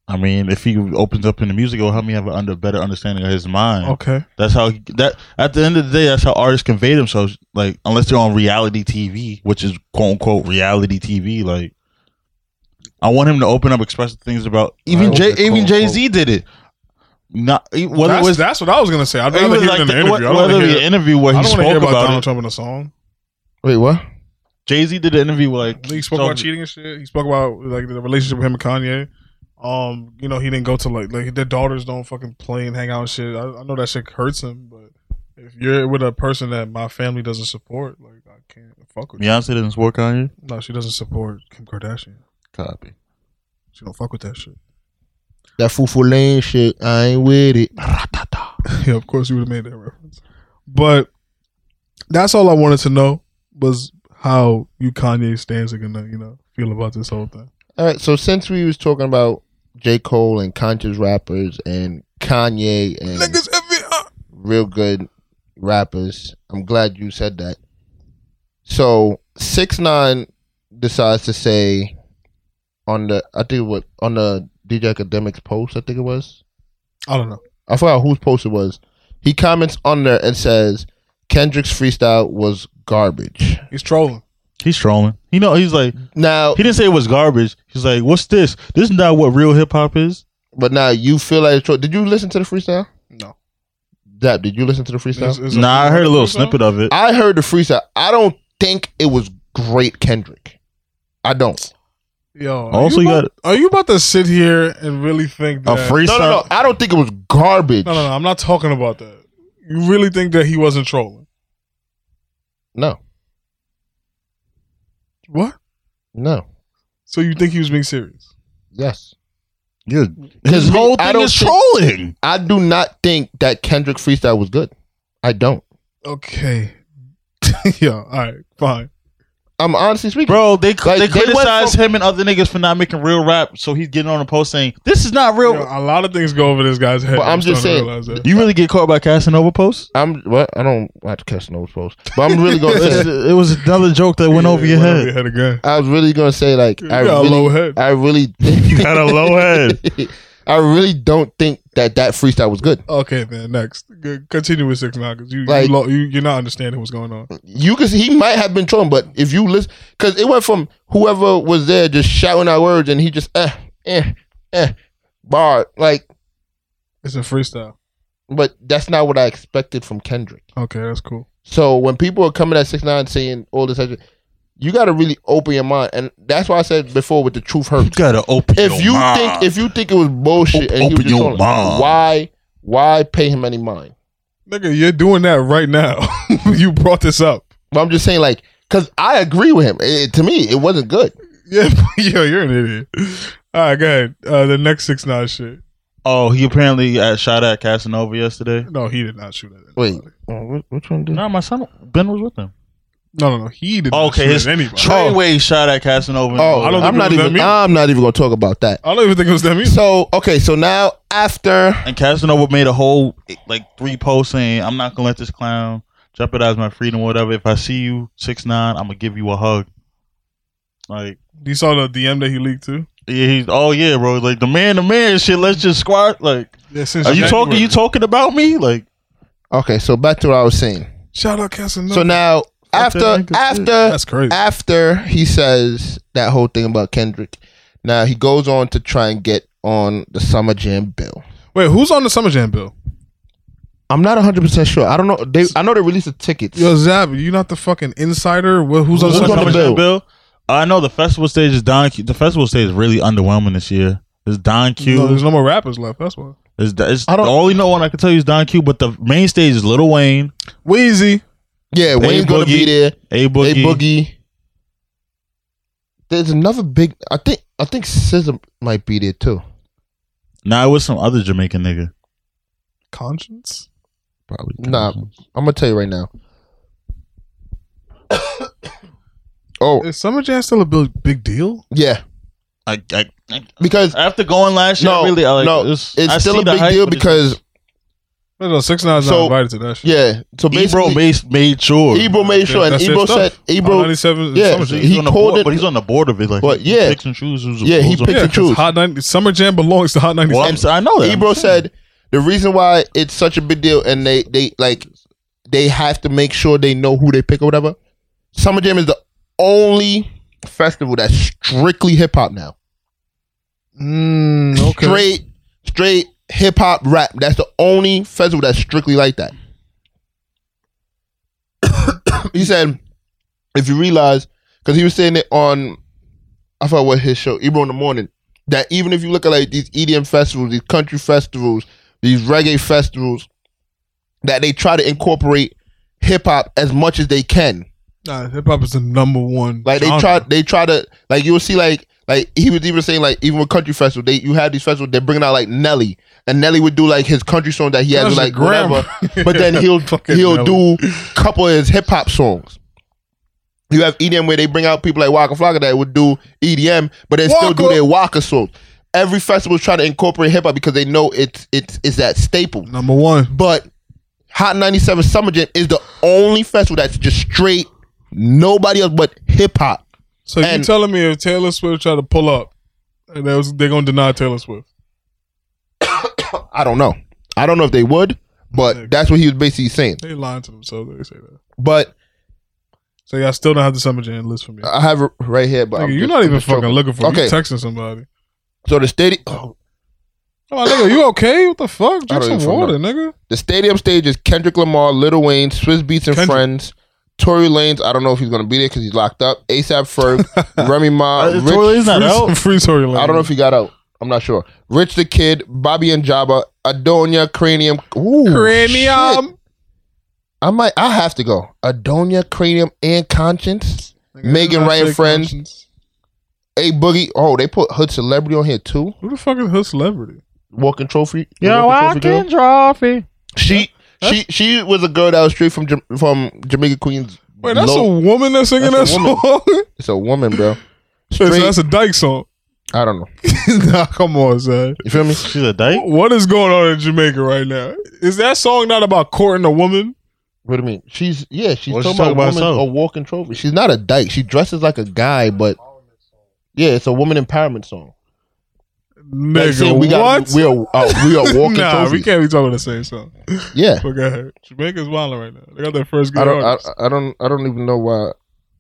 Speaker 1: I mean, if he opens up in the music, it'll help me have a under better understanding of his mind.
Speaker 2: okay?
Speaker 1: That's how he, that at the end of the day, that's how artists convey themselves. Like unless they're on reality TV, which is quote unquote reality TV. Like I want him to open up, express things about even
Speaker 3: Right.
Speaker 1: Jay,
Speaker 3: Quote,
Speaker 1: even
Speaker 3: quote.
Speaker 1: Jay Z did it. Not e, whether
Speaker 2: that's,
Speaker 1: it was
Speaker 2: that's what I was gonna say. I'd rather
Speaker 1: even
Speaker 2: hear
Speaker 1: like
Speaker 2: it in
Speaker 1: the-
Speaker 2: the interview. I don't
Speaker 1: whether
Speaker 2: wanna
Speaker 1: the
Speaker 2: hear,
Speaker 1: interview where
Speaker 2: I
Speaker 1: he
Speaker 2: don't wanna hear
Speaker 1: spoke
Speaker 2: about
Speaker 1: about,
Speaker 2: Donald
Speaker 1: it.
Speaker 2: Trump in a song.
Speaker 3: Wait, what?
Speaker 1: Jay Z did an interview where like
Speaker 2: He spoke
Speaker 1: so-
Speaker 2: about cheating and shit. He spoke about like the relationship with him and Kanye. Um, you know, he didn't go to like like their daughters don't fucking play and hang out and shit. I, I know that shit hurts him, but if you're with a person that my family doesn't support, like I can't fuck with. you.
Speaker 1: Beyonce didn't support Kanye.
Speaker 2: No, she doesn't support Kim Kardashian.
Speaker 1: Copy.
Speaker 2: She don't fuck with that shit.
Speaker 3: That fufu lane shit. I ain't with it.
Speaker 2: yeah, of course you would have made that reference. But that's all I wanted to know was how you Kanye stands are gonna you know feel about this whole thing.
Speaker 3: All right, so since we was talking about J. Cole and conscious rappers and Kanye
Speaker 1: Mm.
Speaker 3: and
Speaker 2: Niggas, FBI.
Speaker 3: real good rappers, I'm glad you said that. So six nine decides to say on the I think what on the DJ Academics post I think it was
Speaker 2: I don't know.
Speaker 3: I forgot whose post it was. He comments on there and says Kendrick's freestyle was garbage.
Speaker 2: He's trolling.
Speaker 1: He's trolling. You know, he's like
Speaker 3: Now
Speaker 1: he didn't say it was garbage. He's like, what's this? This is not what real hip hop is.
Speaker 3: But now you feel like it's true. Did you listen to the freestyle?
Speaker 2: No.
Speaker 3: Dap, did you listen to the freestyle?
Speaker 2: It's- it's
Speaker 1: Nah, I heard a little
Speaker 2: freestyle?
Speaker 1: snippet of it.
Speaker 3: I heard the freestyle. I don't think it was great, Kendrick. I don't.
Speaker 2: Yo, are
Speaker 1: Also,
Speaker 2: you
Speaker 1: you
Speaker 2: about, are you about to sit here and really think
Speaker 1: A
Speaker 2: that?
Speaker 1: freestyle.
Speaker 3: No, no, no. I don't think it was garbage.
Speaker 2: no, no, no. I'm not talking about that. You really think that he wasn't trolling?
Speaker 3: No,
Speaker 2: What?
Speaker 3: no.
Speaker 2: So you think he was being serious?
Speaker 3: Yes.
Speaker 1: You're-
Speaker 3: Because
Speaker 1: his
Speaker 3: me-
Speaker 1: whole
Speaker 3: I
Speaker 1: thing
Speaker 3: don't
Speaker 1: is
Speaker 3: think-
Speaker 1: trolling.
Speaker 3: I do not think that Kendrick freestyle was good. I don't.
Speaker 2: Okay. yeah. All right. Fine.
Speaker 3: I'm honestly speaking.
Speaker 1: Bro, they
Speaker 3: Like,
Speaker 1: they
Speaker 3: they went
Speaker 1: criticize him and other niggas for not making real rap. So he's getting on a post saying, "This is not real."
Speaker 2: Yo, a lot of things go over this guy's head.
Speaker 3: But I'm
Speaker 2: starting
Speaker 3: just saying,
Speaker 2: to realize that.
Speaker 1: You really get caught by Casanova posts?
Speaker 3: I'm what? I don't watch Casanova post, but I'm really gonna say.
Speaker 1: it was another joke that went
Speaker 2: Yeah,
Speaker 1: over your
Speaker 2: went Over your
Speaker 1: head.
Speaker 2: head again.
Speaker 3: I was really gonna say like
Speaker 2: You
Speaker 3: I
Speaker 2: got a low
Speaker 3: really,
Speaker 2: head.
Speaker 3: I really,
Speaker 1: Got a low head.
Speaker 3: I really don't think that that freestyle was good.
Speaker 2: Okay, man. Next, Good. continue with six nine because you,
Speaker 3: Like-
Speaker 2: you, lo- you you're not understanding what's going on.
Speaker 3: you can see he might have been trolling, but if you listen, because it went from whoever was there just shouting out words and he just eh eh eh bar like,
Speaker 2: It's a freestyle.
Speaker 3: but that's not what I expected from Kendrick.
Speaker 2: Okay, that's cool.
Speaker 3: So when people are coming at six nine saying all this, other- you got to really open your mind, and that's why I said before with the truth
Speaker 1: You
Speaker 3: hurts.
Speaker 1: gotta open
Speaker 3: If you think if you think it was bullshit,
Speaker 1: Op-
Speaker 3: and he was
Speaker 1: open
Speaker 3: just
Speaker 1: your
Speaker 3: trolling,
Speaker 1: mind.
Speaker 3: why why pay him any mind?
Speaker 2: Nigga, you're doing that right now. you brought this up.
Speaker 3: But I'm just saying, like, because I agree with him. It- it- to me, it wasn't good.
Speaker 2: Yeah, yo, you're an idiot. All right, go ahead. Uh, the next six nine shit.
Speaker 1: oh, he apparently uh, shot at Casanova yesterday.
Speaker 2: No, he did not shoot at anybody.
Speaker 3: Wait, Uh, which one did?
Speaker 1: No, my son Ben was with him. Oh.
Speaker 2: No, no, no. He did not
Speaker 1: Okay,
Speaker 2: shoot
Speaker 1: his
Speaker 2: at anybody.
Speaker 1: Trainway shot at Casanova.
Speaker 3: Oh,
Speaker 2: I don't think
Speaker 3: I'm
Speaker 2: it
Speaker 3: not
Speaker 2: was
Speaker 3: even.
Speaker 2: them either.
Speaker 3: I'm not even gonna talk about that.
Speaker 2: I don't even think it was them either.
Speaker 3: So okay, so now after
Speaker 1: And Casanova made a whole like three posts saying, "I'm not gonna let this clown jeopardize my freedom, whatever. If I see you six nine, I'm gonna give you a hug." Like,
Speaker 2: You saw the DM that he leaked too.
Speaker 1: yeah, he's oh yeah, bro. Like the man, the man, shit. Let's just squat. Like,
Speaker 2: Yeah, since
Speaker 1: are you talking? You talking about me? Like,
Speaker 3: okay, so back to what I was saying.
Speaker 2: Shout out Casanova.
Speaker 3: So now after
Speaker 1: that nigga
Speaker 3: after
Speaker 2: that's crazy.
Speaker 3: after he says that whole thing about Kendrick, now he goes on to try and get on the Summer Jam bill.
Speaker 2: Wait, who's on the Summer Jam bill?
Speaker 3: I'm not 100 percent sure. I don't know. They I know they released the tickets.
Speaker 2: Yo, Zab, you not the fucking insider. Wha- Who's on
Speaker 3: Who's
Speaker 2: the
Speaker 1: How
Speaker 2: Summer
Speaker 3: on
Speaker 1: much
Speaker 3: the
Speaker 2: Jam?
Speaker 1: is
Speaker 3: bill?
Speaker 1: that I know the festival stage is Don. Q. The festival stage is really underwhelming this year. It's Don Q.
Speaker 2: No, there's no more rappers left. That's why.
Speaker 1: it's, it's,
Speaker 3: I
Speaker 1: the
Speaker 3: don't-
Speaker 1: only no one I can tell you is Don Q. But the main stage is Lil Wayne,
Speaker 2: Wheezy.
Speaker 3: Yeah,
Speaker 1: They
Speaker 3: Wayne's gonna be
Speaker 1: Boogie.
Speaker 3: there.
Speaker 1: A Boogie.
Speaker 3: They boogie. There's another big. I think I think SZA might be there too.
Speaker 1: Nah, it was some other Jamaican nigga.
Speaker 2: Conscience.
Speaker 1: Probably.
Speaker 3: Nah, I'm gonna tell you right now. oh
Speaker 2: Is Summer Jam still a big, big deal?
Speaker 3: yeah,
Speaker 1: I, I, I-
Speaker 3: because
Speaker 1: after going last year,
Speaker 3: No,
Speaker 1: really, I, like,
Speaker 3: no,
Speaker 1: it's,
Speaker 3: it's
Speaker 1: I
Speaker 3: still
Speaker 1: see
Speaker 3: a
Speaker 1: the
Speaker 3: big
Speaker 1: hype,
Speaker 3: deal
Speaker 1: but it's-
Speaker 3: because
Speaker 2: No, no, six nine's
Speaker 3: So-
Speaker 2: not invited to that shit.
Speaker 3: yeah. So basically,
Speaker 1: Ebro made, made sure.
Speaker 3: Ebro made sure, and
Speaker 2: Oh, That's their
Speaker 3: Ebro
Speaker 2: stuff.
Speaker 3: said Ebro.
Speaker 2: 97
Speaker 3: Yeah,
Speaker 2: Summer
Speaker 1: So
Speaker 2: Jam.
Speaker 1: he's
Speaker 3: he
Speaker 1: on the
Speaker 3: called
Speaker 1: board,
Speaker 3: it-
Speaker 1: but he's on the board of it. Like,
Speaker 3: But,
Speaker 1: he
Speaker 3: yeah.
Speaker 1: picks and chooses.
Speaker 3: Yeah, he
Speaker 1: who's on-
Speaker 3: picked
Speaker 2: Yeah,
Speaker 3: and
Speaker 2: 'cause
Speaker 3: choose.
Speaker 2: Hot 90, Summer Jam belongs to Hot 90.
Speaker 1: Well, I'm, I know that.
Speaker 3: Ebro
Speaker 1: I'm saying.
Speaker 3: said the reason why it's such a big deal, and they they like they have to make sure they know who they pick or whatever. Summer Jam is the only festival that's strictly hip hop now.
Speaker 2: Mm, okay.
Speaker 3: straight straight hip hop rap. That's the only festival that's strictly like that. he said, if you realize, because he was saying it on, I forgot what his show, Ebro in the morning, that even if you look at like these EDM festivals, these country festivals, these reggae festivals, that they try to incorporate hip hop as much as they can.
Speaker 2: Nah, hip hop is the number one.
Speaker 3: Like they
Speaker 2: genre.
Speaker 3: try, they try to like you'll see like like he was even saying like even with country festival, they you have these festivals they're bringing out like Nelly and Nelly would do like his country song that he has
Speaker 2: That's
Speaker 3: like
Speaker 2: a gram.
Speaker 3: whatever, but then he'll
Speaker 2: Fucking
Speaker 3: he'll
Speaker 2: Nelly.
Speaker 3: do couple of his hip hop songs. You have EDM where they bring out people like Waka Flocka that would do EDM, but they still do
Speaker 2: Waka.
Speaker 3: their Waka songs. Every festival is trying to incorporate hip hop because they know it's it's it's that staple.
Speaker 2: number one.
Speaker 3: But Hot 97 Summer Jam is the only festival that's just straight nobody else but hip hop.
Speaker 2: So you
Speaker 3: And-
Speaker 2: telling me if Taylor Swift tried to pull up, and that was, they're gonna deny Taylor Swift?
Speaker 3: I don't know. I don't know if they would, but that's what he was basically saying.
Speaker 2: They lying to themselves. when They say that.
Speaker 3: But
Speaker 2: So y'all still don't have the summer jam list for me.
Speaker 3: I have it right here. But
Speaker 2: Nigga,
Speaker 3: Uh, I'm
Speaker 2: you're
Speaker 3: just-
Speaker 2: not
Speaker 3: I'm
Speaker 2: even
Speaker 3: just
Speaker 2: fucking
Speaker 3: joking.
Speaker 2: looking for. Okay.
Speaker 3: Okay.
Speaker 2: You texting somebody.
Speaker 3: So the stadium, oh,
Speaker 2: Come on, nigga, you okay? What the fuck?
Speaker 3: I
Speaker 2: Drink
Speaker 3: don't
Speaker 2: some
Speaker 3: even fucking
Speaker 2: water, nigga.
Speaker 3: the stadium stage is Kendrick Lamar, Lil Wayne, Swiss Beats and
Speaker 2: Kendrick.
Speaker 3: Friends, Tory Lanez. I don't know if he's gonna be there because he's locked up. ASAP Ferg, Remy Ma,
Speaker 1: Uh,
Speaker 3: Rich.
Speaker 1: Tory Lanez not
Speaker 2: Free-
Speaker 1: out.
Speaker 2: Free Tory Lane.
Speaker 3: I don't know if he got out. I'm not sure. Rich the Kid, Bobby and Jabba, Adonia, Cranium. Ooh, shit.
Speaker 2: Cranium.
Speaker 3: I might. I have to go. Adonia, Cranium, and Conscience.
Speaker 2: Nigga,
Speaker 3: Megan
Speaker 2: I
Speaker 3: Ryan
Speaker 2: take
Speaker 3: Friend.
Speaker 2: conscience.
Speaker 3: A Boogie. Oh, they put Hood Celebrity on here too.
Speaker 2: Who the fuck is her celebrity?
Speaker 3: Walking Trophy. walking trophy girl.
Speaker 1: trophy.
Speaker 3: She she she was a girl that was straight from Jam- from Jamaica Queens.
Speaker 2: Wait, that's
Speaker 3: Low-
Speaker 2: a woman that's singing
Speaker 3: That's a
Speaker 2: that
Speaker 3: woman.
Speaker 2: song.
Speaker 3: it's a woman, bro.
Speaker 2: so
Speaker 3: Straight,
Speaker 2: that's a Dyke song.
Speaker 3: I don't know.
Speaker 2: nah, come on, son.
Speaker 3: You feel me?
Speaker 1: She's a dyke.
Speaker 2: What is going on in Jamaica right now? Is that song not about courting a woman?
Speaker 3: What do you mean? She's yeah. She's
Speaker 1: Well,
Speaker 3: talking
Speaker 1: she's
Speaker 3: about,
Speaker 1: talking
Speaker 3: a woman,
Speaker 1: about herself.
Speaker 3: a walking trophy. She's not a dyke. She dresses like a guy, but yeah, it's a woman empowerment song. Like
Speaker 2: Nigga,
Speaker 3: saying we got
Speaker 2: what?
Speaker 3: we are uh, we are walking
Speaker 2: nah,
Speaker 3: trophies.
Speaker 2: we can't be talking the same song.
Speaker 3: Yeah,
Speaker 2: But go ahead. Jamaica's wilding right now. They got their first good
Speaker 3: I don't
Speaker 2: artist.
Speaker 3: I, I don't I don't even know why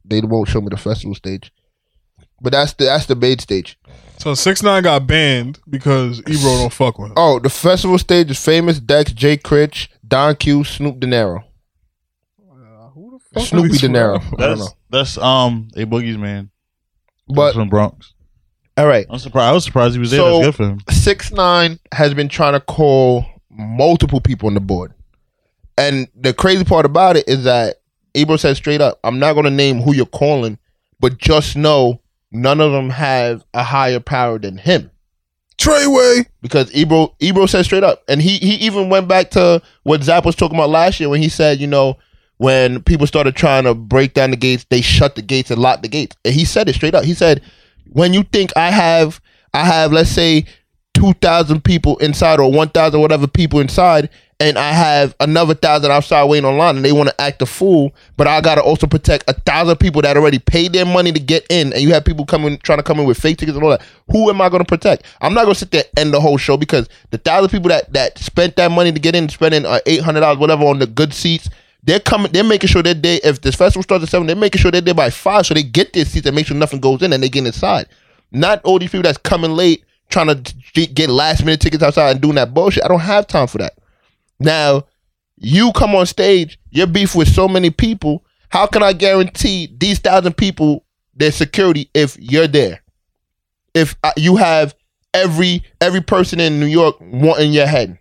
Speaker 3: they won't show me the festival stage, but that's the that's the main stage.
Speaker 2: so six nine got banned because Ebro don't fuck with him.
Speaker 3: Oh, the festival stage is famous Dex, Jay Critch, Don Q, Snoop De Niro.
Speaker 2: Uh, Who the fuck
Speaker 3: Snoopy
Speaker 2: is
Speaker 3: De Niro. I don't
Speaker 1: That's
Speaker 3: know.
Speaker 1: that's um a boogies man. He's
Speaker 3: But
Speaker 1: from Bronx.
Speaker 3: all right,
Speaker 1: I'm surprised. I was surprised he was there.
Speaker 3: So-
Speaker 1: that's good for him.
Speaker 3: six nine has been trying to call multiple people on the board, and the crazy part about it is that Abel said straight up, "I'm not going to name who you're calling, but just know none of them have a higher power than him."
Speaker 2: Treyway.
Speaker 3: because Ebro Ebro said straight up, and he he even went back to what Zap was talking about last year when he said, you know, when people started trying to break down the gates, they shut the gates and locked the gates. And he said it straight up. He said, when you think I have I have let's say two thousand people inside or one thousand whatever people inside. And I have another thousand outside waiting online, and they want to act a fool. But I gotta also protect a thousand people that already paid their money to get in, and you have people coming trying to come in with fake tickets and all that. Who am I gonna protect? I'm not gonna sit there and end the whole show because the thousand people that that spent that money to get in, spending uh, eight hundred dollars whatever on the good seats, they're coming. They're making sure that they if this festival starts at seven, they're making sure they're there by five, so they get their seats and make sure nothing goes in and they get inside. Not all these people that's coming late trying to g- get last minute tickets outside and doing that bullshit. I don't have time for that. Now, you come on stage, you're beef with so many people. How can I guarantee these thousand people their security if you're there? If uh, you have every every person in New York wanting your head,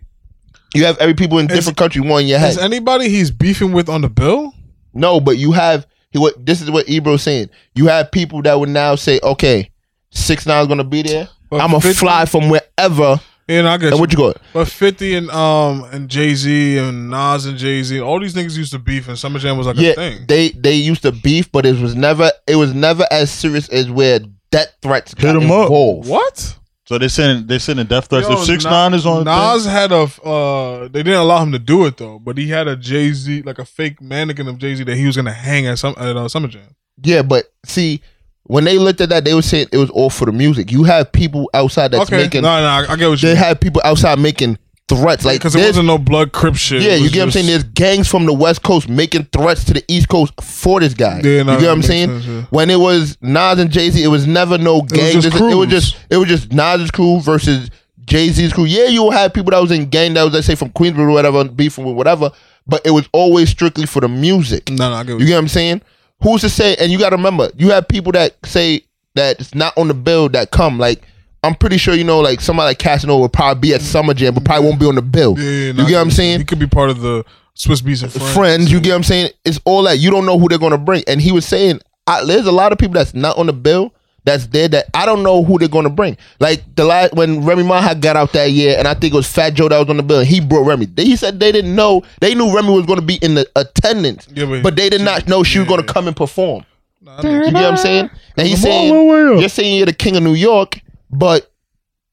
Speaker 3: you have every people in
Speaker 2: Is-
Speaker 3: different country wanting your head.
Speaker 2: Is anybody he's beefing with on the bill?
Speaker 3: No, but you have he what this is what Ebro's saying. You have people that would now say, okay, six nine is gonna be there.
Speaker 2: But
Speaker 3: I'm gonna
Speaker 2: 50
Speaker 3: fly from wherever.
Speaker 2: Yeah, no, I get
Speaker 3: And
Speaker 2: you.
Speaker 3: what you got?
Speaker 2: But Fifty and um and Jay Z and Nas and Jay Z, all these niggas used to beef, and Summer Jam was like a
Speaker 3: Yeah,
Speaker 2: thing.
Speaker 3: they they used to beef, but it was never it was never as serious as where death threats got
Speaker 1: Hit 'em up.
Speaker 3: involved.
Speaker 2: What?
Speaker 1: So they're sending they're sending death threats.
Speaker 2: Yo,
Speaker 1: if six
Speaker 2: Na-
Speaker 1: nine is on
Speaker 2: Nas had a f- uh, they didn't allow him to do it though, but he had a Jay Z like a fake mannequin of Jay Z that he was gonna hang at some at uh, Summer Jam.
Speaker 3: Yeah, but see, when they looked at that, they were saying it was all for the music. You have people outside that's
Speaker 2: okay,
Speaker 3: making
Speaker 2: no, no, I, I get what you
Speaker 3: they
Speaker 2: mean.
Speaker 3: have people outside making threats. Like
Speaker 2: Because it
Speaker 3: there's-
Speaker 2: wasn't no blood crip shit.
Speaker 3: Yeah,
Speaker 2: It
Speaker 3: you
Speaker 2: was
Speaker 3: get what I'm
Speaker 2: just-
Speaker 3: saying? There's gangs from the West Coast making threats to the East Coast for this guy.
Speaker 2: Yeah, nah,
Speaker 3: you get
Speaker 2: that
Speaker 3: what I'm
Speaker 2: makes
Speaker 3: saying?
Speaker 2: sense, yeah.
Speaker 3: When it was Nas and Jay Z, it was never no gang.
Speaker 2: just
Speaker 3: This- It was
Speaker 2: crews.
Speaker 3: just it was just Nas's crew versus Jay Z's crew. Yeah, you will have people that was in gang that was let's say from Queensborough or whatever, beef from whatever, but it was always strictly for the music.
Speaker 2: No, no, I get what
Speaker 3: You get what I'm saying? Who's to say? And you got to remember, you have people that say that it's not on the bill that come. Like I'm pretty sure you know, like somebody like Casanova would probably be at Summer Jam, but probably won't be on the bill.
Speaker 2: Yeah, yeah,
Speaker 3: you
Speaker 2: nah,
Speaker 3: get what I'm saying?
Speaker 2: He could be part of the Swiss Beats and Friends.
Speaker 3: friends. You get what I'm saying? It's all that you don't know who they're gonna bring. And he was saying, I, there's a lot of people that's not on the bill that's there that I don't know who they're gonna bring. Like the last when Remy Ma had got out that year, and I think it was Fat Joe that was on the bill. And he brought Remy. They, he said they didn't know they knew Remy was gonna be in the attendance,
Speaker 2: Yeah, but-
Speaker 3: but, they did not know she was gonna come and perform.
Speaker 2: Nah, I get
Speaker 3: You get what I'm saying? And he's saying you're saying you're the king of New York, but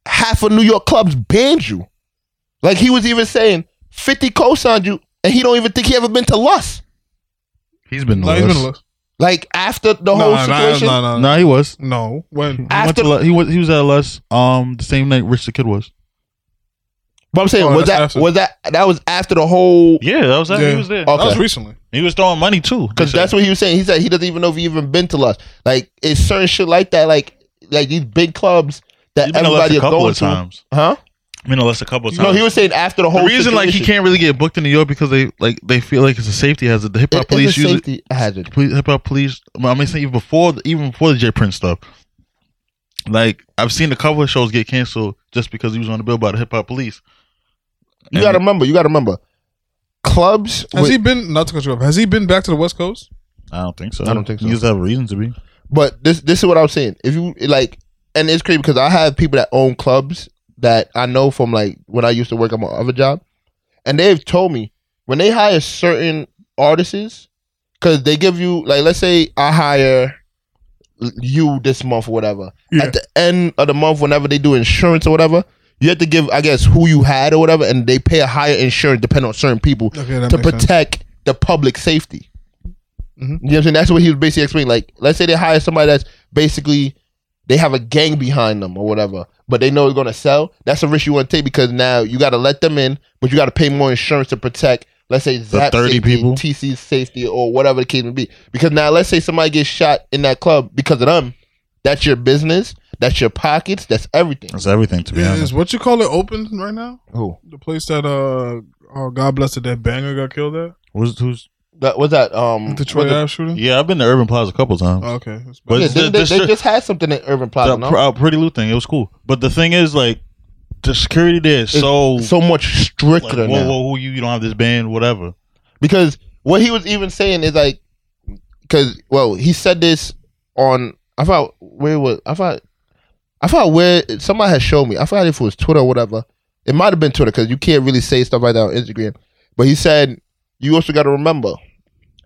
Speaker 3: half of New York clubs banned you. Like he was even saying, 50 co-signed you, and he don't even think he ever been to Lust.
Speaker 1: he's been
Speaker 2: Nah,
Speaker 1: no,
Speaker 2: he's been a little-
Speaker 3: Like after the whole
Speaker 2: Nah, nah,
Speaker 3: situation,
Speaker 2: nah, nah, nah.
Speaker 1: Nah, he was.
Speaker 2: No, when
Speaker 1: He, went
Speaker 3: After-
Speaker 1: to, Lu- he was he was at Les um the same night Rich the Kid was.
Speaker 3: but I'm saying
Speaker 2: Oh,
Speaker 3: was
Speaker 2: that's
Speaker 3: that
Speaker 2: after.
Speaker 3: was that that was after the whole
Speaker 1: Yeah, that was
Speaker 2: Yeah.
Speaker 1: there.
Speaker 2: that was
Speaker 3: okay
Speaker 2: recently.
Speaker 1: He was throwing money too.
Speaker 3: because that's what he was saying. He said he doesn't even know if he even been to Lust. Like it's certain shit like that, like like these big clubs
Speaker 1: He's
Speaker 3: that
Speaker 1: been to Les
Speaker 3: everybody
Speaker 1: a
Speaker 3: are
Speaker 1: couple
Speaker 3: going
Speaker 1: of
Speaker 3: to,
Speaker 1: times.
Speaker 3: huh?
Speaker 1: I mean, unless a couple of times.
Speaker 3: No, he was saying after the whole
Speaker 1: the reason like he
Speaker 3: situation,
Speaker 1: can't really get booked in New York because they like they feel like it's a safety hazard. The hip
Speaker 3: it
Speaker 1: hop
Speaker 3: is
Speaker 1: police
Speaker 3: a
Speaker 1: use it.
Speaker 3: safety hazard.
Speaker 1: Hip hop police. I mean, even before even before the J Prince stuff. Like I've seen a couple of shows get canceled just because he was on the bill by the hip hop police.
Speaker 3: You
Speaker 1: And-
Speaker 3: gotta remember. You gotta remember. Clubs.
Speaker 2: Has
Speaker 3: with-
Speaker 2: he been not to cut you off? Has he been back to the West Coast?
Speaker 1: I don't think so.
Speaker 3: I don't think so.
Speaker 1: He doesn't have a reason to be.
Speaker 3: but this this is what I was saying. If you like, and it's crazy because I have people that own clubs that I know from like when I used to work at my other job, and they've told me when they hire certain artists, because they give you like let's say I hire you this month or whatever.
Speaker 2: Yeah.
Speaker 3: At the end of the month, whenever they do insurance or whatever, you have to give I guess who you had or whatever, and they pay a higher insurance depending on certain people
Speaker 2: Okay, that
Speaker 3: to
Speaker 2: makes sense.
Speaker 3: protect the public safety.
Speaker 2: Mhm.
Speaker 3: You know what I'm saying? That's what he was basically explaining. Like, let's say they hire somebody that's basically they have a gang behind them or whatever, but they know it's gonna sell. That's a risk you want to take because now you got to let them in, but you got to pay more insurance to protect. Let's say Zap
Speaker 1: 30
Speaker 3: safety,
Speaker 1: people.
Speaker 3: TC's safety, or whatever the case may be. Because now, let's say somebody gets shot in that club because of them. That's your business. That's your pockets. That's everything.
Speaker 1: That's everything to be honest.
Speaker 2: Is what you call it open right now?
Speaker 3: Who?
Speaker 2: The place that uh, oh, God bless the dead banger got killed at.
Speaker 1: Who's who's
Speaker 3: That was that um.
Speaker 2: The Troy
Speaker 3: was it-
Speaker 2: Ave shooting?
Speaker 1: Yeah, I've been to Urban Plaza a couple
Speaker 3: Uh,
Speaker 1: times.
Speaker 2: Oh, okay. That's
Speaker 1: But
Speaker 3: yeah,
Speaker 1: the-
Speaker 3: didn't they,
Speaker 1: the-
Speaker 3: they just had something in Urban Plaza.
Speaker 1: the
Speaker 3: No?
Speaker 1: pr- uh, Pretty Loot thing, it was cool. But the thing is, like, the security there is so
Speaker 3: so much stricter
Speaker 1: like, whoa,
Speaker 3: now.
Speaker 1: whoa, who you? You don't have this band, whatever.
Speaker 3: because what he was even saying is like, because well, he said this on I thought where was I thought I thought where somebody had showed me I forgot if it was Twitter or whatever. It might have been Twitter because you can't really say stuff like that on Instagram. But he said you also got to remember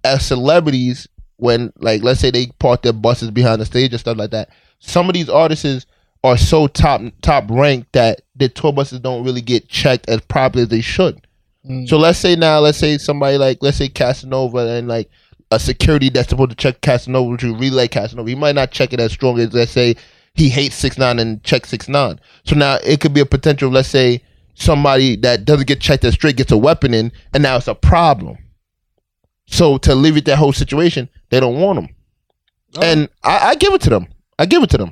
Speaker 3: as celebrities when like let's say they park their buses behind the stage and stuff like that. Some of these artists are so top top ranked that their tour buses don't really get checked as properly as they should. So let's say now, let's say somebody like let's say Casanova and like a security that's supposed to check Casanova, which you really like Casanova, he might not check it as strong as let's say he hates six nine and check six nine. So now it could be a potential. Let's say somebody that doesn't get checked as straight gets a weapon in, and now it's a problem. So to alleviate that whole situation, they don't want him, and I, I give it to them. I give it to them.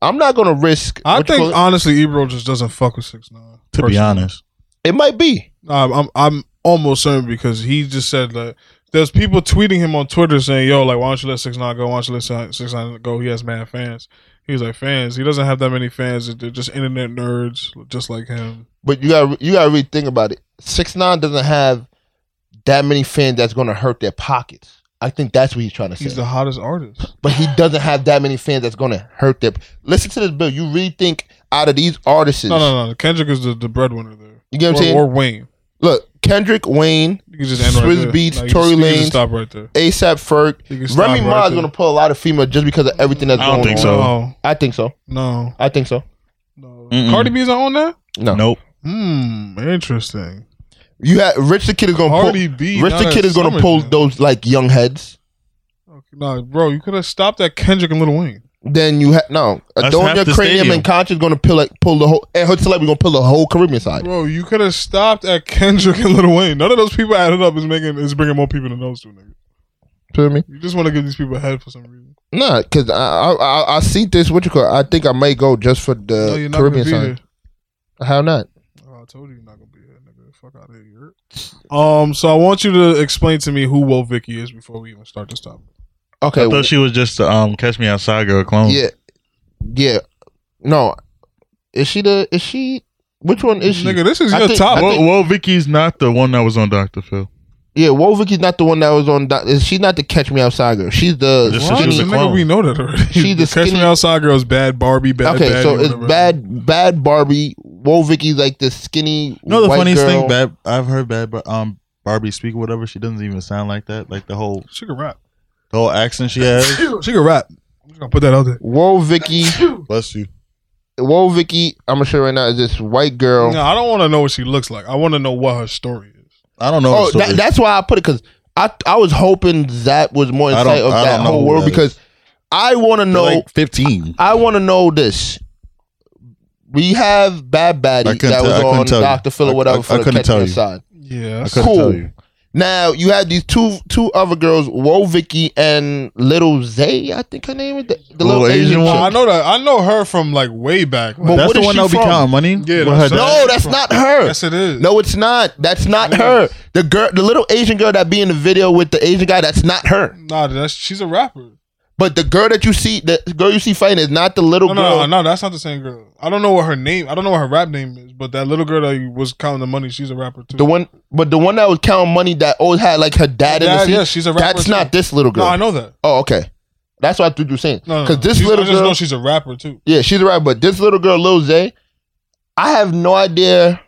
Speaker 3: I'm not gonna risk.
Speaker 2: I
Speaker 3: what you
Speaker 2: think
Speaker 3: call it,
Speaker 2: honestly, Ebro just doesn't fuck with six nine.
Speaker 1: To be honest,
Speaker 3: it might be.
Speaker 2: I'm, I'm I'm almost certain because he just said that there's people tweeting him on Twitter saying, "Yo, like, why don't you let Six Nine go? Why don't you let Six Nine go? He has mad fans." He was like, "Fans? He doesn't have that many fans. They're just internet nerds, just like him."
Speaker 3: But you got you got to really think about it. Six nine doesn't have that many fans that's going to hurt their pockets. I think that's what he's trying to say.
Speaker 2: He's the hottest artist.
Speaker 3: but he doesn't have that many fans that's going to hurt their. Listen to this, Bill. You really think out of these artists?
Speaker 2: No, no, no. Kendrick is the, the breadwinner there.
Speaker 3: You get what I'm
Speaker 2: or,
Speaker 3: saying?
Speaker 2: or Wayne.
Speaker 3: Look, Kendrick, Wayne,
Speaker 2: You can just end right
Speaker 3: Swizz
Speaker 2: there.
Speaker 3: Beatz,
Speaker 2: Like, you just- you
Speaker 3: Tory
Speaker 2: can
Speaker 3: Lanez.
Speaker 2: Stop right there.
Speaker 3: ASAP
Speaker 2: You can
Speaker 3: Ferg,
Speaker 2: stop
Speaker 3: Remy
Speaker 2: right
Speaker 3: Ma is
Speaker 2: there.
Speaker 3: going to pull a lot of female just because of everything that's
Speaker 1: I
Speaker 3: going
Speaker 1: don't think
Speaker 3: on.
Speaker 1: so.
Speaker 2: No,
Speaker 3: I think so.
Speaker 2: no,
Speaker 3: I think so.
Speaker 2: no.
Speaker 1: Mm-mm.
Speaker 2: Cardi B's not on there.
Speaker 3: No.
Speaker 1: nope.
Speaker 2: Hmm. Interesting.
Speaker 3: You had Rich the Kid is going to
Speaker 2: Cardi B.
Speaker 3: pull. Rich
Speaker 2: not
Speaker 3: the
Speaker 2: at
Speaker 3: Kid is going to pull
Speaker 2: SummerSlam.
Speaker 3: those like young heads.
Speaker 2: No, bro, you could have stopped at Kendrick and Lil Wayne.
Speaker 3: then you have no.
Speaker 1: That's
Speaker 3: Adonia
Speaker 1: half the
Speaker 3: cranium
Speaker 1: stadium.
Speaker 3: and conscience gonna pull like pull the whole and her celebrity gonna pull the whole Caribbean side.
Speaker 2: Bro, you could have stopped at Kendrick and Lil Wayne. None of those people added up is making is bringing more people than those two niggas.
Speaker 3: Feel me?
Speaker 2: You just want to give these people a head for some reason.
Speaker 3: Nah, cause I I, I I see this. What you call? it, I think I may go just for
Speaker 1: Uh,
Speaker 2: no,
Speaker 3: the
Speaker 2: you're not
Speaker 3: Caribbean
Speaker 2: gonna be
Speaker 3: side. How not?
Speaker 2: there. Oh, I told you you're not gonna be there, nigga. Fuck out of here. you hurt. Um, so I want you to explain to me who Wo Vicky is before we even start this topic.
Speaker 3: Okay.
Speaker 1: I
Speaker 3: well,
Speaker 1: thought she was just the, um Catch Me Outside girl clone.
Speaker 3: yeah, yeah. No, is she the? Is she? Which one is she?
Speaker 2: Nigga, this is
Speaker 3: I
Speaker 2: your
Speaker 3: think-
Speaker 2: top.
Speaker 3: I
Speaker 1: Well,
Speaker 3: think-
Speaker 1: well, Vicky's not the one that was on Doctor Phil.
Speaker 3: Yeah, Wolvicky's not the one that was on. Doc- She's not the Catch Me Outside girl. She's the.
Speaker 1: This is
Speaker 2: What?
Speaker 1: she was a
Speaker 2: Nigga,
Speaker 1: clone.
Speaker 2: we know that already.
Speaker 3: She the
Speaker 2: Catch
Speaker 3: skinny-
Speaker 2: Me Outside girl's bad Barbie, bad.
Speaker 3: okay,
Speaker 2: Baddie,
Speaker 3: so it's
Speaker 2: whatever.
Speaker 3: bad, bad Barbie. Wolvicky's like the skinny.
Speaker 1: No, the
Speaker 3: white
Speaker 1: funniest
Speaker 3: girl.
Speaker 1: thing, bad. I've heard bad, but um, Barbie speak or whatever. She doesn't even sound like that. Like the whole
Speaker 2: She can rap.
Speaker 1: the whole accent she has.
Speaker 2: She can rap. I'm just gonna put that out there.
Speaker 3: Wolvicky.
Speaker 1: Bless you.
Speaker 3: Whoa, Vicky, I'm gonna show you right now is this white girl.
Speaker 2: No, I don't want to know what she looks like. I want to know what her story is.
Speaker 1: I don't know.
Speaker 3: oh,
Speaker 1: the story.
Speaker 3: that, that's why I put it because I I was hoping that was more
Speaker 1: I
Speaker 3: insight
Speaker 1: don't-
Speaker 3: of
Speaker 1: I
Speaker 3: that
Speaker 1: don't know
Speaker 3: whole
Speaker 1: who
Speaker 3: world
Speaker 1: that
Speaker 3: because I want to know.
Speaker 1: They're like fifteen.
Speaker 3: I want to know this. We have Bad
Speaker 1: I
Speaker 3: Baddie
Speaker 1: couldn't
Speaker 3: that
Speaker 1: tell- I
Speaker 3: was
Speaker 1: couldn't
Speaker 3: on
Speaker 1: tell you.
Speaker 3: Doctor Phil
Speaker 1: I-
Speaker 3: or whatever
Speaker 1: I-
Speaker 3: for
Speaker 1: I
Speaker 3: the
Speaker 1: couldn't
Speaker 3: Catch
Speaker 1: tell
Speaker 3: Me
Speaker 1: you.
Speaker 3: Outside.
Speaker 2: Yeah.
Speaker 1: I couldn't
Speaker 3: Cool.
Speaker 1: tell you.
Speaker 3: Now you had these two two other girls, Whoa, Vicky and Little Zay. I think her name is the, the little, Asian,
Speaker 2: Well,
Speaker 3: one.
Speaker 2: I know that. I know her from like way back. Like,
Speaker 3: But
Speaker 1: that's
Speaker 3: what
Speaker 1: the
Speaker 3: is
Speaker 1: one
Speaker 3: she
Speaker 1: that'll be
Speaker 3: from?
Speaker 1: counting money.
Speaker 2: Yeah,
Speaker 1: With her
Speaker 2: that's
Speaker 1: dad.
Speaker 3: No, that's not her.
Speaker 2: yes, it is.
Speaker 3: No, it's not. That's not her. The girl, the little Asian girl that be in the video with the Asian guy, that's not her.
Speaker 2: nah, that's she's a rapper.
Speaker 3: But the girl that you see, the girl you see fighting, is not the little
Speaker 2: Oh, No, no,
Speaker 3: girl.
Speaker 2: no, no, that's not the same girl. I don't know what her name. I don't know what her rap name is. But that little girl that was counting the money, she's a rapper too.
Speaker 3: The one, but the one that was counting money that always had like her dad in
Speaker 2: Yeah,
Speaker 3: the seat.
Speaker 2: yeah, she's a rapper
Speaker 3: That's
Speaker 2: too.
Speaker 3: not this little girl.
Speaker 2: no, I know that.
Speaker 3: Oh, okay. That's what I thought you were saying.
Speaker 2: No, no,
Speaker 3: Because
Speaker 2: no.
Speaker 3: this
Speaker 2: She's-
Speaker 3: little
Speaker 2: I just know
Speaker 3: girl,
Speaker 2: she's a rapper too.
Speaker 3: yeah, she's right. But this little girl, Lil Zay, I have no idea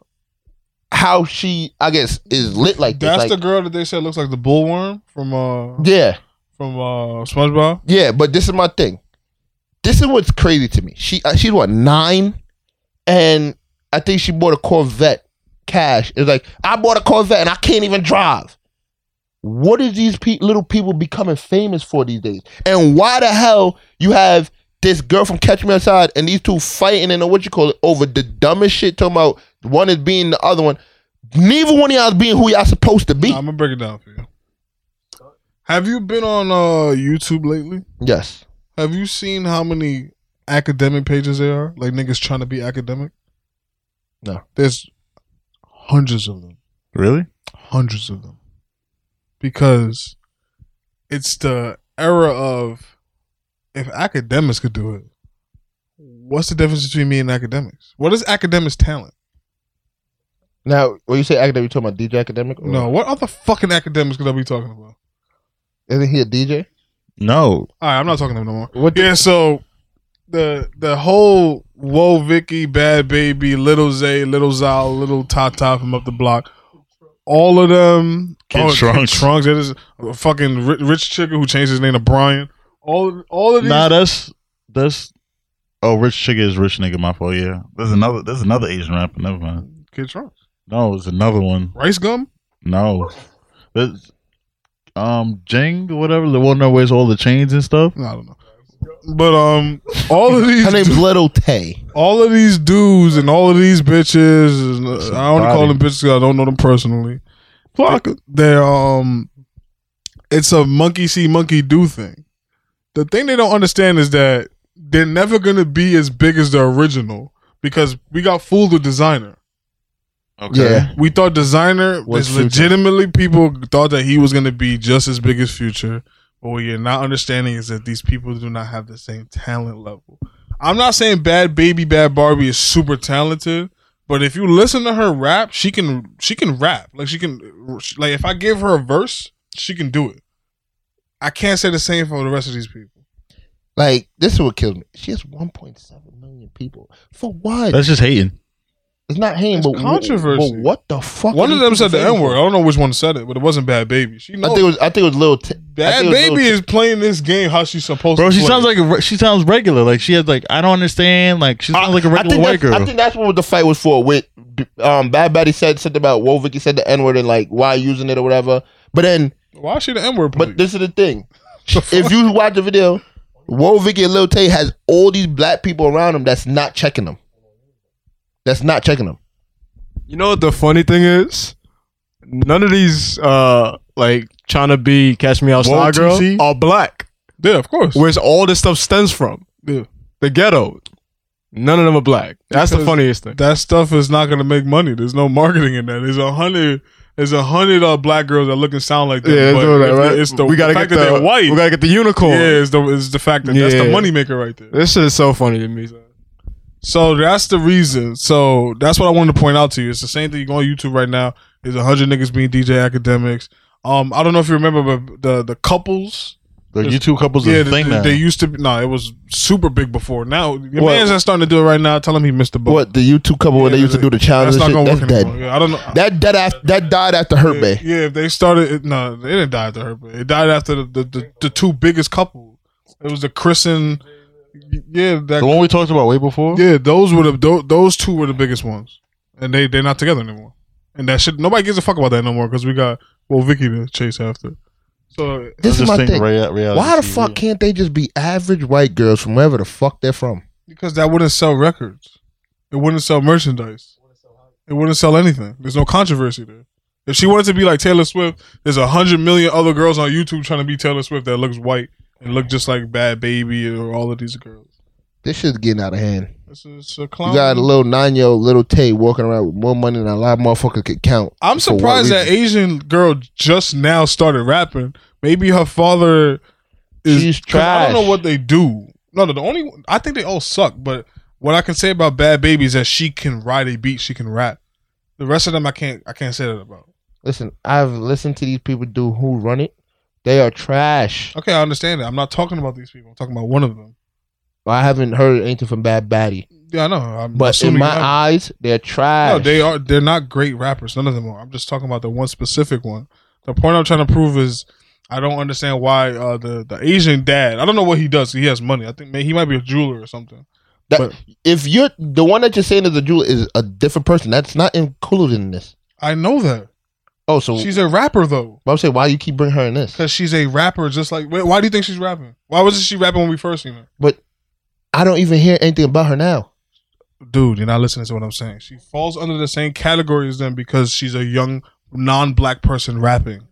Speaker 3: how she, I guess, is lit like this.
Speaker 2: That's
Speaker 3: like,
Speaker 2: the girl that they said looks like the bullworm from uh
Speaker 3: yeah.
Speaker 2: from uh SpongeBob.
Speaker 3: Yeah, but this is my thing. This is what's crazy to me. She uh, she's what nine, and I think she bought a Corvette cash. It's like I bought a Corvette and I can't even drive. What is these pe- little people becoming famous for these days? And why the hell you have this girl from Catch Me Outside and these two fighting and what you call it over the dumbest shit? Talking about one is being the other one. Neither one of y'all is being who y'all supposed to be.
Speaker 2: Nah, I'm gonna break it down for you. Have you been on uh YouTube lately?
Speaker 3: yes.
Speaker 2: Have you seen how many academic pages there are? Like niggas trying to be academic?
Speaker 3: No.
Speaker 2: There's hundreds of them.
Speaker 1: Really?
Speaker 2: Hundreds of them. because it's the era of if academics could do it, what's the difference between me and academics? What is academics' talent?
Speaker 3: Now, when you say academic, you talking about DJ academic? or-
Speaker 2: No, what other fucking academics could I be talking about?
Speaker 3: Isn't he a DJ?
Speaker 1: No,
Speaker 2: All right, I'm not talking to him no more.
Speaker 3: What
Speaker 2: Yeah, so the the whole whoa Vicky, bad baby, little Zay, little Zal, little Tata from up the block, all of them.
Speaker 1: Kid
Speaker 2: oh,
Speaker 1: Trunks.
Speaker 2: Trunks. That is a fucking ri- rich chicken who changed his name to Brian. All all of these.
Speaker 1: nah, that's that's. Oh, rich chick is rich nigga. My fault. Yeah, there's another. There's another Asian rapper. Never mind.
Speaker 2: Kid Trunks.
Speaker 1: No, it's another one.
Speaker 2: Rice gum.
Speaker 1: No, there's, um, Jing or whatever. The one that wears all the chains and stuff.
Speaker 2: No, I don't know. But um, all of these,
Speaker 3: Her name's Little Tay.
Speaker 2: all of these dudes and all of these bitches. And, uh, I only call them bitches 'cause I don't know them personally. Fuck, they're um, it's a monkey see monkey do thing. The thing they don't understand is that they're never gonna be as big as the original because we got fooled with designer.
Speaker 3: Yeah.
Speaker 2: We thought designer
Speaker 3: Was
Speaker 2: was
Speaker 3: Future.
Speaker 2: legitimately people thought that he was gonna be just as big as future. But what you're not understanding is that these people do not have the same talent level. I'm not saying bad baby bad Barbie is super talented, but if you listen to her rap, she can she can rap. Like she can like if I give her a verse, she can do it. I can't say the same for the rest of these people.
Speaker 3: Like, this is what kills me. She has 1.7 million people. For what?
Speaker 1: That's just hating.
Speaker 3: it's not him,
Speaker 2: That's
Speaker 3: but, wh-
Speaker 2: controversy.
Speaker 3: but what the fuck?
Speaker 2: One
Speaker 3: are
Speaker 2: of
Speaker 3: these
Speaker 2: them said the
Speaker 3: people
Speaker 2: N word. I don't know which one said it, but it wasn't bad baby. She
Speaker 3: I
Speaker 2: knows
Speaker 3: think it was. I think it was little. T- I
Speaker 2: bad
Speaker 3: think it was Lil
Speaker 2: baby
Speaker 3: T-
Speaker 2: is playing this game how she's supposed
Speaker 1: Bro,
Speaker 2: to.
Speaker 1: she
Speaker 2: play.
Speaker 1: sounds like a, re- she sounds regular. Like she has like I don't understand. Like she sounds like a
Speaker 3: I
Speaker 1: regular
Speaker 3: think,
Speaker 1: white
Speaker 3: that's,
Speaker 1: girl.
Speaker 3: I think that's what the fight was for. With um, Bad Betty said something about Whoa Vicky said the N word and like why using it or whatever. But then,
Speaker 2: Why is she the N word?
Speaker 3: but this is the thing. if you watch the video, Whoa Vicky and Lil Tay has all these black people around him that's not checking them. That's not checking them.
Speaker 5: You know what the funny thing is? None of these uh like trying to be catch me outside
Speaker 1: Whoa,
Speaker 5: girl
Speaker 1: TC?
Speaker 5: are black.
Speaker 2: yeah, of course.
Speaker 5: Where's all this stuff stems from?
Speaker 2: Yeah.
Speaker 5: The ghetto. None of them are black. That's the
Speaker 2: Because
Speaker 5: funniest thing.
Speaker 2: That stuff is not gonna make money. There's no marketing in that. There's a hundred. There's a hundred uh, black girls that look and sound like that.
Speaker 5: yeah, that's
Speaker 2: but
Speaker 5: all that,
Speaker 2: if-
Speaker 5: right?
Speaker 2: It's the,
Speaker 5: we gotta
Speaker 2: the fact
Speaker 5: get
Speaker 2: that
Speaker 5: the
Speaker 2: they're white.
Speaker 5: We gotta get the unicorn.
Speaker 2: yeah, it's the, it's the fact that that's the
Speaker 5: Yeah.
Speaker 2: moneymaker right there.
Speaker 5: This shit is so funny to me.
Speaker 2: So that's the reason. So that's what I wanted to point out to you. It's the same thing you go on YouTube right now. There's a hundred niggas being DJ academics. Um, I don't know if you remember, but the the couples.
Speaker 1: the YouTube couples is a
Speaker 2: they,
Speaker 1: thing now.
Speaker 2: they used to. be No, it was super big before. Now your
Speaker 3: What?
Speaker 2: man's not starting to do it right now. Tell him he missed the boat.
Speaker 3: What the YouTube couple where they
Speaker 2: Yeah,
Speaker 3: used to do the challenge?
Speaker 2: That's
Speaker 3: and
Speaker 2: not
Speaker 3: shit,
Speaker 2: gonna
Speaker 3: That's
Speaker 2: work
Speaker 3: dead.
Speaker 2: anymore. Yeah, I don't know.
Speaker 3: That dead. Af- that died after Hurt
Speaker 2: Yeah,
Speaker 3: Bay.
Speaker 2: yeah, if they started, it, no, they didn't die after her. But it died after the, the, the, the two biggest couple. It was the Chris and yeah,
Speaker 1: the
Speaker 2: that
Speaker 1: one we talked about way before.
Speaker 2: yeah. Those were the tho- those two were the biggest ones, and they they're not together anymore. And that shit, nobody gives a fuck about that no more because we got well Vicky to chase after. So
Speaker 3: This
Speaker 1: I
Speaker 3: is
Speaker 1: just
Speaker 3: my
Speaker 1: think
Speaker 3: thing.
Speaker 1: rea- reality
Speaker 3: Why the
Speaker 1: TV.
Speaker 3: fuck can't they just be average white girls from wherever the fuck they're from?
Speaker 2: because that wouldn't sell records, it wouldn't sell merchandise, it wouldn't sell anything. There's no controversy there. If she wanted to be like Taylor Swift, there's a hundred million other girls on YouTube trying to be Taylor Swift that looks white and look just like Bad Baby or all of these girls.
Speaker 3: This shit's getting out of hand.
Speaker 2: It's, it's a
Speaker 3: You
Speaker 2: clown.
Speaker 3: got a little nine year old little Tay walking around with more money than a lot of motherfuckers could count.
Speaker 2: I'm
Speaker 3: For what
Speaker 2: surprised that
Speaker 3: reason?
Speaker 2: Asian girl just now started rapping. Maybe her father is.
Speaker 3: She's
Speaker 2: 'cause I don't know
Speaker 3: trash.
Speaker 2: what they do. No, no, the only I think they all suck. But what I can say about Bad Baby is that she can ride a beat. She can rap. The rest of them, I can't. I can't say that about.
Speaker 3: Listen, I've listened to these people do who run it. They are trash.
Speaker 2: Okay, I understand that. I'm not talking about these people. I'm talking about one of them.
Speaker 3: I haven't heard anything from Bad Batty,
Speaker 2: Yeah, I know. I'm
Speaker 3: but in
Speaker 2: assuming
Speaker 3: my
Speaker 2: you have-
Speaker 3: eyes, they're trash.
Speaker 2: No, they are. They're not great rappers. None of them are. I'm just talking about the one specific one. The point I'm trying to prove is I don't understand why uh, the the Asian dad. I don't know what he does. He has money. I think may he might be a jeweler or something.
Speaker 3: That-
Speaker 2: but-
Speaker 3: if you're the one that you're saying is a jewel is a different person. That's not included in this.
Speaker 2: I know that
Speaker 3: Oh, so
Speaker 2: she's a rapper though,
Speaker 3: but I'm saying why you keep bringing her in this?
Speaker 2: because she's a rapper. Just like wh- why do you think she's rapping? Why wasn't she rapping when we first seen her?
Speaker 3: I don't even hear anything about her now.
Speaker 2: Dude, you're not listening to what I'm saying. She falls under the same category as them because she's a young non-black person rapping.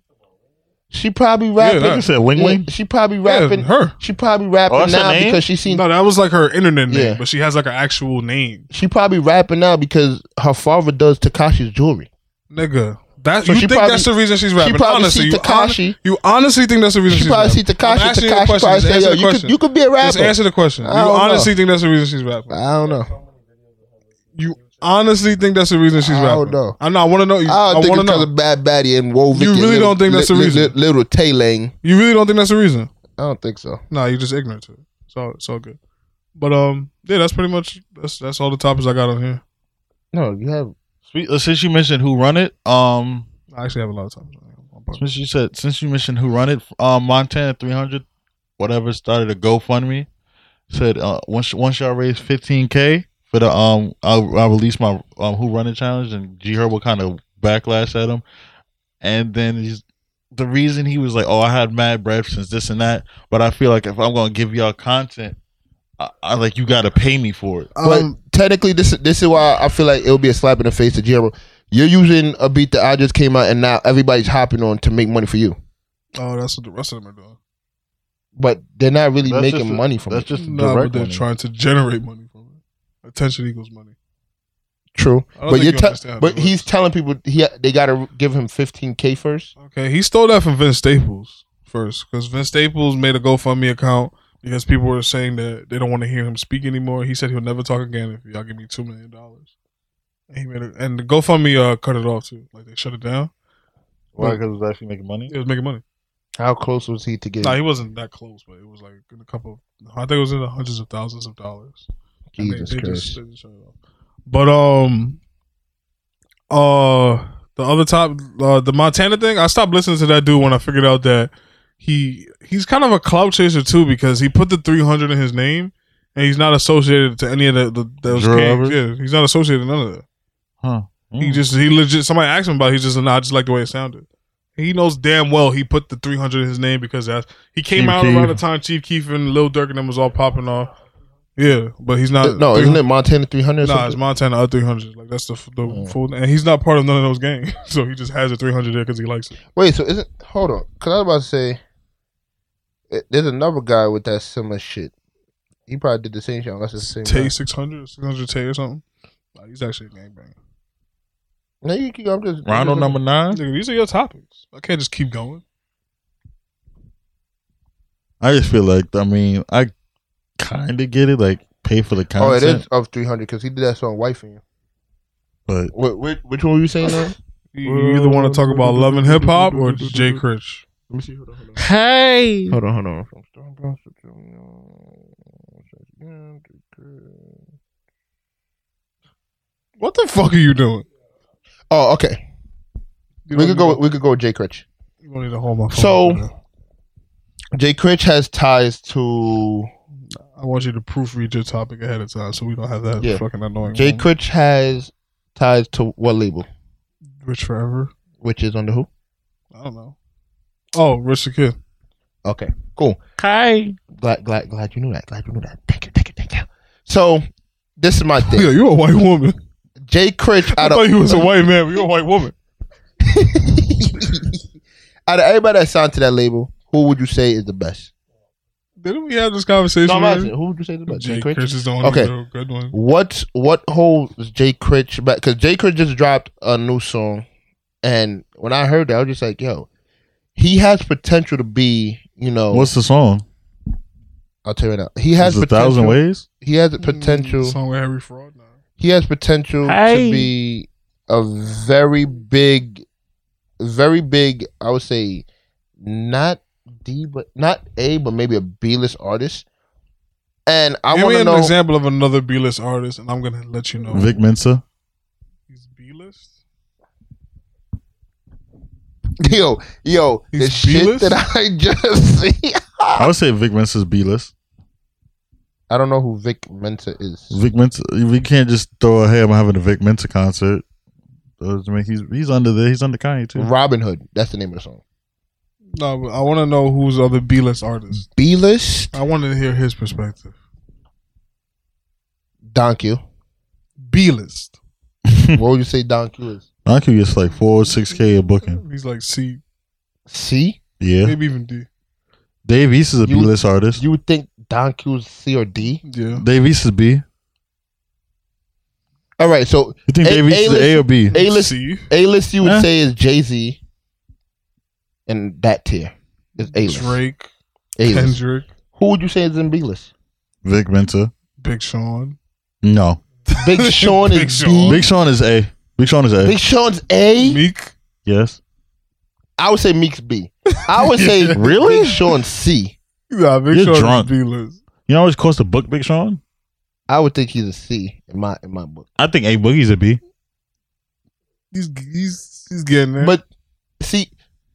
Speaker 3: She probably rapping.
Speaker 2: that-
Speaker 1: You said Wing Wing.
Speaker 3: she probably
Speaker 2: Yeah,
Speaker 3: rapping.
Speaker 2: her.
Speaker 3: She probably rapping
Speaker 1: Oh, that's her
Speaker 3: now
Speaker 1: name?
Speaker 3: because she seen
Speaker 2: No, that was like her internet name,
Speaker 3: Yeah.
Speaker 2: but she has like an actual name.
Speaker 3: she probably rapping now because her father does Takashi's jewelry.
Speaker 2: Nigga, That
Speaker 3: So
Speaker 2: you
Speaker 3: she
Speaker 2: think
Speaker 3: probably-
Speaker 2: that's the reason she's
Speaker 3: She
Speaker 2: rapping?
Speaker 3: probably
Speaker 2: honestly,
Speaker 3: see
Speaker 2: you, hon-
Speaker 3: Tekashi.
Speaker 2: you honestly think that's the reason
Speaker 3: She
Speaker 2: she's
Speaker 3: probably see
Speaker 2: rapping? I'm
Speaker 3: Takashi.
Speaker 2: asking you a
Speaker 3: Takashi
Speaker 2: question.
Speaker 3: probably
Speaker 2: Just
Speaker 3: say,
Speaker 2: answer the
Speaker 3: "Yo, you could,
Speaker 2: question.
Speaker 3: you could be a
Speaker 2: Just
Speaker 3: rapper."
Speaker 2: answer the question. You
Speaker 3: I don't
Speaker 2: honestly
Speaker 3: know.
Speaker 2: think that's the reason she's rapping?
Speaker 3: I don't know.
Speaker 2: You honestly think that's the reason she's
Speaker 3: I
Speaker 2: rapping?
Speaker 3: don't know.
Speaker 2: I know. I want to know. You,
Speaker 3: I
Speaker 2: I,
Speaker 3: don't think
Speaker 2: want
Speaker 3: it's
Speaker 2: to know.
Speaker 3: because of Bad Batty and Wovick.
Speaker 2: You
Speaker 3: and
Speaker 2: really
Speaker 3: Lil-
Speaker 2: don't think that's the
Speaker 3: Lil-
Speaker 2: reason?
Speaker 3: Lil- Little Taylor.
Speaker 2: You really don't think that's the reason?
Speaker 3: I don't think so.
Speaker 2: No, you're just ignorant to it. It's all, it's all good. But um, yeah, that's pretty much that's that's all the topics I got on here.
Speaker 3: No, you have
Speaker 1: Spe- uh, Since you mentioned who run it, um,
Speaker 2: I actually have a lot of topics. On here. I'm fucking-
Speaker 1: since you said since you mentioned who run it, um, Montana three hundred, whatever started a GoFundMe. Said uh, once once y'all raise fifteen k for the um, I'll, I'll release my um who run it challenge and G Herbo kind of backlash at him, and then he's the reason he was like, oh, I had mad breath since this and that, but I feel like if I'm gonna give y'all content, I, I like you gotta pay me for it.
Speaker 3: But
Speaker 2: Um,
Speaker 3: technically, this this is why I feel like it'll be a slap in the face to Jero. You're using a beat that I just came out, and now everybody's hopping on to make money for you,
Speaker 2: oh, that's what the rest of them are doing.
Speaker 3: but they're not really
Speaker 1: That's
Speaker 3: making
Speaker 1: just a-
Speaker 3: money from
Speaker 1: That's
Speaker 3: it.
Speaker 1: just
Speaker 2: no, but
Speaker 1: direct
Speaker 2: they're
Speaker 1: money.
Speaker 2: trying to generate money from it. Attention equals money.
Speaker 3: True,
Speaker 2: I don't
Speaker 3: but
Speaker 2: think
Speaker 3: you're
Speaker 2: you
Speaker 3: te-
Speaker 2: understand how
Speaker 3: but
Speaker 2: that works.
Speaker 3: he's telling people he they gotta give him 15k first.
Speaker 2: Okay, he stole that from Vince Staples first because Vince Staples made a GoFundMe account because people were saying that they don't want to hear him speak anymore. He said he'll never talk again if y'all give me two million dollars. And he made a, and the GoFundMe uh, cut it off too. Like they shut it down.
Speaker 1: Why? Because it's actually making money.
Speaker 2: It was making money.
Speaker 3: How close was he to
Speaker 2: No,
Speaker 3: getting?
Speaker 2: he wasn't that close, but it was like in a couple. Of, I think it was in the hundreds of thousands of dollars. And
Speaker 3: Jesus Christ!
Speaker 2: they just shut it off. But um, uh, the other top, uh, the Montana thing. I stopped listening to that dude when I figured out that he he's kind of a clout chaser too because he put the three hundred in his name and he's not associated to any of the, the those
Speaker 1: Drill
Speaker 2: gangs.
Speaker 1: robbers?
Speaker 2: Yeah, he's not associated with none of that.
Speaker 1: Huh. Hmm.
Speaker 2: He just he legit. Somebody asked him about. It. He's just nah, I just like the way it sounded. He knows damn well he put the three hundred in his name because that's he came
Speaker 1: Chief
Speaker 2: out around
Speaker 1: Keef.
Speaker 2: the time Chief Keef and Lil Durk and them was all popping off. Yeah, but he's not.
Speaker 3: No, isn't it Montana 300? Or
Speaker 2: Nah, it's
Speaker 3: something?
Speaker 2: Montana uh, 300. Like that's the f- the full, and he's not part of none of those gangs, so he just has a 300 there because he likes it.
Speaker 3: Wait, so isn't hold on? Cause I was about to say, eh, there's another guy with that similar shit. He probably did the same shit unless it's the same. guy.
Speaker 2: Tay 600, 600 Tay or something. Nah, he's actually a gangbanger.
Speaker 3: No, you, you, I'm just
Speaker 1: Rondo number nine.
Speaker 2: Nigga, these are your topics. I can't just keep going.
Speaker 1: I just feel like I mean I kind of get it, like pay for the
Speaker 3: Oh, it
Speaker 1: content,
Speaker 3: is of 300 because he did that song Wife in You.
Speaker 1: but
Speaker 3: Wh- which, which one were you saying though? Let
Speaker 2: You you either want to talk about love and hip hop or Jay Critch.
Speaker 3: me see. Hold on, hold
Speaker 5: Hey.
Speaker 3: on. Hold on,
Speaker 2: What the fuck are you doing?
Speaker 3: Oh, okay.
Speaker 2: You
Speaker 3: we
Speaker 2: don't
Speaker 3: could go.
Speaker 2: need-
Speaker 3: We could go. With Jay Critch.
Speaker 2: You don't need to hold my phone.
Speaker 3: So-
Speaker 2: up right now.
Speaker 3: Jay Critch has ties to.
Speaker 2: I want you to proofread your topic ahead of time so we don't have that
Speaker 3: Yeah.
Speaker 2: fucking annoying.
Speaker 3: Jay
Speaker 2: moment.
Speaker 3: Critch has ties to what label?
Speaker 2: Rich Forever.
Speaker 3: Which is under who?
Speaker 2: I don't know. Oh, Rich the Kid.
Speaker 3: Okay, cool.
Speaker 5: Hey.
Speaker 3: Glad, glad, glad you knew that. Glad you knew that. Thank you, thank you, thank you. So, this is my
Speaker 2: Yeah,
Speaker 3: thing.
Speaker 2: you're a white woman.
Speaker 3: Jay Critch
Speaker 2: I
Speaker 3: out
Speaker 2: thought
Speaker 3: of
Speaker 2: you was a white man, but you're a white woman.
Speaker 3: out of everybody that signed to that label, who would you say is the best?
Speaker 2: Didn't we have this conversation?
Speaker 3: No, I'm
Speaker 2: already?
Speaker 3: asking, who would you say is the best?
Speaker 2: Jay
Speaker 3: Jay Critch.
Speaker 2: Chris is the only
Speaker 3: Okay.
Speaker 2: real good one.
Speaker 3: What what holds Jay Critch back? Because Jay Critch just dropped a new song, and when I heard that, I was just like, "Yo, he has potential to be." You know,
Speaker 1: what's the song?
Speaker 3: I'll tell you right now, he
Speaker 1: It's
Speaker 3: Oh. has
Speaker 1: a
Speaker 3: potential.
Speaker 1: thousand ways.
Speaker 3: He has potential.
Speaker 2: Song with Mm, Harry Fraud now.
Speaker 3: he has potential
Speaker 5: Hey.
Speaker 3: to be a very big, very big. I would say not D, but not A, but maybe a B list artist. And I
Speaker 2: Give
Speaker 3: want
Speaker 2: me
Speaker 3: to
Speaker 2: an
Speaker 3: know.
Speaker 2: example of another B-list artist, and I'm gonna let you know.
Speaker 1: Vic Mensa.
Speaker 2: He's B-list.
Speaker 3: Yo, yo, the
Speaker 2: He's
Speaker 3: shit
Speaker 2: B-list?
Speaker 3: that I just see.
Speaker 1: I would say Vic Mensa's B list.
Speaker 3: I don't know who Vic Mensa is.
Speaker 1: Vic Mensa. We can't just throw a hey, I'm having a Vic Mensa concert. Those- I mean, he's he's under the he's under Kanye too.
Speaker 3: Robin Hood. That's the name of the song.
Speaker 2: No, but I want to know who's the other B-list artist.
Speaker 3: B list
Speaker 2: I wanted to hear his perspective.
Speaker 3: Don Q.
Speaker 2: B-list.
Speaker 3: what would you say Don Q is?
Speaker 1: I think he gets like four or six k a booking.
Speaker 2: He's like C,
Speaker 3: C.
Speaker 1: Yeah,
Speaker 2: maybe even D.
Speaker 1: Dave East is a B
Speaker 3: You-
Speaker 1: list artist.
Speaker 3: You would think Don Q is C or D?
Speaker 2: Yeah.
Speaker 1: Dave East is B.
Speaker 3: All right, so
Speaker 1: You think
Speaker 3: A-
Speaker 1: they reached the A or B?
Speaker 3: A list,
Speaker 2: See,
Speaker 3: A list, you would
Speaker 1: Huh?
Speaker 3: say is Jay Z, and that tier is A list.
Speaker 2: Drake,
Speaker 3: A list.
Speaker 2: Kendrick,
Speaker 3: Who would you say is in B list?
Speaker 1: Vic Mensa.
Speaker 2: Big Sean.
Speaker 1: No.
Speaker 3: Big Sean
Speaker 2: Big
Speaker 3: is
Speaker 2: Sean.
Speaker 3: B.
Speaker 1: Big Sean is A. Big Sean is A.
Speaker 3: Big Sean's A.
Speaker 2: Meek.
Speaker 1: yes.
Speaker 3: I would say Meek's B. I would say really Big Sean C.
Speaker 2: Nah, Big
Speaker 1: You're
Speaker 2: Sean is
Speaker 1: drunk.
Speaker 2: B-list.
Speaker 1: You know how much it costs to book Big Sean?
Speaker 3: I would think he's a C in my in my book.
Speaker 1: I think A Boogie's a B.
Speaker 2: He's, he's, he's getting there.
Speaker 3: But see,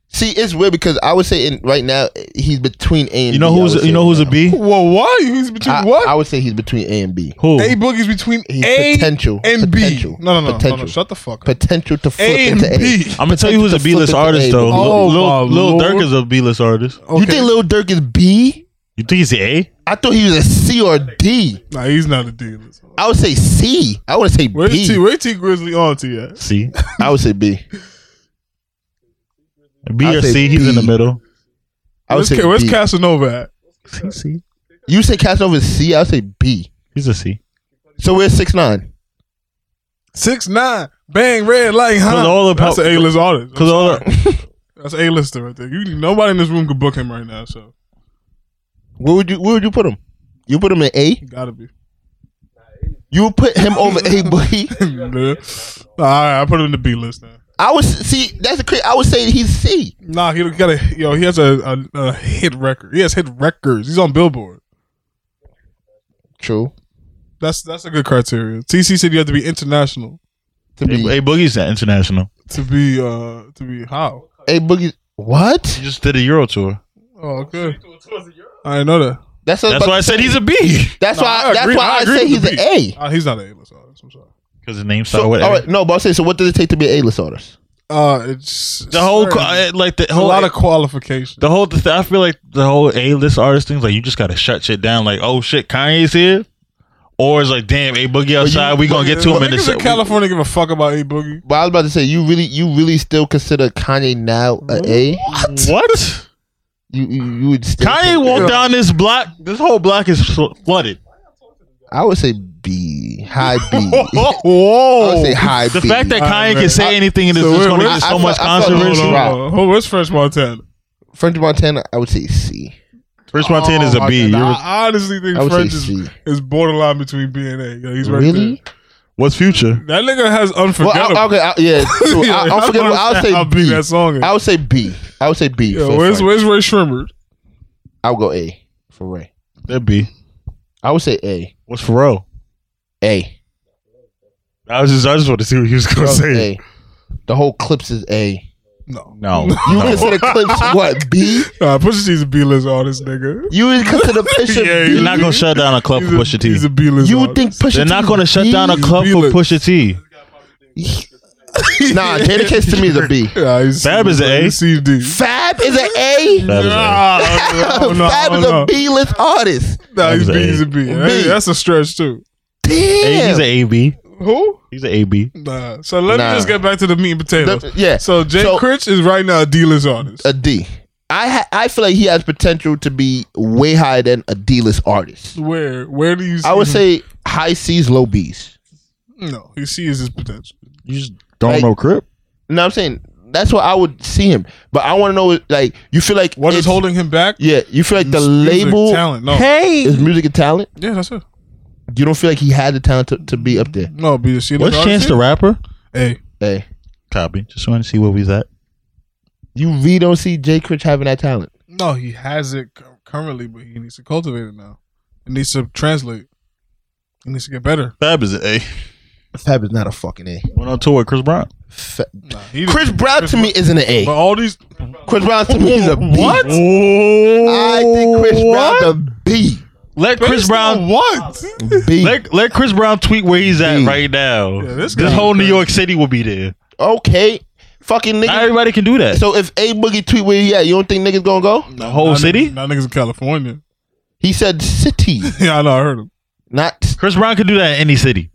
Speaker 3: see, it's weird because I would say in right now he's between A and
Speaker 1: You know
Speaker 3: B, I
Speaker 1: who's
Speaker 3: would
Speaker 1: you
Speaker 3: say
Speaker 1: know who's a
Speaker 3: now.
Speaker 1: B?
Speaker 2: well, why? He's between
Speaker 3: I,
Speaker 2: what?
Speaker 3: I would say he's between A and B.
Speaker 1: Who?
Speaker 2: a Boogie's between
Speaker 3: He's
Speaker 2: A
Speaker 3: potential
Speaker 2: and
Speaker 3: potential,
Speaker 2: B. No, no, no, no, no.
Speaker 3: potential,
Speaker 2: Shut the fuck up.
Speaker 3: potential to flip
Speaker 2: A and
Speaker 3: into A.
Speaker 2: B.
Speaker 1: I'm gonna tell you who's a
Speaker 3: Potential
Speaker 1: B-list
Speaker 3: flip into
Speaker 1: artist
Speaker 3: A,
Speaker 1: though.
Speaker 3: Boogie.
Speaker 2: Oh, my
Speaker 1: Lil, Lil, Lil Durk
Speaker 2: Lord. Oh.
Speaker 1: is a B-list artist.
Speaker 3: You think Lil Durk is B?
Speaker 1: You think he's a A?
Speaker 3: I thought he was a C or a D.
Speaker 2: Nah, he's not a D-list.
Speaker 3: I would say C. I would say
Speaker 2: Where's T?
Speaker 3: B.
Speaker 2: Where's T Grizzly on T at?
Speaker 1: C.
Speaker 3: I would say B.
Speaker 1: B
Speaker 3: I'd
Speaker 1: or
Speaker 3: say
Speaker 1: C, he's in the
Speaker 3: B.
Speaker 1: middle.
Speaker 3: I would
Speaker 2: Where's,
Speaker 3: say
Speaker 2: Ca- where's
Speaker 3: B.
Speaker 2: Casanova at?
Speaker 1: C, C.
Speaker 3: you say Casanova is C. I would say B.
Speaker 1: He's a C.
Speaker 3: So we're six nine.
Speaker 2: Six nine, bang red light, huh?
Speaker 1: Cause all the
Speaker 2: That's
Speaker 1: pop-
Speaker 2: an A-list artist.
Speaker 1: Cause all the,
Speaker 2: That's an A-lister right there. You, nobody in this room could book him right now, so
Speaker 3: Where would you Where would you put him? You put him in A.
Speaker 2: you gotta be.
Speaker 3: You would put him over A Boogie.
Speaker 2: Nah. All right, I put him in the B-list now.
Speaker 3: I would s- see. That's a cra I would say he's C.
Speaker 2: Nah, he got a yo. He has a, a, a hit record. He has hit records. He's on Billboard.
Speaker 3: True.
Speaker 2: That's that's a good criteria. TC said you have to be international
Speaker 3: To be
Speaker 1: A Boogie's not international.
Speaker 2: to be uh to be how.
Speaker 3: A Boogie. What?
Speaker 1: He just did a Euro tour.
Speaker 2: Oh, okay. I didn't know that.
Speaker 3: That's,
Speaker 1: That's why I said he's a B.
Speaker 3: That's why.
Speaker 2: Nah, I
Speaker 3: that's
Speaker 2: agree-
Speaker 3: why
Speaker 2: I
Speaker 3: I,
Speaker 2: agree
Speaker 3: say
Speaker 2: with
Speaker 3: he's
Speaker 2: the
Speaker 3: an
Speaker 2: beat.
Speaker 3: A.
Speaker 2: Uh, he's not an A-list artist. I'm sorry.
Speaker 1: Because his name
Speaker 3: So,
Speaker 1: started with
Speaker 3: all
Speaker 1: A.
Speaker 3: right, no, but I say. So what does it take to be an A list artist?
Speaker 2: Uh, it's
Speaker 1: The whole,
Speaker 2: certain-
Speaker 1: co- I- like the
Speaker 2: a
Speaker 1: whole,
Speaker 2: lot of qualifications.
Speaker 1: the whole. th- I feel like the whole A-list artist things. Like you just gotta shut shit down. Like oh shit, Kanye's here, or it's like damn, A Boogie outside. we gonna get to him in
Speaker 2: Niggas
Speaker 1: this.
Speaker 2: in California give a fuck about A Boogie.
Speaker 3: But I was about to say you really, you really still consider Kanye now an A?
Speaker 1: What?
Speaker 3: You, you, you would still.
Speaker 1: Kanye
Speaker 3: think-
Speaker 1: walked down this block. This whole block is fl- flooded.
Speaker 3: I would say B, high B. I
Speaker 2: Whoa!
Speaker 3: would say high
Speaker 1: The
Speaker 3: B.
Speaker 1: fact that
Speaker 2: All
Speaker 1: Kanye
Speaker 2: right,
Speaker 1: can
Speaker 2: man.
Speaker 1: say
Speaker 2: I-
Speaker 1: anything in this
Speaker 2: so
Speaker 1: is
Speaker 2: wait,
Speaker 1: going to
Speaker 2: wait,
Speaker 1: get
Speaker 3: I-
Speaker 1: so
Speaker 3: I
Speaker 1: much
Speaker 3: felt- I felt a
Speaker 1: controversy.
Speaker 3: little wrong.
Speaker 2: Hold on. Uh, Who- Where's French Montana?
Speaker 3: French Montana, I would say C.
Speaker 1: Chris Montana is a
Speaker 2: Oh,
Speaker 1: B.
Speaker 2: I,
Speaker 1: You're-
Speaker 2: I honestly think
Speaker 3: I would
Speaker 2: French
Speaker 3: say
Speaker 2: is,
Speaker 3: C.
Speaker 2: is borderline between B and A. Yo, he's right
Speaker 3: Really?
Speaker 1: What's future?
Speaker 2: there. That nigga has
Speaker 3: Well,
Speaker 2: unforgettable.
Speaker 3: I, okay, I, yeah. So
Speaker 2: Yo,
Speaker 3: I,
Speaker 2: y'all
Speaker 3: I'm forgetting. I would
Speaker 2: understand
Speaker 3: say
Speaker 2: how big
Speaker 3: B.
Speaker 2: that song is.
Speaker 3: I would say B. I would say B.
Speaker 2: Yo,
Speaker 3: for
Speaker 2: where's
Speaker 3: Frank.
Speaker 2: where's Ray Shrimmer?
Speaker 3: I would go A for Ray.
Speaker 1: That B.
Speaker 3: I would say A.
Speaker 1: What's Pharrell?
Speaker 3: A.
Speaker 1: I was just, I just want to see what he was going to say.
Speaker 3: A. The whole clips is A.
Speaker 2: No.
Speaker 1: No,
Speaker 3: You
Speaker 1: no.
Speaker 3: consider clips what B?
Speaker 2: Uh, Pusha T's a B list artist, nigga.
Speaker 3: You would consider Pusha
Speaker 2: Yeah,
Speaker 1: They're
Speaker 3: B?
Speaker 1: not gonna shut down a club for
Speaker 2: He's a-
Speaker 1: Pusha
Speaker 2: He's
Speaker 1: T.
Speaker 2: a B list.
Speaker 3: you would think Pusha?
Speaker 1: They're not gonna shut down a club for
Speaker 2: B-list.
Speaker 1: Pusha T.
Speaker 3: Nah, Jadakiss to me is a B.
Speaker 2: Yeah, he's
Speaker 1: Fab is a A.
Speaker 2: He's CD.
Speaker 3: Fab is an A.
Speaker 1: That is a-
Speaker 2: Nah, I don't know, I
Speaker 3: Fab
Speaker 2: don't
Speaker 3: is
Speaker 2: know.
Speaker 3: a B list artist.
Speaker 2: Nah, he's
Speaker 1: Fab is a
Speaker 2: B.
Speaker 1: A.
Speaker 2: He's a B. Hey, That's a stretch too.
Speaker 1: A-
Speaker 3: Damn.
Speaker 1: He's an AB.
Speaker 2: Who?
Speaker 1: He's an AB.
Speaker 2: Nah. So let
Speaker 3: Nah.
Speaker 2: me just get back to the meat and potatoes.
Speaker 3: The- yeah.
Speaker 2: So Jay
Speaker 3: So- Uh,
Speaker 2: Critch is right now a D list artist.
Speaker 3: a D. I ha- I feel like he has potential to be way higher than a D list artist.
Speaker 2: Where? Where do you? See
Speaker 3: I would
Speaker 2: him?
Speaker 3: say high C's, low B's.
Speaker 2: no. He sees his potential.
Speaker 1: You just don't
Speaker 3: Like-
Speaker 1: know Crip.
Speaker 3: You know what I'm saying? That's what I would see him. But I want to know, like, you feel like
Speaker 2: What is
Speaker 3: it's-
Speaker 2: holding him back?
Speaker 3: Yeah, you feel like the
Speaker 2: Music
Speaker 3: label
Speaker 2: talent. No.
Speaker 3: is music and talent.
Speaker 2: Yeah, that's it.
Speaker 3: You don't feel like he had the talent to, to be up there.
Speaker 2: No, be a C list
Speaker 1: What's
Speaker 2: artist.
Speaker 1: Chance the Rapper?
Speaker 2: Hey,
Speaker 3: Hey,
Speaker 1: Copy. Just want to see where we's at.
Speaker 3: you really don't see Jay Critch having that talent.
Speaker 2: no, he has it cu- currently, but he needs to cultivate it now. It needs to translate. It needs to get better.
Speaker 1: Fab is an A.
Speaker 3: Fab is not a fucking A.
Speaker 1: Went on tour with Chris Brown.
Speaker 3: Fa-
Speaker 2: Nah, he
Speaker 3: Chris Brown to me isn't an
Speaker 2: But
Speaker 3: A.
Speaker 2: all these
Speaker 3: Chris Brown to me is a B.
Speaker 2: What?
Speaker 3: I think Chris Brown's a B.
Speaker 1: Let Chris
Speaker 2: Based on
Speaker 1: Brown.
Speaker 2: What?
Speaker 3: B.
Speaker 1: Let, let Chris Brown tweet where he's at
Speaker 3: B.
Speaker 1: right now.
Speaker 2: Yeah, this
Speaker 1: this
Speaker 2: guy
Speaker 1: whole
Speaker 2: is
Speaker 1: New
Speaker 2: crazy.
Speaker 1: York City will be there.
Speaker 3: okay, fucking
Speaker 1: Not
Speaker 3: nigga.
Speaker 1: everybody can do that.
Speaker 3: So if A Boogie tweet where he at, you don't think niggas gonna go?
Speaker 1: the whole
Speaker 2: Nah,
Speaker 1: city.
Speaker 2: Niggas, nah, niggas in California.
Speaker 3: He said city,
Speaker 2: yeah, I know. I heard him.
Speaker 3: not
Speaker 1: Chris Brown could do that in any city.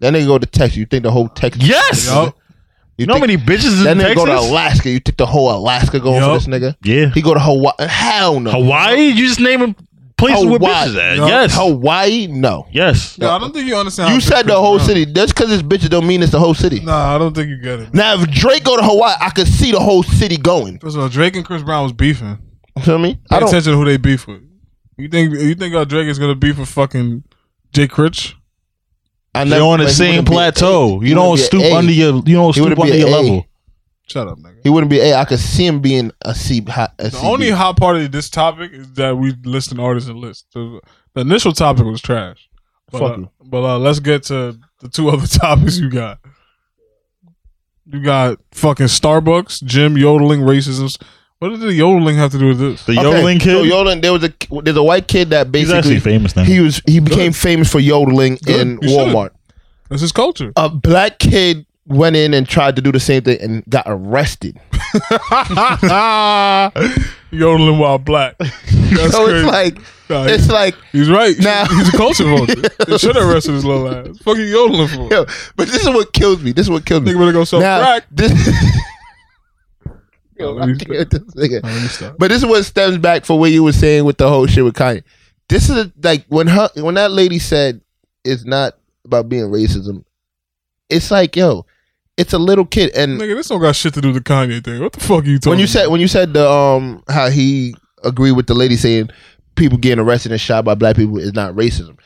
Speaker 3: that nigga go to Texas. You think the whole Texas?
Speaker 1: Yes.
Speaker 2: Yup.
Speaker 1: You
Speaker 3: You
Speaker 1: know how
Speaker 3: think
Speaker 1: many bitches in
Speaker 3: that nigga
Speaker 1: Texas?
Speaker 3: go to Alaska? You think the whole Alaska going
Speaker 2: Yup.
Speaker 3: for this nigga?
Speaker 1: yeah.
Speaker 3: He go to Hawaii? Hell no.
Speaker 1: Hawaii? You just name him places where
Speaker 3: Hawaii.
Speaker 1: bitches at.
Speaker 2: No.
Speaker 1: Yes.
Speaker 3: Hawaii, no.
Speaker 1: Yes.
Speaker 2: No, I don't think you understand. how
Speaker 3: You said
Speaker 2: big
Speaker 3: the whole
Speaker 2: Chris
Speaker 3: city. Just because it's bitches don't mean it's the whole city.
Speaker 2: Brown- Nah, I don't think you get it.
Speaker 3: Now, if Drake go to Hawaii, I could see the whole city going.
Speaker 2: First of all, Drake and Chris Brown was beefing.
Speaker 3: You feel me?
Speaker 2: Pay
Speaker 3: I don't.
Speaker 2: attention to who they beef with. You think you think uh, Drake is gonna beef with fucking Jake Critch?
Speaker 3: I
Speaker 1: You're
Speaker 3: never-
Speaker 1: on the
Speaker 3: but he
Speaker 1: same
Speaker 3: wouldn't be an
Speaker 1: plateau.
Speaker 3: A.
Speaker 1: You
Speaker 3: He
Speaker 1: don't
Speaker 3: wouldn't be an
Speaker 1: stoop
Speaker 3: A.
Speaker 1: under your. You don't
Speaker 3: He
Speaker 1: stoop
Speaker 3: wouldn't be
Speaker 1: under your
Speaker 3: an A.
Speaker 1: level.
Speaker 2: Shut up, nigga.
Speaker 3: He wouldn't be A. I could see him being a C. hot- A
Speaker 2: The
Speaker 3: C
Speaker 2: only
Speaker 3: B.
Speaker 2: hot part of this topic is that we list an artist and list. The, the initial topic was trash. But,
Speaker 3: Fuck
Speaker 2: uh,
Speaker 3: you.
Speaker 2: but uh, let's get to the two other topics you got. You got fucking Starbucks, gym, yodeling, racism. What did the yodeling have to do with this?
Speaker 1: The
Speaker 3: Okay,
Speaker 1: yodeling
Speaker 3: So
Speaker 1: kid.
Speaker 3: yodeling. There was a there's a white kid that
Speaker 1: he's actually
Speaker 3: basically
Speaker 1: famous now.
Speaker 3: he was he became famous for yodeling
Speaker 2: Good.
Speaker 3: in
Speaker 2: You should.
Speaker 3: Walmart.
Speaker 2: This is culture.
Speaker 3: A black kid went in and tried to do the same thing and got arrested.
Speaker 2: yodeling while black. That's
Speaker 3: so
Speaker 2: crazy.
Speaker 3: it's like
Speaker 2: Nah,
Speaker 3: it's
Speaker 2: he-
Speaker 3: like
Speaker 2: he's right.
Speaker 3: Nah.
Speaker 2: He's a culture vulture. they should have arrested his little ass. Fucking yodeling for.
Speaker 3: yo, but this is what kills me. This is what kills me.
Speaker 2: Nigga better go sell crack.
Speaker 3: This, Yo,
Speaker 2: Let
Speaker 3: I
Speaker 2: me
Speaker 3: can't with this nigga.
Speaker 2: Nah, let me stop.
Speaker 3: But this is what stems back for what you were saying with the whole shit with Kanye. This is like when her when that lady said it's not about being racism. It's like yo, it's a little kid, and
Speaker 2: Nigga, this don't got shit to do with the Kanye thing. What the fuck are you talking
Speaker 3: when you said when you said the um how he agreed with the lady saying people getting arrested and shot by black people is not racism.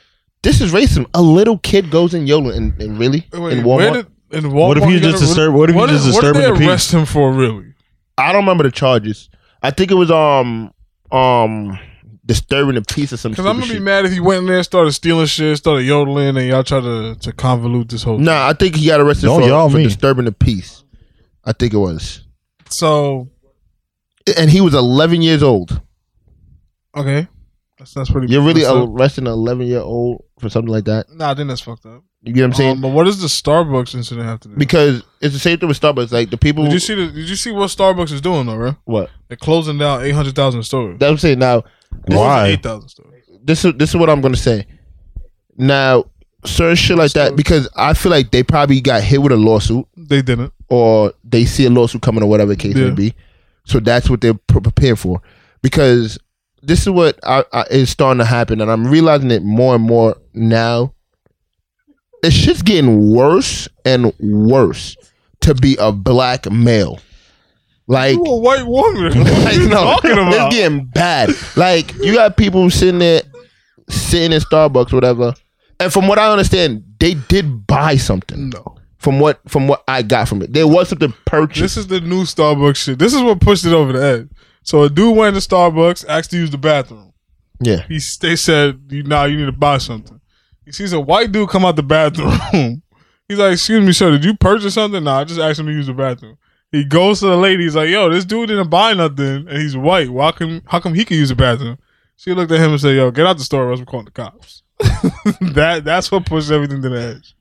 Speaker 3: This is racism. A little kid goes in Yola and, and really
Speaker 2: Wait,
Speaker 3: in
Speaker 2: where
Speaker 3: Walmart.
Speaker 2: did- in Walmart
Speaker 1: What if he
Speaker 2: you
Speaker 1: just
Speaker 2: gotta-
Speaker 1: disturb- what if he
Speaker 2: did-
Speaker 1: just disturbing
Speaker 2: What
Speaker 1: the
Speaker 2: did they
Speaker 1: peace?
Speaker 2: arrest him for, really?
Speaker 3: I don't remember the charges. I think it was um um disturbing the peace or some.
Speaker 2: Because I'm
Speaker 3: stupid
Speaker 2: gonna be
Speaker 3: shit.
Speaker 2: mad if he went in there, started stealing shit, started yodeling, and y'all try to, to convolute this whole.
Speaker 3: Nah, I think he got arrested
Speaker 1: Don't
Speaker 3: for,
Speaker 1: y'all
Speaker 3: for
Speaker 1: me.
Speaker 3: disturbing the peace. I think it was,
Speaker 2: thing. So
Speaker 3: and he was 11 years old.
Speaker 2: okay, that's that's pretty.
Speaker 3: You're really
Speaker 2: that's up.
Speaker 3: arresting an 11 year old for something like that.
Speaker 2: nah, then that's fucked up.
Speaker 3: You get what I'm saying?
Speaker 2: Um, but what does the Starbucks incident have to do?
Speaker 3: because it's the same thing with Starbucks. Like the people,
Speaker 2: did you see the, Did you see what Starbucks is doing though, bro?
Speaker 3: what?
Speaker 2: They're closing down eight hundred thousand stores.
Speaker 3: That's what I'm saying. Now
Speaker 1: Why?
Speaker 2: Eight thousand stores.
Speaker 3: this is this is what I'm gonna say. Now certain shit like that because I feel like they probably got hit with a lawsuit
Speaker 2: They didn't.
Speaker 3: or they see a lawsuit coming or whatever the case
Speaker 2: Yeah.
Speaker 3: may be. So that's what they're pre- prepared for. Because this is what I, I, is starting to happen, and I'm realizing it more and more now. This shit's getting worse and worse to be a black male. Like,
Speaker 2: You a white woman? What are
Speaker 3: like,
Speaker 2: you
Speaker 3: no,
Speaker 2: talking about?
Speaker 3: it's getting bad. Like, you got people sitting there, sitting in Starbucks, whatever. And from what I understand, they did buy something.
Speaker 2: no.
Speaker 3: From what from what I got from it, there was something purchased.
Speaker 2: This is the new Starbucks shit. This is what pushed it over the edge. So a dude went to Starbucks, asked to use the bathroom.
Speaker 3: Yeah.
Speaker 2: He s- they said, "You nah, you need to buy something." He sees a white dude come out the bathroom. He's like, "Excuse me, sir, did you purchase something?" Nah, I just asked him to use the bathroom. He goes to the lady. He's like, "Yo, this dude didn't buy nothing, and he's white. Why come? How come he can use the bathroom?" She looked at him and said, "Yo, get out the store, or else we're calling the cops." that that's what pushed everything to the edge.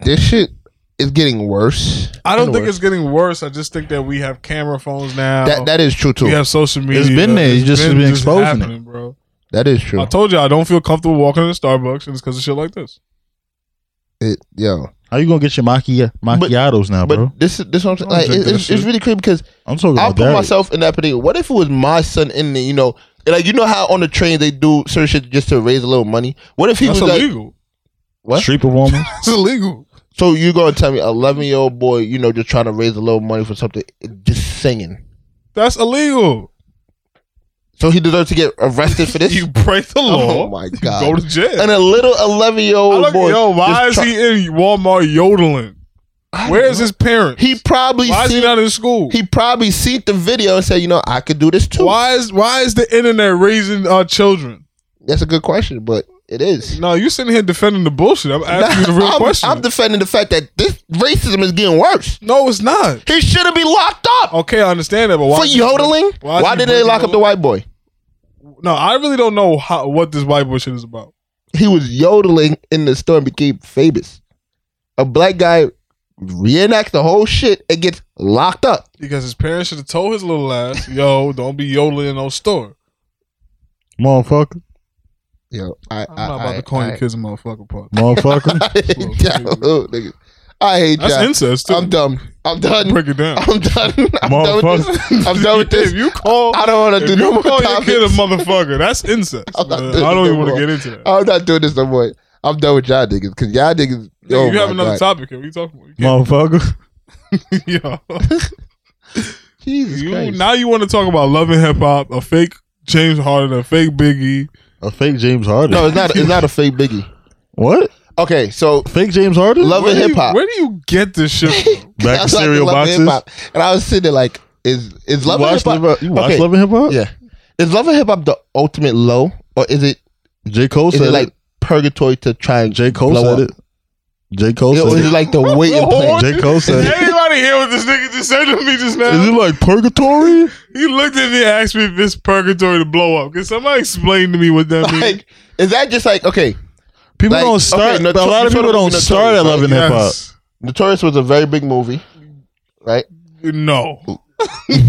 Speaker 3: This shit is getting worse.
Speaker 2: I don't
Speaker 3: and
Speaker 2: think
Speaker 3: worse.
Speaker 2: it's getting worse. I just think that we have camera phones now.
Speaker 3: that. That is true too.
Speaker 2: We have social media.
Speaker 1: been there. It's just been exposing it.
Speaker 2: happening, bro.
Speaker 3: That is
Speaker 2: I
Speaker 3: true.
Speaker 2: told you I don't feel comfortable walking in Starbucks, and it's because of shit like this.
Speaker 3: It, yo,
Speaker 2: Uh-huh.
Speaker 1: How you gonna get your macchia- macchiatos now,
Speaker 3: but
Speaker 1: bro?
Speaker 3: this is this what I'm saying.
Speaker 2: I don't
Speaker 3: Like,
Speaker 2: drink
Speaker 3: it,
Speaker 2: that
Speaker 3: it's, it's
Speaker 2: shit.
Speaker 3: really crazy because
Speaker 1: I'm talking
Speaker 3: I'll
Speaker 1: about
Speaker 3: put
Speaker 1: that.
Speaker 3: myself in that position. What if it was my son in there? You know, like you know how on the train they do certain shit just to raise a little money. What if he
Speaker 2: That's
Speaker 3: was like?
Speaker 2: illegal.
Speaker 3: What?
Speaker 1: Street performers.
Speaker 2: That's illegal.
Speaker 3: So you gonna tell me, eleven year old boy, you know, just trying to raise a little money for something, just singing.
Speaker 2: That's illegal.
Speaker 3: So he deserves to get arrested for this.
Speaker 2: You break the law.
Speaker 3: oh my
Speaker 2: Go
Speaker 3: god!
Speaker 2: to jail.
Speaker 3: And a little eleven year
Speaker 2: I
Speaker 3: old
Speaker 2: look,
Speaker 3: boy.
Speaker 2: yo, why is
Speaker 3: just try-
Speaker 2: he in Walmart yodeling? Where is his parents?
Speaker 3: He probably
Speaker 2: why is he
Speaker 3: seen
Speaker 2: not in school?
Speaker 3: he probably seen the video and said, you know, I could do this too.
Speaker 2: why is why is the internet raising our children?
Speaker 3: That's a good question, but it is.
Speaker 2: No, you sitting here defending the bullshit. I'm asking you the real
Speaker 3: I'm,
Speaker 2: question.
Speaker 3: I'm defending the fact that this racism is getting worse.
Speaker 2: no, it's not.
Speaker 3: He shouldn't be locked up
Speaker 2: Okay, I understand that, but Oh, why
Speaker 3: for yodeling. Why,
Speaker 2: is he
Speaker 3: did they
Speaker 2: breaking
Speaker 3: lock up the white boy?
Speaker 2: No, I really don't know how, what this white boy shit is about.
Speaker 3: He was yodeling in the store and became famous. A black guy reenacts the whole shit and gets locked up.
Speaker 2: Because his parents should have told his little ass, "Yo, don't be yodeling in no store."
Speaker 1: Motherfucker.
Speaker 3: Yo, I,
Speaker 2: I'm
Speaker 3: I-
Speaker 2: not about
Speaker 3: I-
Speaker 2: to call
Speaker 3: I,
Speaker 2: your kids a motherfucker, part.
Speaker 1: Motherfucker.
Speaker 3: I hate y'all, oh, nigga. I hate
Speaker 2: That's
Speaker 3: y'all.
Speaker 2: incest. Too.
Speaker 3: I'm dumb. I'm done.
Speaker 2: Break it down.
Speaker 3: I'm done. I'm done with this. I'm done with this.
Speaker 2: If you call,
Speaker 3: I don't want to
Speaker 2: if
Speaker 3: do
Speaker 2: you
Speaker 3: no more
Speaker 2: call your kid a
Speaker 3: topics.
Speaker 2: motherfucker, that's incest.
Speaker 3: I'm not
Speaker 2: man.
Speaker 3: doing
Speaker 2: I don't
Speaker 3: no
Speaker 2: even want to
Speaker 3: more.
Speaker 2: get into
Speaker 1: Oh
Speaker 2: that.
Speaker 3: I'm not doing this no more. I'm done with y'all niggas because y'all niggas.
Speaker 2: Nigga,
Speaker 3: oh
Speaker 2: you have
Speaker 3: my
Speaker 2: another
Speaker 3: God.
Speaker 2: topic here. What you talking about? You can't-
Speaker 5: motherfucker.
Speaker 2: Yo.
Speaker 3: Jesus
Speaker 2: You-
Speaker 3: Christ.
Speaker 2: now you want to talk about loving hip hop, a fake James Harden, a fake Biggie.
Speaker 1: A fake James Harden.
Speaker 3: No, it's not. It's not a fake Biggie.
Speaker 1: what?
Speaker 3: Okay, so
Speaker 1: Fake James Harden?
Speaker 3: love
Speaker 2: Where
Speaker 3: and
Speaker 2: do you-
Speaker 3: hip hop.
Speaker 2: Where do you get this shit from?
Speaker 1: Back
Speaker 3: I
Speaker 1: to
Speaker 3: was like,
Speaker 1: cereal
Speaker 3: Love and
Speaker 1: boxes.
Speaker 3: Hip Hop. and I was sitting there like, is is
Speaker 1: You
Speaker 3: love and hip
Speaker 1: watch Love
Speaker 3: hop?
Speaker 1: and Hip Hop? You watch
Speaker 3: Okay.
Speaker 1: Love and Hip Hop?
Speaker 3: Yeah. Is love and hip hop the ultimate low, or is it
Speaker 1: J. Cole
Speaker 3: is
Speaker 1: said
Speaker 3: it
Speaker 1: like,
Speaker 3: like purgatory to try and
Speaker 1: J. Cole
Speaker 3: blow
Speaker 1: said
Speaker 3: up?
Speaker 1: it. J. Cole
Speaker 3: It
Speaker 1: said
Speaker 3: was
Speaker 1: it.
Speaker 3: like the waiting plan.
Speaker 1: J. Cole said
Speaker 2: Did
Speaker 1: it.
Speaker 2: anybody hear what this nigga just said to me just now?
Speaker 1: Is it like purgatory?
Speaker 2: he looked at me and asked me if it's purgatory to blow up. Can somebody explain to me what that means?
Speaker 3: Like, is that just like okay?
Speaker 1: People
Speaker 3: Like,
Speaker 1: don't start.
Speaker 3: okay, no,
Speaker 1: but a
Speaker 3: you
Speaker 1: lot of
Speaker 3: sort
Speaker 1: people
Speaker 3: of
Speaker 1: don't
Speaker 3: looking at
Speaker 1: start
Speaker 3: Tony,
Speaker 1: at
Speaker 3: right?
Speaker 1: Love and Hip Hop.
Speaker 2: Yes.
Speaker 3: Notorious was a very big movie, right?
Speaker 2: No.
Speaker 3: You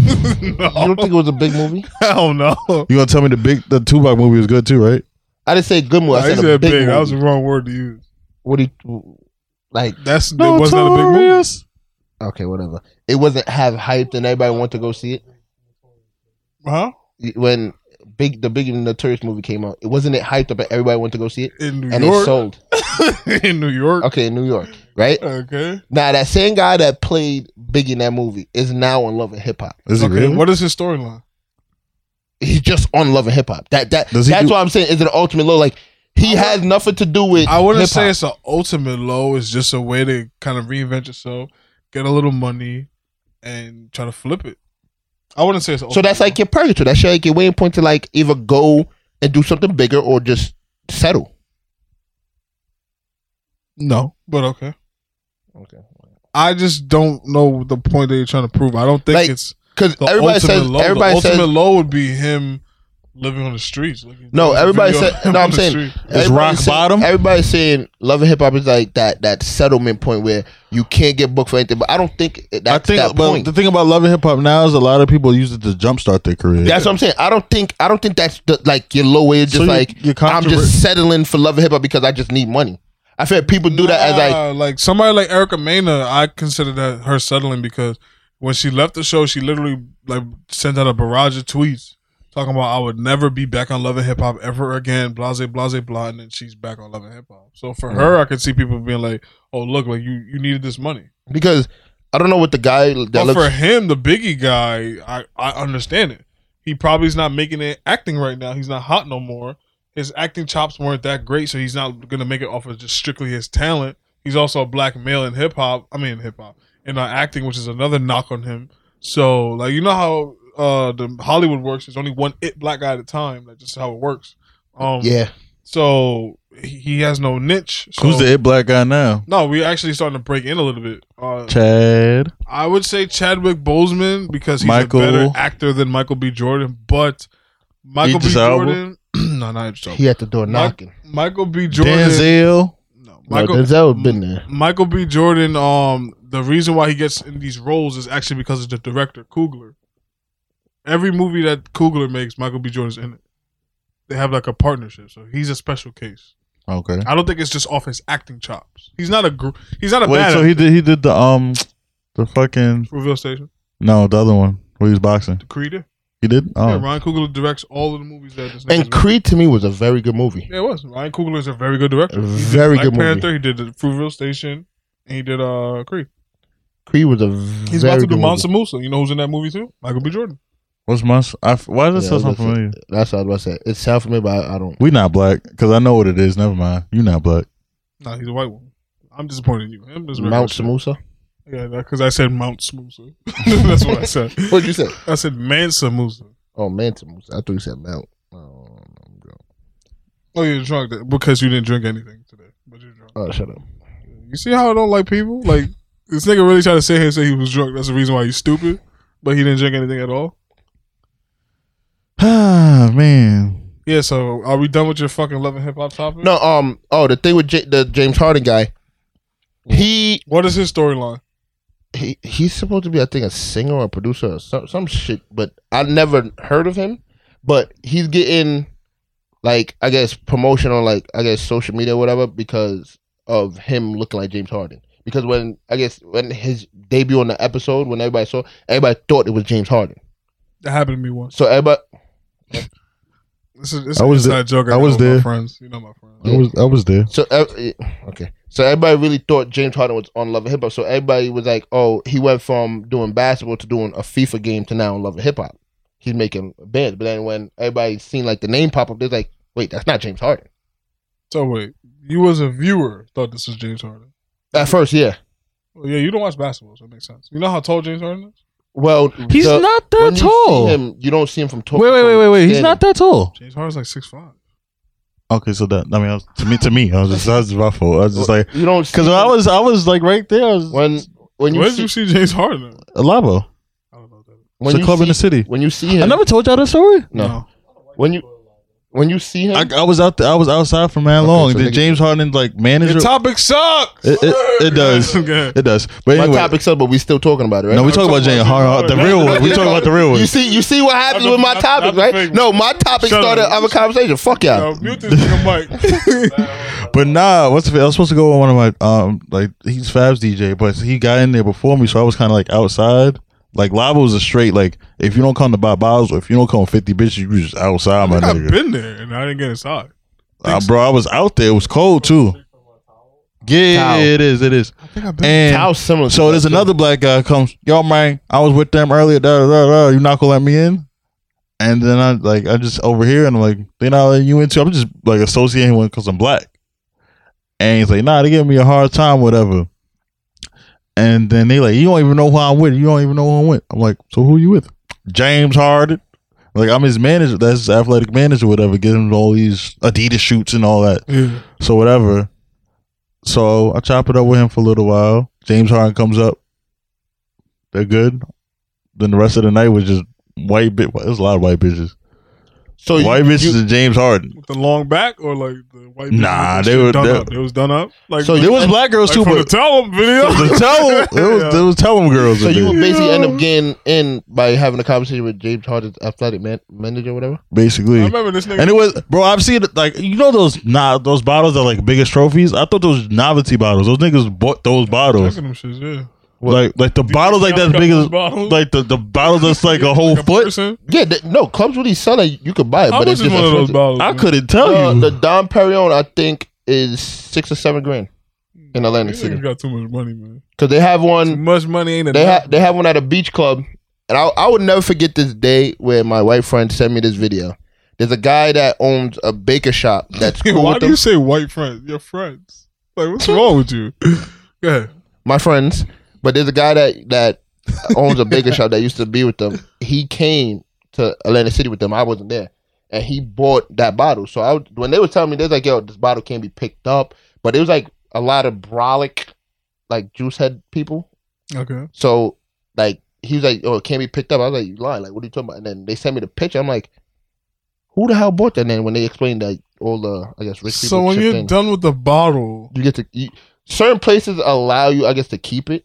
Speaker 2: no.
Speaker 3: don't think it was a big movie?
Speaker 2: Hell no.
Speaker 1: You gonna tell me the big the Tupac movie was good too, right?
Speaker 3: I didn't say good movie. I
Speaker 2: I
Speaker 3: said,
Speaker 2: said
Speaker 3: a
Speaker 2: big.
Speaker 3: big, movie.
Speaker 2: That was the wrong word to use.
Speaker 3: what do you like?
Speaker 2: That's that was not a big movie.
Speaker 1: Notorious.
Speaker 3: Okay, whatever. It wasn't have hyped and everybody wanted to go see it
Speaker 2: Huh?
Speaker 3: when big the big notorious movie came out. It wasn't it hyped up and everybody wanted to go see it
Speaker 2: In New
Speaker 3: and it
Speaker 2: York.
Speaker 3: sold.
Speaker 2: in New York.
Speaker 3: Okay, in New York, right?
Speaker 2: Okay.
Speaker 3: Now that same guy that played Big in that movie is now on Love and Hip Hop.
Speaker 1: Is he
Speaker 2: okay.
Speaker 1: really?
Speaker 2: What is his storyline?
Speaker 3: He's just on Love and Hip Hop. That that
Speaker 1: Does
Speaker 3: that's
Speaker 1: he do-
Speaker 3: why I'm saying is an ultimate low. Like he has nothing to do with.
Speaker 2: I wouldn't
Speaker 3: hip-hop.
Speaker 2: say it's an ultimate low. It's just a way to kind of reinvent yourself, get a little money, and try to flip it. I wouldn't say it's. An
Speaker 3: So that's like your purgatory. That's your, like your waiting point to like either go and do something bigger or just settle.
Speaker 2: no, but okay.
Speaker 3: Okay.
Speaker 2: I just don't know the point that you're trying to prove. I don't think
Speaker 3: Like,
Speaker 2: it's
Speaker 3: Because
Speaker 2: the
Speaker 3: everybody
Speaker 2: ultimate
Speaker 3: says
Speaker 2: low. the
Speaker 3: everybody
Speaker 2: ultimate
Speaker 3: says
Speaker 2: low would be him living on the streets. Like,
Speaker 3: No,
Speaker 2: there's a
Speaker 3: everybody
Speaker 2: video
Speaker 3: said-
Speaker 2: of him
Speaker 3: no,
Speaker 2: on
Speaker 3: I'm
Speaker 2: the
Speaker 3: saying-
Speaker 2: street.
Speaker 1: It's
Speaker 3: everybody's
Speaker 1: rock
Speaker 3: saying-
Speaker 1: bottom?
Speaker 3: Everybody's saying love and hip hop is like that that settlement point where you can't get booked for anything. But I don't think it- that's
Speaker 1: I think,
Speaker 3: that
Speaker 1: but
Speaker 3: point.
Speaker 1: the thing about Love and Hip Hop now is a lot of people use it to jumpstart their career.
Speaker 3: that's what I'm saying. I don't think I don't think that's the, like your low way. Just
Speaker 1: So you-
Speaker 3: like
Speaker 1: you're
Speaker 3: I'm
Speaker 1: controver-
Speaker 3: just settling for love and hip hop because I just need money. I feel like people do that as like
Speaker 2: Nah, like somebody like Erica Mena, I consider that her settling because when she left the show, she literally like sent out a barrage of tweets talking about I would never be back on Love and Hip Hop ever again, blase blase blah, and then she's back on Love and Hip Hop. So
Speaker 3: Mm.
Speaker 2: for her, I could see people being like, "Oh, look, like you you needed this money."
Speaker 3: because I don't know what the guy that
Speaker 2: But
Speaker 3: looks.
Speaker 2: for him, the Biggie guy, I I understand it. He probably is not making it acting right now. He's not hot no more. His acting chops weren't that great, so he's not gonna make it off of just strictly his talent. He's also a black male in hip hop. I mean, hip hop and uh, acting, which is another knock on him. So like you know how uh the Hollywood works. There's only one it black guy at a time. That's just how it works. Um,
Speaker 3: yeah,
Speaker 2: So he- he has no niche. So,
Speaker 1: Who's the it black guy now?
Speaker 2: No, we're actually starting to break in a little bit. Uh,
Speaker 1: Chad.
Speaker 2: I would say Chadwick Boseman because he's
Speaker 1: Michael-
Speaker 2: a better actor than Michael B. Jordan, but Michael
Speaker 1: Idris
Speaker 2: B.
Speaker 1: Elba?
Speaker 2: Jordan. no, not Idris Elba.
Speaker 3: he at the door
Speaker 2: Mike-
Speaker 3: knocking.
Speaker 2: Michael B. Jordan.
Speaker 1: Denzel.
Speaker 2: No,
Speaker 3: No,
Speaker 2: Michael,
Speaker 3: Denzel been there.
Speaker 2: Michael B. Jordan. Um, the reason why he gets in these roles is actually because of the director Coogler. Every movie that Coogler makes, Michael B. Jordan's in it. They have like a partnership, so he's a special case.
Speaker 1: Okay.
Speaker 2: I don't think it's just off his acting chops. He's not a gr- he's not a
Speaker 1: Wait,
Speaker 2: bad
Speaker 1: so he did he did the um the fucking
Speaker 2: reveal station.
Speaker 1: no the other one where he was boxing.
Speaker 2: The Creed.
Speaker 1: He did. Oh,
Speaker 2: Yeah, Ryan Coogler directs all of the movies that this nigga's
Speaker 3: And Creed to me was a very good movie.
Speaker 2: Mm. Yeah, it was. Ryan Coogler is a very good director.
Speaker 3: A
Speaker 2: He did
Speaker 3: very
Speaker 2: Black
Speaker 3: good movie.
Speaker 2: Panther. He did the Fruitvale Station, and he did uh Creed.
Speaker 3: Creed was a
Speaker 2: He's
Speaker 3: very
Speaker 2: about to
Speaker 3: good
Speaker 2: do
Speaker 3: movie.
Speaker 2: Mansa Musa. You know who's in that movie too? Michael B. Jordan.
Speaker 1: what's my? s- I, f- why does it
Speaker 3: Yeah,
Speaker 1: sound so
Speaker 3: that's it.
Speaker 1: familiar?
Speaker 3: That's what I was about to say. It sounds familiar, but I, I don't.
Speaker 1: We not black because I know what it is. Never mind. You not black.
Speaker 2: Nah, he's a white one. I'm disappointed in you. Him is regular
Speaker 3: Mount
Speaker 2: shit.
Speaker 3: Samusa.
Speaker 2: Yeah, because I said Mount Musa. That's what I said.
Speaker 3: What'd you say?
Speaker 2: I said Mansa Musa.
Speaker 3: Oh, man, Samusa. I thought you said Mount. Oh, I'm drunk.
Speaker 2: Oh, you're drunk th- because you didn't drink anything today, but you're drunk.
Speaker 3: Oh, shut up.
Speaker 2: You see how I don't like people? Like this nigga really tried to sit here and say he was drunk. That's the reason why he's stupid, but he didn't drink anything at all.
Speaker 1: Ah man.
Speaker 2: Yeah. So are we done with your fucking love and hip hop topic?
Speaker 3: No, um, oh, the thing with J- the James Harden guy. He,
Speaker 2: What is his storyline?
Speaker 3: he he's supposed to be, I think, a singer or a producer or some, some shit, but I never heard of him. But he's getting, like, I guess promotion on, like, I guess social media or whatever because of him looking like James Harden. because when I guess when his debut on the episode, when everybody saw, everybody thought it was James Harden.
Speaker 2: That happened to me once.
Speaker 3: So everybody,
Speaker 2: This is, this
Speaker 1: I was
Speaker 2: is not a joke.
Speaker 1: I
Speaker 2: know
Speaker 1: was
Speaker 2: with my
Speaker 1: there.
Speaker 2: friends. You know my friends.
Speaker 1: I was I was there.
Speaker 3: so ev- eh, okay, so everybody really thought James Harden was on Love and Hip Hop. So everybody was like, oh, he went from doing basketball to doing a FIFA game to now on Love and Hip Hop. He's making bands, but then when everybody seen like the name pop up, they're like, wait, that's not James Harden.
Speaker 2: So wait, you as a viewer thought this was James Harden.
Speaker 5: Mm-hmm.
Speaker 3: At first, yeah.
Speaker 2: Well, yeah, you don't watch basketball, so it makes sense. You know how tall James Harden is?
Speaker 3: Well,
Speaker 5: He's
Speaker 3: the-
Speaker 5: not
Speaker 3: when
Speaker 5: that
Speaker 3: you
Speaker 5: tall.
Speaker 3: See
Speaker 5: Wait,
Speaker 3: him, you don't see him from tall.
Speaker 5: wait, wait, wait, wait. He's not that tall.
Speaker 2: James Harden's like six five.
Speaker 1: Okay, so that I mean, I was, to me, to me, I was just, that was my fault. I was just like,
Speaker 3: You don't see
Speaker 1: because I
Speaker 3: him
Speaker 1: was, I was like right there. I was
Speaker 3: when when you
Speaker 2: Where did
Speaker 3: see,
Speaker 2: you see James Harden? At?
Speaker 1: Alabo.
Speaker 2: I don't know. That.
Speaker 3: when
Speaker 1: it's
Speaker 3: you
Speaker 1: a club
Speaker 3: see,
Speaker 1: in the city.
Speaker 3: when you see him
Speaker 1: I never told y'all that story.
Speaker 3: no. when you when you see him
Speaker 1: I, I was out. There, I was outside for man long.
Speaker 3: so
Speaker 1: Did
Speaker 3: nigga-
Speaker 1: James Harden like manage?
Speaker 2: Your
Speaker 1: It,
Speaker 2: topic sucks.
Speaker 1: it, it, it does.
Speaker 2: Okay.
Speaker 1: It does. But
Speaker 3: my
Speaker 1: anyway,
Speaker 3: topic's up, but we still talking about it, right?
Speaker 1: no, we talking about James Harden, the real one. We talking about the real one.
Speaker 3: you see, you see what happens
Speaker 2: Not the-
Speaker 3: with my
Speaker 2: not-
Speaker 3: topic,
Speaker 2: not the
Speaker 3: right?
Speaker 2: fake
Speaker 3: No, my topic
Speaker 2: Shut
Speaker 3: started
Speaker 2: up.
Speaker 3: our conversation. Fuck y'all.
Speaker 2: Yo, mute this nigga mic.
Speaker 1: But nah, what's the, I was supposed to go on one of my um like he's Fab's DJ, but he got in there before me, so I was kind of like outside. Like Lava was a straight like if you don't come to buy bottles or if you don't come with fifty bitches, you just outside my
Speaker 2: I've
Speaker 1: nigga.
Speaker 2: been there and I didn't get inside.
Speaker 1: Uh, bro, I was out there. It was cold too. Yeah,
Speaker 3: Towel.
Speaker 1: it is. It is.
Speaker 2: I think I've been.
Speaker 1: And
Speaker 3: How similar. to
Speaker 1: so
Speaker 3: that,
Speaker 1: there's
Speaker 3: too.
Speaker 1: another black guy comes. Yo, man, I was with them earlier. Da, da, da, da. You not gonna let me in? And then I like I just over here and I'm like they not letting you into. I'm just like associating with because I'm black. And he's like, nah, they giving me a hard time, whatever. And then they like, you don't even know who I'm with. You don't even know who I'm with. I'm like, so who you with? James Harden. Like I'm his manager. That's his athletic manager, whatever. Getting him all these Adidas shoots and all that.
Speaker 2: Yeah.
Speaker 1: So whatever. So I chop it up with him for a little while. James Harden comes up. They're good. Then the rest of the night was just white bit. There's a lot of white bitches.
Speaker 3: so you-
Speaker 1: white bitches
Speaker 3: you-
Speaker 1: and James Harden.
Speaker 2: With the long back or like the white
Speaker 1: Nah,
Speaker 2: bitches?
Speaker 1: they
Speaker 2: Shit
Speaker 1: were-
Speaker 2: done
Speaker 1: they-
Speaker 2: up. It was done up. Like
Speaker 3: So
Speaker 2: like
Speaker 1: There was black girls too,
Speaker 2: from the
Speaker 1: but
Speaker 2: tell 'em video.
Speaker 1: the tell them, there was there was tell them girls.
Speaker 3: So
Speaker 1: in
Speaker 3: you
Speaker 1: there,
Speaker 3: would basically end up
Speaker 2: Yeah.
Speaker 3: getting in by having a conversation with James Harden's athletic man, manager, or whatever.
Speaker 1: basically.
Speaker 2: I remember this nigga.
Speaker 1: And it was, bro. I've seen it, like you know those nah, those bottles are like biggest trophies. I thought those novelty bottles. Those niggas bought those bottles,
Speaker 2: Drinking them shits, yeah.
Speaker 1: like like the bottles like that's big as
Speaker 2: Bottles.
Speaker 1: like the the bottles that's like a whole
Speaker 2: Like
Speaker 1: foot.
Speaker 2: person.
Speaker 3: Yeah, they, no clubs really sell like you could buy it,
Speaker 2: How
Speaker 3: but
Speaker 2: much
Speaker 3: it's
Speaker 2: is
Speaker 3: just
Speaker 2: one of those
Speaker 3: expensive.
Speaker 2: bottles?
Speaker 1: I
Speaker 2: man?
Speaker 1: couldn't tell
Speaker 3: Uh,
Speaker 1: you.
Speaker 3: the Don Perignon, I think, is six or seven grand in Atlantic
Speaker 2: These
Speaker 3: City
Speaker 2: niggas got too much money, man.
Speaker 3: because they have
Speaker 2: Too
Speaker 3: one.
Speaker 2: much money ain't
Speaker 3: They
Speaker 2: enough.
Speaker 3: have they have one at a beach club, and I I would never forget this day where my white friend sent me this video. There's a guy that owns a baker shop that's cool
Speaker 2: Why
Speaker 3: with
Speaker 2: do
Speaker 3: them.
Speaker 2: you say white friends? Your friends. Like, what's wrong with you? Go ahead.
Speaker 3: my friends, but there's a guy that that owns a baker shop that used to be with them. He came to Atlanta City with them. I wasn't there, and he bought that bottle. So I was, when they were telling me, they was like, "Yo, this bottle can't be picked up," but it was like a lot of brolic, like juice head people.
Speaker 2: Okay.
Speaker 3: So like he was like, "Oh, it can't be picked up." I was like, "You lying? Like, what are you talking about?" And then they sent me the picture. I'm like, "Who the hell bought that?" And then when they explained that all the, I guess, rich people.
Speaker 2: So when
Speaker 3: chipped
Speaker 2: you're
Speaker 3: in,
Speaker 2: done with the bottle,
Speaker 3: you get to you, certain places allow you, I guess, to keep it.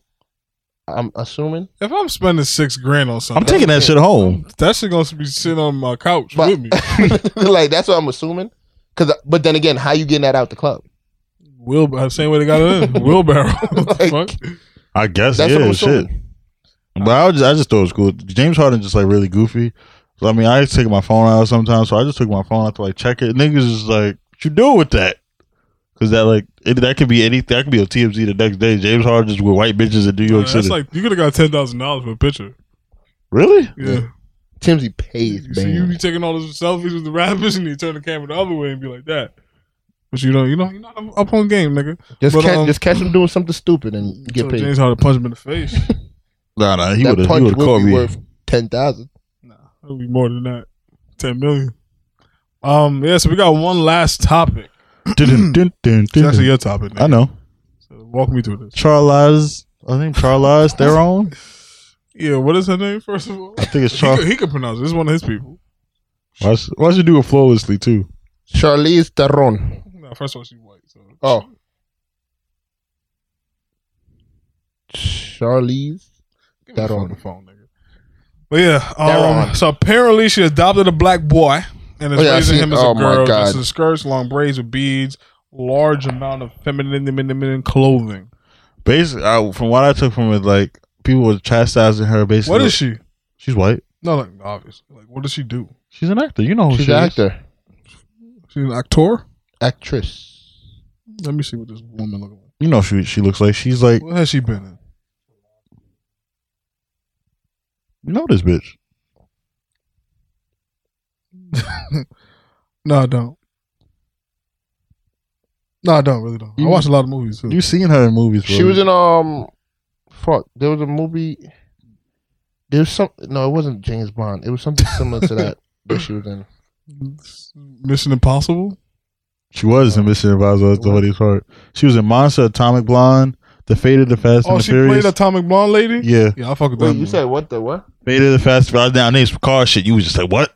Speaker 3: I'm assuming,
Speaker 2: if I'm spending six grand on something,
Speaker 1: I'm taking that shit home.
Speaker 2: that shit gonna be sitting on my couch
Speaker 3: but
Speaker 2: with me.
Speaker 3: like that's what I'm assuming. Cause, uh, but then again, how you getting that out the club?
Speaker 2: Wheelbarrow, same way they got it in wheelbarrow. What the
Speaker 3: Like,
Speaker 2: fuck?
Speaker 1: I guess
Speaker 3: That's what
Speaker 1: yeah,
Speaker 3: I'm
Speaker 1: shit.
Speaker 3: assuming.
Speaker 1: But I was just, I just thought it was cool. James Harden just like really goofy. So I mean, I take my phone out sometimes. So I just took my phone out to like check it. Niggas is like, what you do with that? Because that like it, that could be anything. That could be a TMZ the next day. James Harden just with white bitches in New
Speaker 2: Nah,
Speaker 1: York
Speaker 2: that's
Speaker 1: City.
Speaker 2: like you could have got ten thousand dollars for a picture.
Speaker 1: really?
Speaker 2: Yeah.
Speaker 3: Timsy pays,
Speaker 2: You see, you be
Speaker 3: man.
Speaker 2: taking all those selfies with the rappers, and you turn the camera the other way and be like that. But you don't, you know, you're not up on game, nigga.
Speaker 3: Just
Speaker 2: but,
Speaker 3: catch,
Speaker 2: um,
Speaker 3: just catch him doing something stupid and you get
Speaker 2: So
Speaker 3: paid.
Speaker 2: James Harden punch him in the face.
Speaker 1: Nah, nah. He
Speaker 3: that
Speaker 1: would have. He
Speaker 3: punch
Speaker 1: would have
Speaker 3: will
Speaker 1: caught
Speaker 3: be
Speaker 1: me.
Speaker 3: worth ten thousand.
Speaker 2: It'll be more than that. Ten million. Um, yeah, so we got one last topic.
Speaker 1: Dun, dun, dun,
Speaker 2: It's
Speaker 1: dun,
Speaker 2: actually
Speaker 1: dun.
Speaker 2: your topic. Nigga.
Speaker 1: I know.
Speaker 2: So walk me through this.
Speaker 1: Charlize. I think Charlize Theron.
Speaker 2: Yeah, what is her name, first of all?
Speaker 1: I think it's
Speaker 2: He
Speaker 1: Char.
Speaker 2: could, he could pronounce it. This is one of his people.
Speaker 1: Why should, why should you do it flawlessly too?
Speaker 3: Charlize Theron.
Speaker 2: Nah, first of all, she's white. So.
Speaker 3: Oh, Charlize.
Speaker 2: Give me
Speaker 3: that
Speaker 2: the
Speaker 3: on.
Speaker 2: fucking phone, nigga. But yeah,
Speaker 3: That
Speaker 2: um,
Speaker 3: on.
Speaker 2: so apparently she adopted a black boy and is
Speaker 3: Oh, yeah, I
Speaker 2: raising
Speaker 3: seen-
Speaker 2: him as
Speaker 3: oh
Speaker 2: a
Speaker 3: my
Speaker 2: girl.
Speaker 3: God.
Speaker 2: Dresses in skirts, long braids with beads, large amount of feminine, feminine clothing.
Speaker 1: basically, I, from what I took from it, like people were chastising her. Basically,
Speaker 2: What is she?
Speaker 1: She's white.
Speaker 2: No, like obviously. Like, what does she do?
Speaker 1: She's an actor. You know who
Speaker 3: She's
Speaker 1: Oh, she
Speaker 3: an
Speaker 1: is.
Speaker 3: actor,
Speaker 2: She's an actor.
Speaker 3: actress.
Speaker 2: Let me see what this woman looks like.
Speaker 1: You know she she looks like she's like
Speaker 2: What has she been in?
Speaker 1: you know this bitch.
Speaker 2: No, I don't. No, I don't really don't. I
Speaker 1: You-
Speaker 2: watch a lot of movies too.
Speaker 1: You seen her in movies.
Speaker 3: She
Speaker 1: bro.
Speaker 3: was in um, fuck. There was a movie. There was some. No, it wasn't James Bond. It was something similar to that that she was in.
Speaker 2: Mission Impossible.
Speaker 1: She was in Mission Impossible. That's the funniest part. She was in Monster, Atomic Blonde, The Fate of the Fast
Speaker 2: Oh,
Speaker 1: and the
Speaker 2: she played
Speaker 1: Furious.
Speaker 2: Atomic Blonde lady.
Speaker 1: yeah,
Speaker 2: Yeah, I fuck with that.
Speaker 3: Wait, you
Speaker 2: movie.
Speaker 3: said what? The what?
Speaker 1: Fate of the Fast. Now names car shit. You was just like what?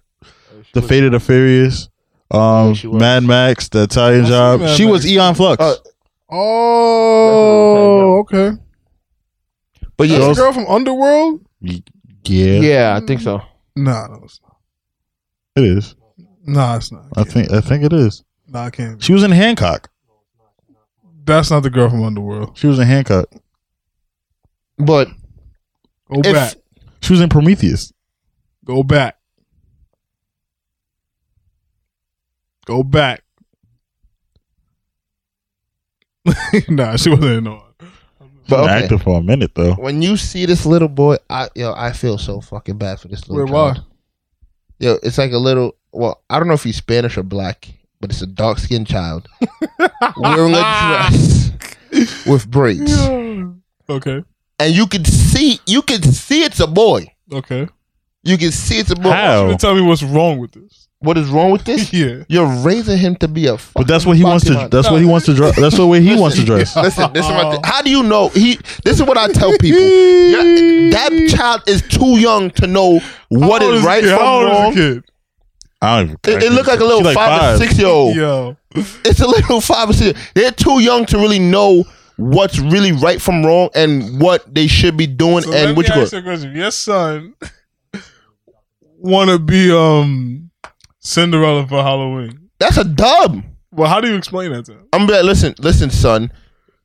Speaker 1: The Fate of the Furious. Um,
Speaker 3: Yeah, she was.
Speaker 1: Mad Max, the Italian
Speaker 2: I seen
Speaker 1: Job.
Speaker 2: Mad
Speaker 1: she was
Speaker 2: Max.
Speaker 1: Eon Flux.
Speaker 3: Uh,
Speaker 2: oh, okay.
Speaker 3: But
Speaker 2: That's
Speaker 3: yeah,
Speaker 2: the girl from Underworld.
Speaker 1: yeah,
Speaker 3: yeah, I think so.
Speaker 2: Nah, no, it's not.
Speaker 1: it is.
Speaker 2: Nah, it's not.
Speaker 1: I think. I think it is.
Speaker 2: Nah, I can't.
Speaker 1: She was in Hancock.
Speaker 2: That's not the girl from Underworld.
Speaker 1: She was in Hancock.
Speaker 3: But
Speaker 2: Go
Speaker 3: If-
Speaker 2: back.
Speaker 1: She was in Prometheus.
Speaker 2: Go back. Go back. nah, she wasn't in on.
Speaker 1: But
Speaker 3: but okay.
Speaker 1: actor for a minute though.
Speaker 3: When you see this little boy, I yo, I feel so fucking bad for this little
Speaker 2: Wait, why?
Speaker 3: child. Yo, it's like a little. Well, I don't know if he's Spanish or black, but it's a dark skinned child wearing a dress with braids,
Speaker 2: Okay.
Speaker 3: and you can see, you can see it's a boy.
Speaker 2: Okay.
Speaker 3: You can see it's a boy.
Speaker 2: You
Speaker 1: How?
Speaker 2: tell me what's wrong with this.
Speaker 3: What is wrong with this?
Speaker 2: Yeah.
Speaker 3: You're raising him to be a. Fucking
Speaker 1: But that's what he wants to.
Speaker 3: Pokemon.
Speaker 1: That's what he wants to dress. That's the way he wants to dress.
Speaker 3: Listen, this is my thing. how do you know he? This is what I tell people. You're- that child is too young to know what
Speaker 2: How old
Speaker 3: is
Speaker 2: the
Speaker 3: right
Speaker 2: kid? How
Speaker 3: from
Speaker 2: old is the
Speaker 3: wrong.
Speaker 2: kid?
Speaker 1: I don't even.
Speaker 3: It, it looked like a
Speaker 1: She
Speaker 3: little five, or six year old.
Speaker 2: Yo.
Speaker 3: It's a little five or six. They're too young to really know what's really right from wrong and what they should be doing
Speaker 2: So let
Speaker 3: and what
Speaker 2: me
Speaker 3: you
Speaker 2: ask
Speaker 3: call.
Speaker 2: you a question. Your son wanna be um Cinderella for Halloween.
Speaker 3: That's a dub.
Speaker 2: Well, how do you explain that to him?
Speaker 3: I'm be like, listen, listen, son.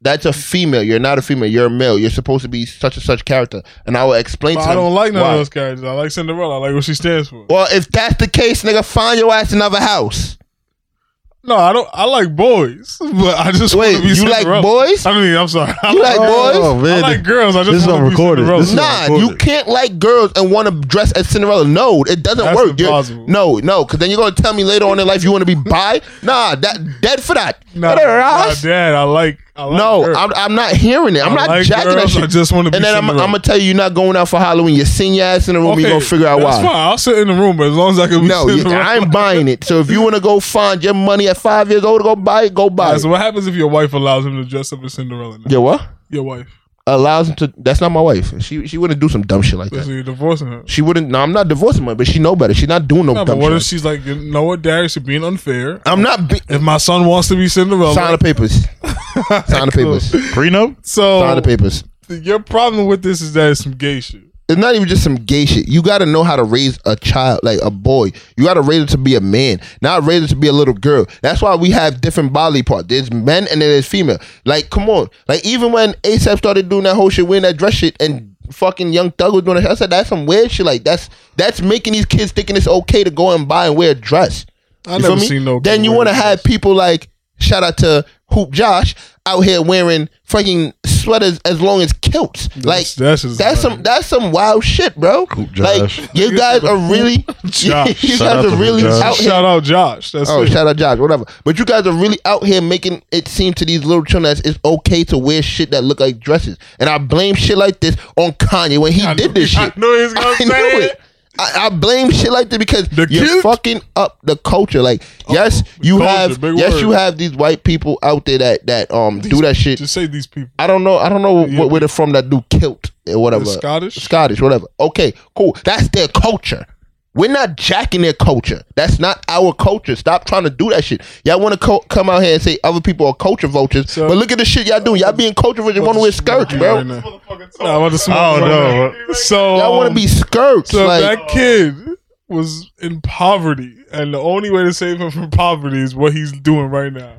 Speaker 3: That's a female. You're not a female. You're a male. You're supposed to be such and such character. And I will explain
Speaker 2: But
Speaker 3: to
Speaker 2: I
Speaker 3: them
Speaker 2: don't like none
Speaker 3: why.
Speaker 2: of those characters. I like Cinderella. I like what she stands for.
Speaker 3: Well, if that's the case, nigga, find your ass another house.
Speaker 2: No, I don't. I like boys, but I just
Speaker 3: Wait,
Speaker 2: wanna be
Speaker 3: you like
Speaker 2: Cinderella.
Speaker 3: boys?
Speaker 2: I mean, I'm sorry. I
Speaker 3: You like boys?
Speaker 1: Oh
Speaker 2: I
Speaker 1: man,
Speaker 2: like girls. I just
Speaker 1: This is
Speaker 2: want to be
Speaker 1: unrecorded.
Speaker 2: Cinderella.
Speaker 1: This is
Speaker 3: Nah,
Speaker 1: Cinderella.
Speaker 3: you can't like girls and want to dress as Cinderella. No, it doesn't
Speaker 2: That's
Speaker 3: work. You're-
Speaker 2: impossible.
Speaker 3: No, no, because then you're gonna tell me later on in life you want to be bi. Nah, that dead for that.
Speaker 2: Nah,
Speaker 3: Better
Speaker 2: nah,
Speaker 3: ass.
Speaker 2: dad. I like. I like
Speaker 3: no,
Speaker 2: girls.
Speaker 3: I'm, I'm not hearing it. I'm
Speaker 2: I
Speaker 3: not
Speaker 2: like
Speaker 3: jacking
Speaker 2: girls.
Speaker 3: that shit.
Speaker 2: I just want to be.
Speaker 3: and then I'm, I'm
Speaker 2: Cinderella.
Speaker 3: gonna tell you, you're not going out for Halloween. You're seeing your ass in the room. You're gonna figure out
Speaker 2: that's
Speaker 3: why.
Speaker 2: Fine. I'll sit in the room but as long as I can be.
Speaker 3: No, you,
Speaker 2: Cinderella.
Speaker 3: I'm buying it. So if you wanna go find your money at five years old, to go buy it. Go buy
Speaker 2: Alright,
Speaker 3: it.
Speaker 2: so what happens if your wife allows him to dress up as Cinderella? Now?
Speaker 3: Your what?
Speaker 2: Your wife.
Speaker 3: Allows him to. That's not my wife. She she wouldn't do some dumb shit like that.
Speaker 2: So you're divorcing her.
Speaker 3: She wouldn't. No, I'm not divorcing her, but she know better. She's not doing no
Speaker 2: No, but
Speaker 3: dumb
Speaker 2: what
Speaker 3: shit.
Speaker 2: if she's like, you know what, Darius, you're being unfair.
Speaker 3: I'm not. Be-
Speaker 2: If my son wants to be Cinderella,
Speaker 3: sign the papers. sign the papers.
Speaker 1: prenup.
Speaker 3: Sign
Speaker 2: so
Speaker 3: the papers.
Speaker 2: your problem with this is that it's some gay shit.
Speaker 3: It's not even just some gay shit. You got to know how to raise a child, like a boy. You got to raise it to be a man, not raise it to be a little girl. That's why we have different body parts. There's men and then there's female. Like, come on. Like, even when ASAP started doing that whole shit, wearing that dress shit, and fucking Young Thug was doing that, shit, I said that's some weird shit. Like, that's that's making these kids thinking it's okay to go and buy and wear a dress.
Speaker 2: I
Speaker 3: You
Speaker 2: never
Speaker 3: feel me?
Speaker 2: seen no.
Speaker 3: Then
Speaker 2: gay
Speaker 3: you
Speaker 2: wearing
Speaker 3: want to
Speaker 2: this.
Speaker 3: have people like shout out to Hoop Josh out here wearing fucking sweaters as long as kilts. like
Speaker 2: That's- that's just
Speaker 3: that's some
Speaker 2: wild.
Speaker 3: that's some wild shit, bro.
Speaker 1: Hoop Josh.
Speaker 3: Like you guys are really you
Speaker 2: Josh.
Speaker 3: guys
Speaker 1: Shout out to
Speaker 3: are
Speaker 1: Hoop
Speaker 3: really
Speaker 1: Josh.
Speaker 3: out here.
Speaker 2: Shout out Josh. That's
Speaker 3: Oh,
Speaker 2: it.
Speaker 3: shout out Josh, whatever. But you guys are really out here making it seem to these little children that it's okay to wear shit that look like dresses. And I blame shit like this on Kanye when he
Speaker 2: I
Speaker 3: did
Speaker 2: knew-
Speaker 3: this shit.
Speaker 2: I knew he was gonna
Speaker 3: I
Speaker 2: say
Speaker 3: knew
Speaker 2: it.
Speaker 3: it. I, I blame shit like that because
Speaker 2: The
Speaker 3: you're
Speaker 2: kids?
Speaker 3: fucking up the culture. Like, yes, you
Speaker 2: culture,
Speaker 3: have
Speaker 2: big
Speaker 3: yes,
Speaker 2: word.
Speaker 3: you have these white people out there that that um do that shit.
Speaker 2: Just say these people.
Speaker 3: I don't know. I don't know what, where they're from. That do kilt or whatever.
Speaker 2: They're Scottish?
Speaker 3: Scottish, whatever. Okay, cool. That's their culture. We're not jacking their culture. That's not our culture. Stop trying to do that shit. Y'all want to co- come out here and say other people are culture vultures,
Speaker 2: So-
Speaker 3: but look at the shit y'all doing. Y'all being culture vultures. Want to wear skirts, bro?
Speaker 2: Right now. Nah, I want to smoke.
Speaker 1: I
Speaker 2: right
Speaker 1: don't know.
Speaker 2: now. So
Speaker 3: Y'all want to
Speaker 2: um,
Speaker 3: be skirts,
Speaker 2: So
Speaker 3: like.
Speaker 2: that kid was in poverty, and the only way to save him from poverty is what he's doing right now.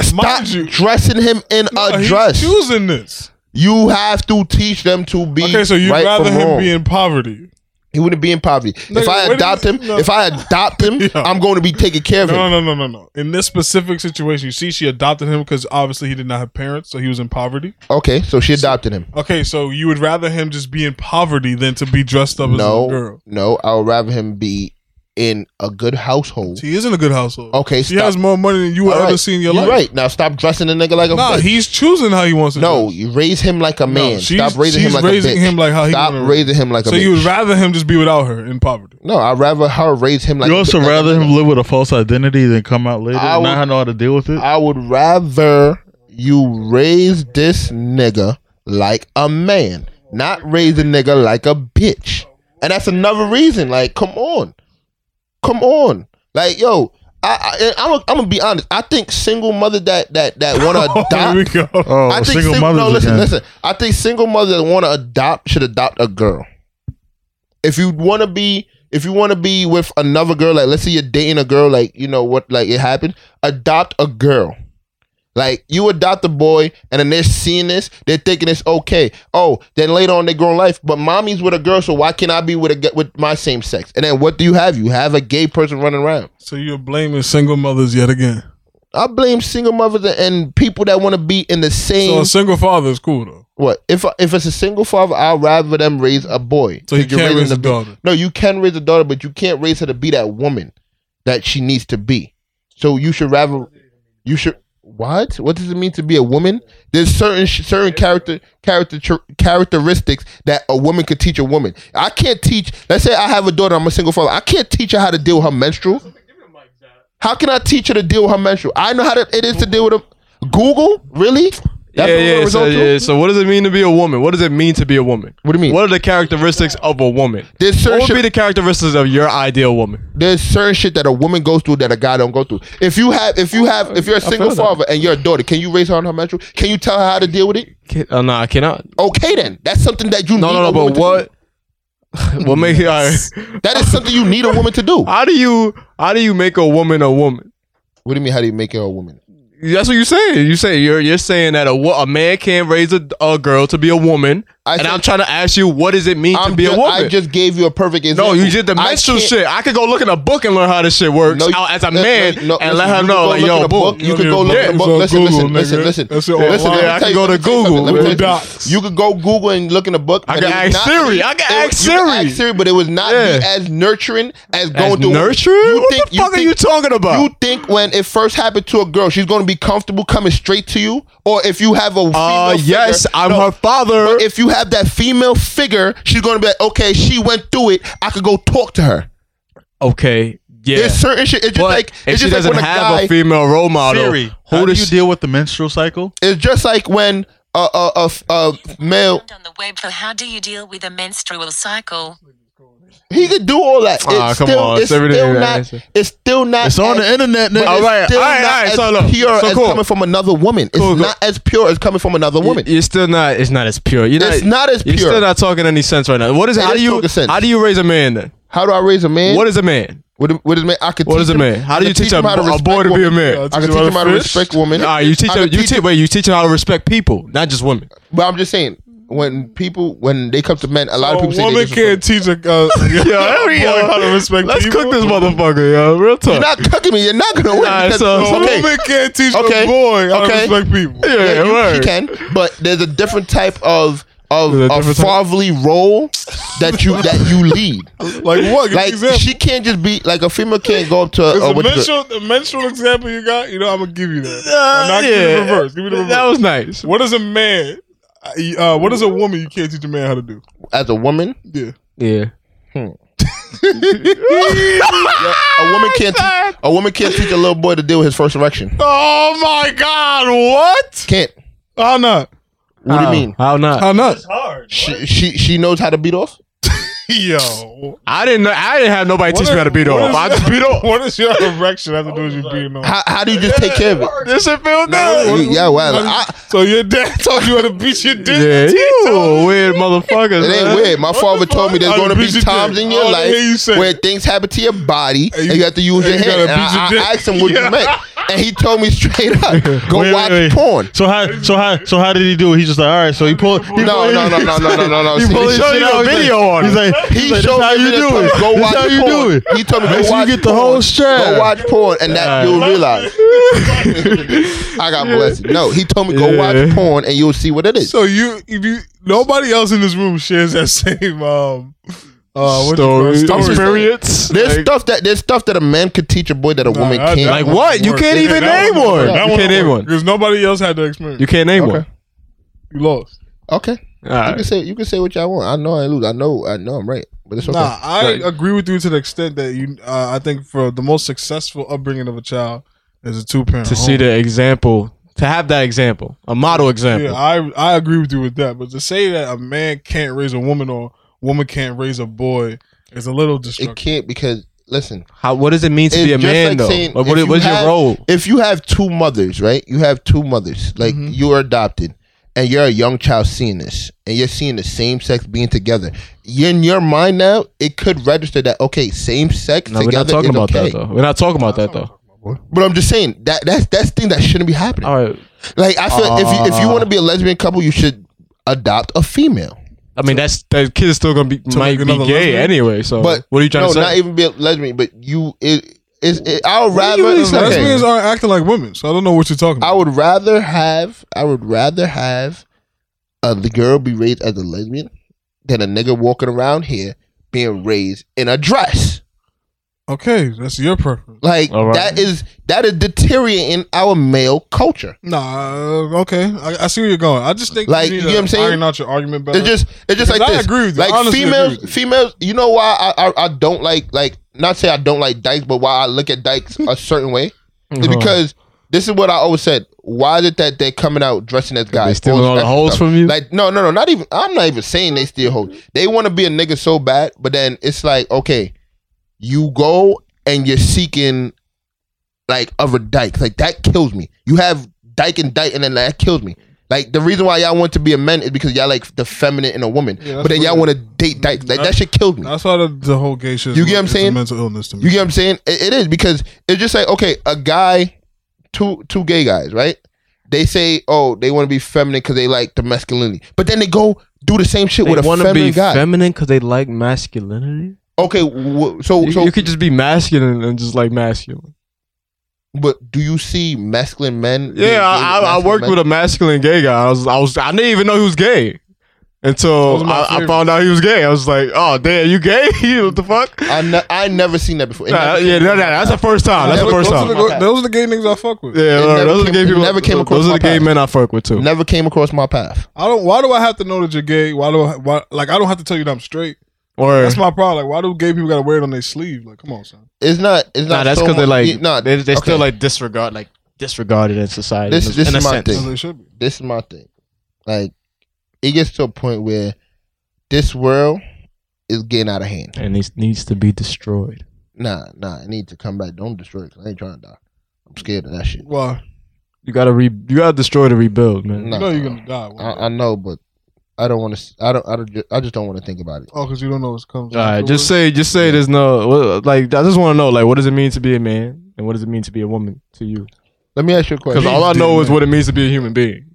Speaker 3: Stop
Speaker 2: Mind you,
Speaker 3: dressing him in
Speaker 2: no,
Speaker 3: a
Speaker 2: he's
Speaker 3: dress.
Speaker 2: choosing this.
Speaker 3: You have to teach them to be
Speaker 2: Okay, so you'd
Speaker 3: right
Speaker 2: rather
Speaker 3: from
Speaker 2: him
Speaker 3: wrong.
Speaker 2: be in poverty?
Speaker 3: he wouldn't be in poverty.
Speaker 2: Nigga,
Speaker 3: if I
Speaker 2: what
Speaker 3: adopt
Speaker 2: is-
Speaker 3: him,
Speaker 2: no.
Speaker 3: if I adopt him,
Speaker 2: Yeah.
Speaker 3: I'm going to be taking care of
Speaker 2: No,
Speaker 3: him.
Speaker 2: no, no, no, no. In this specific situation, you see, she adopted him because obviously he did not have parents, so he was in poverty.
Speaker 3: Okay, so she adopted him.
Speaker 2: Okay, so you would rather him just be in poverty than to be dressed up as a
Speaker 3: No,
Speaker 2: girl.
Speaker 3: no, I would rather him be in a good household.
Speaker 2: He is in a good household.
Speaker 3: Okay,
Speaker 2: She
Speaker 3: stop.
Speaker 2: has more money than you will
Speaker 3: All
Speaker 2: ever
Speaker 3: right,
Speaker 2: see in your
Speaker 3: you're
Speaker 2: life.
Speaker 3: right now, stop dressing a nigga like a
Speaker 2: Nah,
Speaker 3: bitch.
Speaker 2: he's choosing how he wants to.
Speaker 3: no,
Speaker 2: dress.
Speaker 3: you raise him like a man.
Speaker 2: she's-
Speaker 3: stop raising
Speaker 2: she's
Speaker 3: him like
Speaker 2: raising
Speaker 3: a bitch.
Speaker 2: him like how he
Speaker 3: stop
Speaker 2: wanna-
Speaker 3: raising him like a
Speaker 2: So
Speaker 3: bitch.
Speaker 2: you would rather him just be without her in poverty.
Speaker 3: no, I'd rather her raise him like.
Speaker 1: you
Speaker 3: a
Speaker 1: also
Speaker 3: bitch.
Speaker 1: rather him live with a false identity than come out later
Speaker 3: I
Speaker 1: and
Speaker 3: would-
Speaker 1: not know how to deal with it.
Speaker 3: I would rather you raise this nigga like a man, not raise a nigga like a bitch. And that's another reason. Like, come on, come on. Like, yo, I, I I'm, I'm gonna be honest. I think single mother that that that want to
Speaker 2: Here we
Speaker 3: adopt.
Speaker 2: go.
Speaker 1: oh,
Speaker 3: I think
Speaker 1: single mothers
Speaker 3: No, listen,
Speaker 1: again.
Speaker 3: listen. I think single mothers that want to adopt should adopt a girl. If you want to be, if you want to be with another girl, like let's say you're dating a girl, like you know what, like it happened, adopt a girl. Like you adopt a boy, and then they're seeing this, they're thinking it's okay. Oh, then later on they grow in life, but mommy's with a girl, so why can't I be with a g- with my same sex? And then what do you have? You have a gay person running around.
Speaker 2: So you're blaming single mothers yet again.
Speaker 3: I blame single mothers and people that want to be in the same.
Speaker 2: So a single father is cool though.
Speaker 3: What if if it's a single father? I'd rather them raise a boy.
Speaker 2: So he
Speaker 3: 'Cause you're
Speaker 2: can't
Speaker 3: raising
Speaker 2: raise a
Speaker 3: the-
Speaker 2: daughter.
Speaker 3: No, you can raise a daughter, but you can't raise her to be that woman that she needs to be. So you should rather you should what? What does it mean to be a woman? There's certain sh- certain character character tr- characteristics that a woman could teach a woman. I can't teach. Let's say I have a daughter. I'm a single father. I can't teach her how to deal with her menstrual. How can I teach her to deal with her menstrual? I know how to, it is to deal with a Google. Really?
Speaker 5: Yeah,
Speaker 3: what it
Speaker 5: yeah, so,
Speaker 3: result to?
Speaker 5: yeah. So what does it mean to be a woman? What does it mean to be a woman?
Speaker 3: What do you mean?
Speaker 5: What are the characteristics of a woman?
Speaker 3: There's certain
Speaker 5: What would
Speaker 3: shit-
Speaker 5: be the characteristics of your ideal woman?
Speaker 3: there's certain shit that a woman goes through that a guy don't go through. If you have, if you have, if you're a single
Speaker 5: Oh, feel that.
Speaker 3: father and you're a daughter, can you raise her on her menstrual? Can you tell her how to deal with it?
Speaker 5: Can, uh, no, I cannot.
Speaker 3: Okay, then that's something that you
Speaker 5: No,
Speaker 3: need
Speaker 5: no,
Speaker 3: a
Speaker 5: no.
Speaker 3: woman
Speaker 5: But
Speaker 3: to
Speaker 5: what? what make? All right.
Speaker 3: do. That is something you need a woman to do.
Speaker 5: How do you? How do you make a woman a woman?
Speaker 3: What do you mean? How do you make her a woman?
Speaker 5: That's what you're saying. You say you're you're saying that a wo- a man can't raise a, a girl to be a woman,
Speaker 3: I
Speaker 5: and
Speaker 3: said-
Speaker 5: I'm trying to ask you what does it mean to
Speaker 3: I'm
Speaker 5: be
Speaker 3: ju-
Speaker 5: a woman?
Speaker 3: I just gave you a perfect
Speaker 5: no,
Speaker 3: example.
Speaker 5: you did the
Speaker 3: I
Speaker 5: menstrual
Speaker 3: can't-
Speaker 5: shit. I could go look in a book and learn how this shit works
Speaker 3: No, you-
Speaker 5: out as a
Speaker 3: no,
Speaker 5: man
Speaker 3: no, no,
Speaker 5: and
Speaker 3: listen,
Speaker 5: let her
Speaker 3: you
Speaker 5: know,
Speaker 3: can
Speaker 5: like,
Speaker 3: go look
Speaker 5: yo,
Speaker 3: in a
Speaker 5: book.
Speaker 3: You
Speaker 2: don't
Speaker 3: could
Speaker 2: need a
Speaker 3: go
Speaker 2: book.
Speaker 3: look at the
Speaker 2: It's on
Speaker 3: book. Listen, listen,
Speaker 2: Google,
Speaker 3: listen,
Speaker 2: nigga.
Speaker 3: listen.
Speaker 2: That's it. Online.
Speaker 3: Listen, let me
Speaker 5: I
Speaker 3: tell
Speaker 5: can
Speaker 3: you-
Speaker 5: go to
Speaker 3: let me tell you something. Let
Speaker 2: Google.
Speaker 3: me tell you
Speaker 2: Docs.
Speaker 3: something. You could go Google and look in a book.
Speaker 5: I
Speaker 3: and
Speaker 5: can
Speaker 3: it would
Speaker 5: ask
Speaker 3: not
Speaker 5: Siri.
Speaker 3: be-
Speaker 5: I can
Speaker 3: it would-
Speaker 5: ask
Speaker 3: you could
Speaker 5: Siri.
Speaker 3: ask Siri, but it was not
Speaker 5: Yeah.
Speaker 3: be as nurturing as going
Speaker 5: As
Speaker 3: through.
Speaker 5: nurturing? What the fuck are you talking about?
Speaker 3: You think when it first happened to a girl, she's going to be comfortable coming straight to you, or if you have a female
Speaker 5: uh,
Speaker 3: figure-
Speaker 5: yes, I'm
Speaker 3: No,
Speaker 5: her father.
Speaker 3: if you have that female figure, she's going to be like, okay, she went through it. I could go talk to her.
Speaker 5: okay, yeah.
Speaker 3: There's certain shit. It's just
Speaker 5: But
Speaker 3: like
Speaker 5: if
Speaker 3: it's
Speaker 5: she
Speaker 3: just like
Speaker 5: doesn't
Speaker 3: when a
Speaker 5: have
Speaker 3: guy.
Speaker 5: a female role model,
Speaker 1: Siri,
Speaker 5: who
Speaker 1: how do
Speaker 5: does
Speaker 1: you
Speaker 5: she-
Speaker 1: deal with the menstrual cycle?
Speaker 3: it's just like when a a a, a male.
Speaker 6: on the web for how do you deal with a menstrual cycle.
Speaker 3: He could do all that.
Speaker 5: Ah,
Speaker 3: it's
Speaker 5: come
Speaker 3: still,
Speaker 5: on,
Speaker 3: It's
Speaker 5: it's everything
Speaker 3: still
Speaker 5: in that
Speaker 3: not.
Speaker 5: answer.
Speaker 3: It's still not.
Speaker 1: It's on
Speaker 3: as-
Speaker 1: the internet,
Speaker 3: But
Speaker 1: nigga.
Speaker 3: it's
Speaker 5: All right,
Speaker 3: still
Speaker 5: all right,
Speaker 3: not
Speaker 5: all right,
Speaker 3: as
Speaker 5: so look,
Speaker 3: pure
Speaker 5: so
Speaker 3: as
Speaker 5: cool.
Speaker 3: coming from another woman. It's
Speaker 5: Cool, cool.
Speaker 3: not as pure as coming from another woman.
Speaker 5: You're still not. It's not as pure. You're
Speaker 3: It's not as
Speaker 5: You're
Speaker 3: pure.
Speaker 5: still not talking any sense right now. What is?
Speaker 3: It
Speaker 5: how
Speaker 3: is
Speaker 5: do you?
Speaker 3: talking sense.
Speaker 5: How do you raise a man then?
Speaker 3: How do I raise a man?
Speaker 5: What is a man?
Speaker 3: What, what is man? I could.
Speaker 5: What
Speaker 3: teach
Speaker 5: is a
Speaker 3: him-
Speaker 5: man?
Speaker 3: I
Speaker 5: How do
Speaker 3: could
Speaker 5: you teach a,
Speaker 3: him how to
Speaker 5: a
Speaker 3: respect
Speaker 5: boy to be a
Speaker 3: women.
Speaker 5: man?
Speaker 3: I can teach him how to respect women.
Speaker 5: Nah, you teach
Speaker 3: I
Speaker 5: her.
Speaker 3: could
Speaker 5: You
Speaker 3: teach
Speaker 5: teach. Wait, you teach her how to respect people, not just women.
Speaker 3: But I'm just saying, when people when they come to men, a lot of
Speaker 2: A
Speaker 3: people say
Speaker 2: woman
Speaker 3: they
Speaker 2: can't teach a uh, yo,
Speaker 5: we go.
Speaker 2: how to respect
Speaker 5: Let's
Speaker 2: people.
Speaker 5: cook this motherfucker, yo. Real
Speaker 3: You're
Speaker 5: talk.
Speaker 3: not cooking me. You're not gonna win.
Speaker 5: Nah,
Speaker 3: because-
Speaker 5: so- so
Speaker 2: A
Speaker 3: okay,
Speaker 2: woman can't teach
Speaker 3: Okay.
Speaker 2: a boy how
Speaker 3: Okay.
Speaker 2: to respect people.
Speaker 5: yeah,
Speaker 3: yeah, you- she
Speaker 5: word.
Speaker 3: can, but there's a different type of of
Speaker 5: There's a
Speaker 3: a
Speaker 5: different type-
Speaker 3: fatherly role that you that you lead.
Speaker 2: Like what? Give me an
Speaker 3: Like
Speaker 2: example.
Speaker 3: she can't just be like a female can't go up to
Speaker 2: It's
Speaker 3: uh,
Speaker 2: a
Speaker 3: what you
Speaker 2: menstrual, the menstrual example you got, you know, I'm gonna give you that.
Speaker 5: Uh,
Speaker 2: I'm not give me the reverse. Give me the reverse.
Speaker 5: That was nice.
Speaker 2: what is a man? Uh, what is a woman you can't teach a man how to do?
Speaker 3: as a woman,
Speaker 2: Yeah.
Speaker 5: Yeah.
Speaker 3: a woman can't teach, a woman can't teach a little boy to deal with his first erection.
Speaker 2: Oh my God! What?
Speaker 3: Can't.
Speaker 2: How not?
Speaker 3: What do you mean?
Speaker 5: How not?
Speaker 2: How not?
Speaker 3: She she she knows how to beat off.
Speaker 2: Yo.
Speaker 5: I didn't know. I didn't have nobody teach me how to beat
Speaker 2: What
Speaker 5: off.
Speaker 2: is-
Speaker 5: I just beat off.
Speaker 2: What is your erection have to do with you being on?
Speaker 3: How how do you just take care of it?
Speaker 5: This shit feel
Speaker 3: Yeah,
Speaker 5: good.
Speaker 3: yeah, well, I,
Speaker 2: So your dad told you how to beat your dick?
Speaker 5: Yeah,
Speaker 2: He told
Speaker 5: you
Speaker 2: you.
Speaker 5: weird motherfuckers.
Speaker 3: It
Speaker 5: man.
Speaker 3: ain't weird. My
Speaker 2: What the
Speaker 3: father told me
Speaker 2: fuck?
Speaker 3: there's
Speaker 2: I
Speaker 3: going to
Speaker 2: beat
Speaker 3: be
Speaker 2: your dick.
Speaker 3: times in your
Speaker 2: Oh, I
Speaker 3: life
Speaker 2: hear you say
Speaker 3: where
Speaker 2: it.
Speaker 3: things happen to your body and
Speaker 2: And
Speaker 3: you,
Speaker 2: you-
Speaker 3: have to use
Speaker 2: and
Speaker 3: your
Speaker 2: you
Speaker 3: hand.
Speaker 2: gotta
Speaker 3: And
Speaker 2: beat your
Speaker 3: I, I
Speaker 2: dick.
Speaker 3: asked him what
Speaker 2: Yeah.
Speaker 3: you meant. and he told me straight up, go
Speaker 1: Wait, wait,
Speaker 3: watch
Speaker 1: wait.
Speaker 3: porn.
Speaker 1: So how so how so how did he do it? He's just like, all right. So he pulled. He
Speaker 3: No,
Speaker 1: pulled-
Speaker 3: no, no, no, no, no, no, no.
Speaker 1: He
Speaker 3: See,
Speaker 1: pulled his
Speaker 3: showed
Speaker 1: shit
Speaker 3: me
Speaker 1: out.
Speaker 3: the
Speaker 1: He's
Speaker 3: video
Speaker 1: like- He's like,
Speaker 3: He
Speaker 1: he's like,
Speaker 3: showed
Speaker 1: this how
Speaker 3: me
Speaker 1: you
Speaker 3: the
Speaker 1: do it.
Speaker 3: tweet. Go
Speaker 1: This
Speaker 3: watch
Speaker 1: how you
Speaker 3: porn.
Speaker 1: do it.
Speaker 3: He told me go
Speaker 1: Make sure you
Speaker 3: watch
Speaker 1: get the
Speaker 3: porn.
Speaker 1: whole strap.
Speaker 3: Go watch porn, and that you'll realize. I got blessed. No, he told me go watch porn, and you'll see what it is.
Speaker 2: So you, if you, nobody else in this room shares that same um, uh, what
Speaker 5: Story.
Speaker 2: You call it? story.
Speaker 5: Experience.
Speaker 3: There's stuff that there's stuff that a man could teach a boy that a woman
Speaker 2: I-
Speaker 3: can't.
Speaker 5: Like what? You can't even name one.
Speaker 2: That
Speaker 5: You
Speaker 2: one
Speaker 5: can't name one.
Speaker 2: Because nobody else had the experience.
Speaker 5: You can't name
Speaker 3: Okay.
Speaker 5: one.
Speaker 2: You lost.
Speaker 3: Okay,
Speaker 5: All
Speaker 3: you can
Speaker 5: right.
Speaker 3: say you can say what y'all want. I know I lose. I know I know I'm right, but it's okay.
Speaker 2: Nah, I agree with you to the extent that you. Uh, I think for the most successful upbringing of a child is a two parent.
Speaker 5: To see the example, to have that example, a model
Speaker 2: Yeah,
Speaker 5: example.
Speaker 2: I I agree with you with that. But to say that a man can't raise a woman or woman can't raise a boy is a little
Speaker 3: It
Speaker 2: destructive.
Speaker 3: can't because listen,
Speaker 5: How? What does it mean to
Speaker 3: It's
Speaker 5: be a
Speaker 3: just
Speaker 5: man
Speaker 3: like
Speaker 5: though?
Speaker 3: saying
Speaker 5: Like, what
Speaker 3: if
Speaker 5: is
Speaker 3: you
Speaker 5: what's your
Speaker 3: have-
Speaker 5: role?
Speaker 3: if you have two mothers, right? You have two mothers, like you're adopted, and you're a young child seeing this, and you're seeing the same sex being together. In your mind now, it could register that okay, same sex
Speaker 5: No, we're not
Speaker 3: together
Speaker 5: talking
Speaker 3: is
Speaker 5: about
Speaker 3: okay.
Speaker 5: that though. We're not talking about that though.
Speaker 3: But I'm just saying that that's that's thing that shouldn't be happening.
Speaker 5: All right. Uh,
Speaker 3: Like I feel if you, if you want to be a lesbian couple, you should adopt a female.
Speaker 5: I mean, that's that kid is still gonna be might
Speaker 2: make
Speaker 5: be gay
Speaker 2: another lesbian?
Speaker 5: anyway. So,
Speaker 3: But
Speaker 5: what are you trying
Speaker 3: no,
Speaker 5: to say?
Speaker 3: Not even be a lesbian, but you it is. It, I would rather
Speaker 2: Because Lesbians aren't acting like women, so I don't know what you're talking about.
Speaker 3: I would rather have I would rather have a l- girl be raised as a lesbian than a nigga walking around here being raised in a dress.
Speaker 2: okay, that's your preference.
Speaker 3: Like
Speaker 5: All right.
Speaker 3: that is that is deteriorating our male culture.
Speaker 2: Nah, uh, okay, I, I see where you're going. I just think
Speaker 3: Like,
Speaker 2: need
Speaker 3: you
Speaker 2: to
Speaker 3: know what I'm saying?
Speaker 2: Iron out your argument better.
Speaker 3: It's just it's just like
Speaker 2: Because I
Speaker 3: this.
Speaker 2: agree with you. I
Speaker 3: Like
Speaker 2: honestly agree
Speaker 3: females
Speaker 2: with you.
Speaker 3: females you know why I, I I don't like like not say I don't like dykes, but why I look at dykes a certain way. It's because this is what I always said. Why is it that they're coming out dressing as guys?
Speaker 5: stealing all the
Speaker 3: dressing
Speaker 5: hoes
Speaker 3: stuff?
Speaker 5: from you?
Speaker 3: Like, no, no, no, not even. I'm not even saying they steal hoes. They want to be a nigga so bad, but then it's like, okay, you go and you're seeking like other dykes. Like that kills me. You have dyke and dyke, and then that kills me. Like the reason why y'all want to be a man is because y'all like the feminine in a woman,
Speaker 2: Yeah, that's
Speaker 3: but then y'all want
Speaker 2: weird.
Speaker 3: to date dyke. Like that
Speaker 2: That's-
Speaker 3: shit killed me.
Speaker 2: That's why the, the whole gay shit. is
Speaker 3: You get what I'm
Speaker 2: it's a
Speaker 3: saying?
Speaker 2: Mental illness to me.
Speaker 3: You get what I'm saying? It, it is because it's just like okay, a guy, two two gay guys, right? They say, oh, they want to be feminine because they like the masculinity, but then they go do the same shit with a
Speaker 5: want to
Speaker 3: feminine
Speaker 5: be
Speaker 3: guy.
Speaker 5: feminine because they like masculinity.
Speaker 3: okay, wh- so
Speaker 5: You,
Speaker 3: so,
Speaker 5: you could just be masculine and just like masculine.
Speaker 3: but do you see masculine men? being gay with
Speaker 5: Yeah, I, I, I
Speaker 3: masculine
Speaker 5: worked
Speaker 3: men?
Speaker 5: with a masculine gay guy. I was, I was, I didn't even know he was gay
Speaker 2: That was
Speaker 5: until
Speaker 2: my
Speaker 5: I, I
Speaker 2: favorite.
Speaker 5: found out he was gay. I was like, oh damn, you gay? what the fuck?
Speaker 3: I ne- I never seen that before. It
Speaker 5: Nah,
Speaker 3: never
Speaker 5: yeah,
Speaker 3: came
Speaker 5: no,
Speaker 3: across
Speaker 5: no,
Speaker 3: my
Speaker 5: that's the
Speaker 3: path.
Speaker 5: first time. That's the
Speaker 3: Never-
Speaker 5: first
Speaker 2: those, are
Speaker 5: time.
Speaker 2: the, go- those are the gay niggas I fuck with.
Speaker 5: Yeah,
Speaker 3: never
Speaker 5: those are the
Speaker 3: came-
Speaker 5: gay
Speaker 3: it
Speaker 5: people.
Speaker 3: never came across
Speaker 5: those are
Speaker 3: my
Speaker 5: the gay
Speaker 3: path.
Speaker 5: men I fuck with too.
Speaker 3: Never came across my path.
Speaker 2: I don't. Why do I have to know that you're gay? Why do I? Why, like I don't have to tell you that I'm straight.
Speaker 5: Or
Speaker 2: That's my problem. Like, why do gay people gotta wear it on their sleeve? Like, come on, son.
Speaker 3: It's not. It's
Speaker 5: nah,
Speaker 3: not.
Speaker 5: that's
Speaker 3: so
Speaker 5: because they're
Speaker 3: much-
Speaker 5: like,
Speaker 3: yeah, nah,
Speaker 5: they, they still
Speaker 3: okay.
Speaker 5: like disregard, like disregarded in society.
Speaker 3: This-
Speaker 5: in a-
Speaker 3: this
Speaker 5: in
Speaker 3: is
Speaker 5: a
Speaker 3: my
Speaker 5: sense.
Speaker 2: As
Speaker 3: thing.
Speaker 2: they should be.
Speaker 3: this is my thing. Like, it gets to a point where this world is getting out of hand.
Speaker 5: and it needs to be destroyed.
Speaker 3: Nah, nah, I need to come back. Don't destroy it 'cause I ain't trying to die. I'm scared of that shit.
Speaker 2: Why?
Speaker 5: You gotta re, you gotta destroy to rebuild, man.
Speaker 3: No,
Speaker 2: you know you're gonna die. one day.
Speaker 3: I, I know, but I don't want to. I don't. I don't. ju- I just don't want to think about it.
Speaker 2: oh, because you don't know what's coming.
Speaker 5: All right, just say, just say, there's no what- like. I just want to know, like, what does it mean to be a man, and what does it mean to be a woman to you?
Speaker 3: Let me ask you a question.
Speaker 5: Because all I
Speaker 2: Please
Speaker 5: know
Speaker 2: do,
Speaker 5: is what it means to be a human being.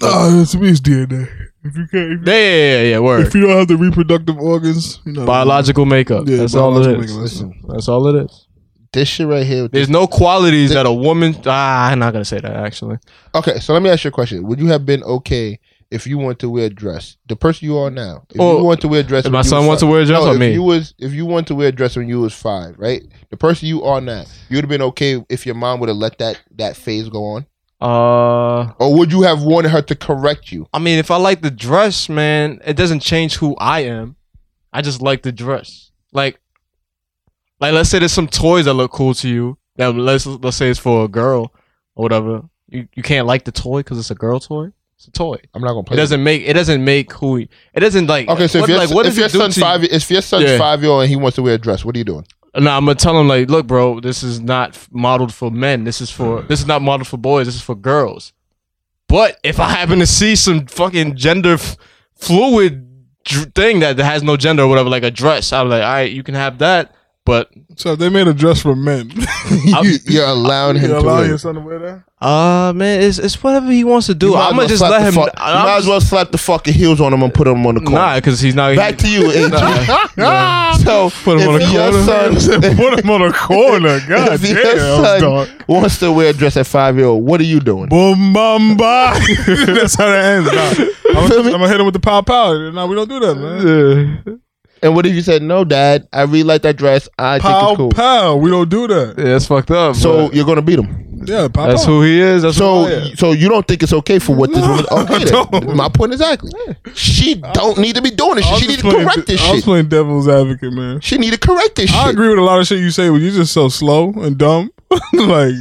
Speaker 2: Oh, to me, it's DNA. If you can't, if you,
Speaker 5: Yeah, yeah, yeah, yeah.
Speaker 2: if
Speaker 5: Word.
Speaker 2: you don't have the reproductive organs, you know,
Speaker 5: Biological makeup.
Speaker 2: Yeah,
Speaker 5: That's all
Speaker 2: biological
Speaker 5: it is.
Speaker 2: makeup, listen.
Speaker 5: That's all it is.
Speaker 3: This shit right here.
Speaker 5: There's no qualities that a woman. Ah, I'm not gonna say that actually.
Speaker 3: okay, so let me ask you a question. Would you have been okay if you want to wear a dress? The person you are now. If
Speaker 5: Oh,
Speaker 3: you want to wear a dress,
Speaker 5: If
Speaker 3: when
Speaker 5: my
Speaker 3: you
Speaker 5: son
Speaker 3: was
Speaker 5: wants to
Speaker 3: five-
Speaker 5: wear a dress
Speaker 3: No,
Speaker 5: on
Speaker 3: if
Speaker 5: me,
Speaker 3: you was if you wanted to wear a dress when you was five, right? The person you are now, you would have been okay if your mom would have let that that phase go on,
Speaker 5: uh,
Speaker 3: or would you have wanted her to correct you?
Speaker 5: I mean, if I like the dress, man, it doesn't change who I am. I just like the dress. Like, like let's say there's some toys that look cool to you. That let's let's say it's for a girl or whatever. You you can't like the toy because it's a girl toy. It's a toy.
Speaker 3: I'm not gonna
Speaker 5: It
Speaker 3: play.
Speaker 5: doesn't make it doesn't make who he, it doesn't like.
Speaker 3: Okay, so
Speaker 5: what-
Speaker 3: if, your,
Speaker 5: like what
Speaker 3: if
Speaker 5: does it
Speaker 3: your
Speaker 5: do
Speaker 3: son
Speaker 5: to you?
Speaker 3: five, if your son's
Speaker 5: Yeah.
Speaker 3: five year old and he wants to wear a dress, what are you doing?
Speaker 5: Nah, I'm gonna tell him like, look, bro, this is not f- modeled for men. This is for this is not modeled for boys. This is for girls. But if I happen to see some fucking gender f- fluid dr- thing that, that has no gender or whatever, like a dress, I'm like, all right, you can have that.
Speaker 1: But
Speaker 2: So if they made a dress for men.
Speaker 3: you, you're allowing him
Speaker 2: you
Speaker 3: to
Speaker 2: allow
Speaker 3: wear it.
Speaker 2: your son to wear that?
Speaker 5: Uh man, it's it's whatever he wants to do.
Speaker 3: You might as
Speaker 5: I'm gonna
Speaker 3: well
Speaker 5: just
Speaker 3: slap
Speaker 5: let
Speaker 3: the
Speaker 5: him.
Speaker 3: fuck- you
Speaker 5: I'm
Speaker 3: might as well slap the fucking heels on him and put him on the corner.
Speaker 5: Nah, because he's not.
Speaker 3: Back to you, AG. So
Speaker 2: Put him on
Speaker 3: if
Speaker 2: a
Speaker 3: your
Speaker 2: corner.
Speaker 3: son,
Speaker 2: Put him on a corner. God
Speaker 3: if your
Speaker 2: damn, dog.
Speaker 3: son wants to wear a dress at five year old, what are you doing?
Speaker 2: Boom, bum, ba. That's how that ends. Nah. I'm,
Speaker 3: Feel
Speaker 2: gonna,
Speaker 3: me?
Speaker 2: I'm gonna hit him with the pow pow. Nah, we don't do that, man.
Speaker 3: And what if you said, "No, Dad, I really like that dress. I think
Speaker 2: Pow
Speaker 3: it's cool."
Speaker 2: pow. We don't do that.
Speaker 5: yeah, that's fucked up.
Speaker 3: So
Speaker 5: but
Speaker 3: you're gonna beat him.
Speaker 2: Yeah, pow
Speaker 5: that's
Speaker 2: pow.
Speaker 5: who he is. That's
Speaker 3: So,
Speaker 5: who I am.
Speaker 3: so you don't think it's okay for what this woman? Okay, then.
Speaker 2: don't.
Speaker 3: my point exactly. She don't need to be doing this.
Speaker 2: I
Speaker 3: Shit.
Speaker 2: was
Speaker 3: She need
Speaker 2: just
Speaker 3: to
Speaker 2: playing-
Speaker 3: correct this
Speaker 2: I was
Speaker 3: shit.
Speaker 2: playing devil's advocate, man.
Speaker 3: She need to correct this
Speaker 2: I
Speaker 3: shit.
Speaker 2: agree with a lot of shit you say, but you're just so slow and dumb. like,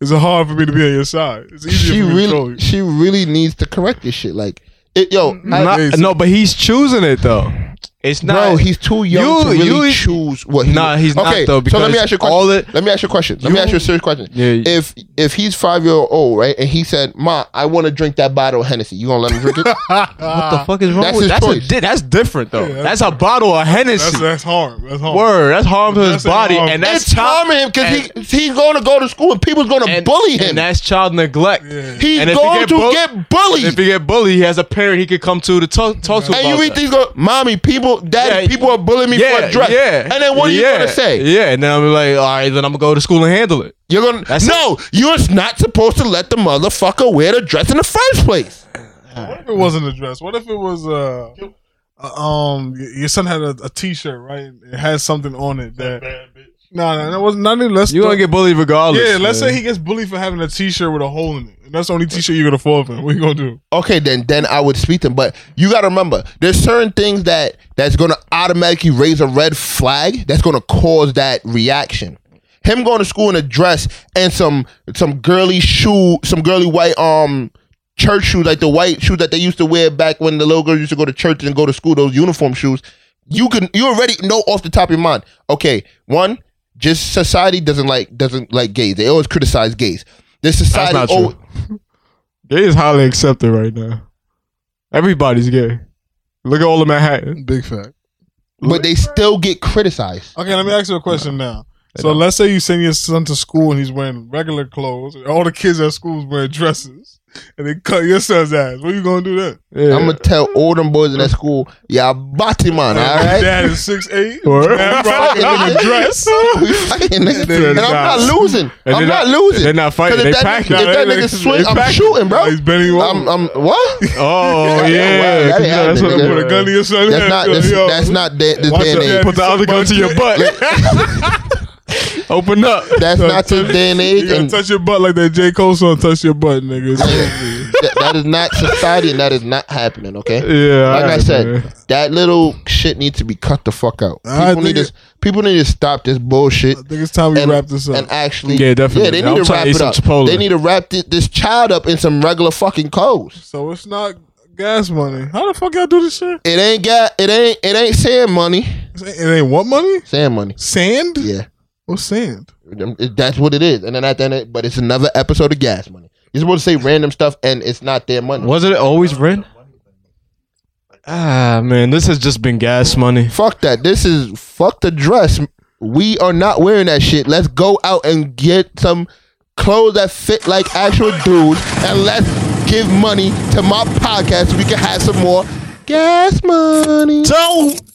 Speaker 2: it's hard for me to be on your side. It's easier
Speaker 3: She
Speaker 2: for me to troll
Speaker 3: really,
Speaker 2: you.
Speaker 3: she really needs to correct this shit. Like, it, yo, I,
Speaker 5: Not-
Speaker 2: Amazing.
Speaker 5: no, but he's choosing it though. It's not.
Speaker 3: Bro, he's too young
Speaker 5: You-
Speaker 3: to really
Speaker 5: you-
Speaker 3: choose what. He
Speaker 5: Nah, he's not, though,
Speaker 3: so let
Speaker 5: because
Speaker 3: me ask you a question.
Speaker 5: all it-
Speaker 3: let me ask you a question. Let me ask you a serious question.
Speaker 5: Yeah, you-
Speaker 3: If if he's five year old, right, and he said, "Ma, I want to drink that bottle of Hennessy," you gonna let him drink it?
Speaker 5: what the fuck is wrong
Speaker 3: that's
Speaker 5: with
Speaker 3: his
Speaker 5: Uh, that's a
Speaker 3: choice.
Speaker 5: di- that's different though.
Speaker 2: that's
Speaker 5: that's, a bottle of
Speaker 2: That's,
Speaker 5: Hennessy.
Speaker 2: that's harm. That's harm.
Speaker 5: Word, that's harm to his
Speaker 2: That's a
Speaker 5: body,
Speaker 2: harm.
Speaker 5: and that's
Speaker 3: That's
Speaker 5: child
Speaker 3: harming him because he he's gonna go to school and people's gonna
Speaker 5: and-
Speaker 3: bully him.
Speaker 5: And that's child neglect.
Speaker 2: Yeah.
Speaker 3: he's
Speaker 5: and if he
Speaker 3: going
Speaker 5: get
Speaker 3: to
Speaker 5: bull-
Speaker 3: get bullied.
Speaker 5: If he get bullied, he has a parent he could come to to talk, talk to.
Speaker 3: and
Speaker 5: about
Speaker 3: you eat
Speaker 5: that.
Speaker 3: these go, mommy, people, daddy,
Speaker 5: Yeah,
Speaker 3: people are bullying me for a dress.
Speaker 5: Yeah.
Speaker 3: And then what are you
Speaker 5: yeah,
Speaker 3: gonna say?
Speaker 5: Yeah, and then I'm like, all right, then I'm gonna go to school and handle it.
Speaker 3: You're gonna
Speaker 5: That's
Speaker 3: no. You're not supposed to let the motherfucker wear the dress in the first place.
Speaker 2: What if it wasn't a dress? What if it was uh, uh, um y- your son had a, a T-shirt right? It has something on it that no no that wasn't nothing. Let's
Speaker 5: You gonna get bullied regardless.
Speaker 2: yeah. Let's
Speaker 5: man.
Speaker 2: say he gets bullied for having a T-shirt with a hole in it, and that's the only T-shirt you're gonna fall for. What you gonna do?
Speaker 3: okay then then i would speak to him but you gotta remember there's certain things that that's gonna automatically raise a red flag that's gonna cause that reaction him going to school in a dress and some some girly shoe some girly white um church shoes like the white shoes that they used to wear back when the little girls used to go to church and go to school those uniform shoes you can you already know off the top of your mind okay one just society doesn't like doesn't like gays they always criticize gays this society
Speaker 5: not true.
Speaker 3: always,
Speaker 5: Gay is highly accepted right now. Everybody's gay. Look at all of Manhattan.
Speaker 2: Big fact.
Speaker 3: but they still get criticized
Speaker 2: Okay, let me ask you a question now. So let's say you send your son to school and he's wearing regular clothes. and all the kids at school is wearing dresses, and they cut your son's ass. What you gonna do then?
Speaker 5: Yeah.
Speaker 3: I'm gonna tell all them boys in that school, y'all body man, all
Speaker 2: Your
Speaker 3: right?
Speaker 2: Dad is six eight.
Speaker 5: Word.
Speaker 2: Dad rocking in a dress.
Speaker 3: We fighting, nigga. and I'm not losing.
Speaker 5: And
Speaker 3: I'm
Speaker 5: they're
Speaker 3: not
Speaker 5: They're
Speaker 3: losing.
Speaker 5: not
Speaker 3: 'Cause
Speaker 5: fighting. They
Speaker 3: if that,
Speaker 5: packing.
Speaker 3: nigga, if that
Speaker 2: Nah, they-
Speaker 3: nigga swing,
Speaker 2: they
Speaker 3: I'm
Speaker 2: packing.
Speaker 3: shooting, bro.
Speaker 2: He's bending you
Speaker 3: I'm,
Speaker 2: over.
Speaker 3: I'm what?
Speaker 5: oh
Speaker 3: That
Speaker 5: yeah.
Speaker 3: ain't
Speaker 5: 'cause that's what
Speaker 3: happening,
Speaker 5: I'm
Speaker 2: Put
Speaker 3: nigga.
Speaker 5: gonna-
Speaker 2: a gun to your son.
Speaker 3: That's not that's,
Speaker 2: Yo,
Speaker 3: that's not the, the
Speaker 2: watch
Speaker 3: day and
Speaker 2: your
Speaker 3: age.
Speaker 2: daddy
Speaker 5: Put the other gun to your butt. Open up.
Speaker 3: That's not the day and
Speaker 2: You
Speaker 3: age,
Speaker 2: gotta
Speaker 3: and
Speaker 2: touch your butt like that J Cole song. Touch your butt, nigga. It's crazy.
Speaker 3: that- that is not society, and that is not happening. Okay.
Speaker 5: Yeah.
Speaker 3: Like I
Speaker 5: alright,
Speaker 3: said,
Speaker 5: man.
Speaker 3: that little shit needs to be cut the fuck out.
Speaker 2: I
Speaker 3: People need
Speaker 2: think it-
Speaker 3: to people need to stop this bullshit.
Speaker 2: I think it's time we
Speaker 3: and,
Speaker 2: wrap this
Speaker 3: and
Speaker 2: up.
Speaker 3: actually,
Speaker 5: Yeah, definitely.
Speaker 3: Yeah, they
Speaker 5: I'm
Speaker 3: need to
Speaker 5: trying
Speaker 3: wrap
Speaker 5: to eat
Speaker 3: it
Speaker 5: some
Speaker 3: up.
Speaker 5: Chipotle.
Speaker 3: They need to wrap thi- this child up in some regular fucking clothes.
Speaker 2: So it's not gas money. How the fuck y'all do this shit?
Speaker 3: It ain't got. It ain't. It ain't sand money.
Speaker 2: It ain't what money?
Speaker 3: Sand money.
Speaker 2: Sand?
Speaker 3: Yeah,
Speaker 2: What's sand?
Speaker 3: Um, it- that's what it is. And then at the end, it- but it's another episode of gas money. You're supposed to say random stuff, and it's not their money.
Speaker 5: Wasn't it always rent? Ah man, this has just been gas money.
Speaker 3: Fuck that. This is fuck the dress. We are not wearing that shit. Let's go out and get some clothes that fit like actual dudes, and let's give money to my podcast. so We can have some more gas money.
Speaker 5: Don't.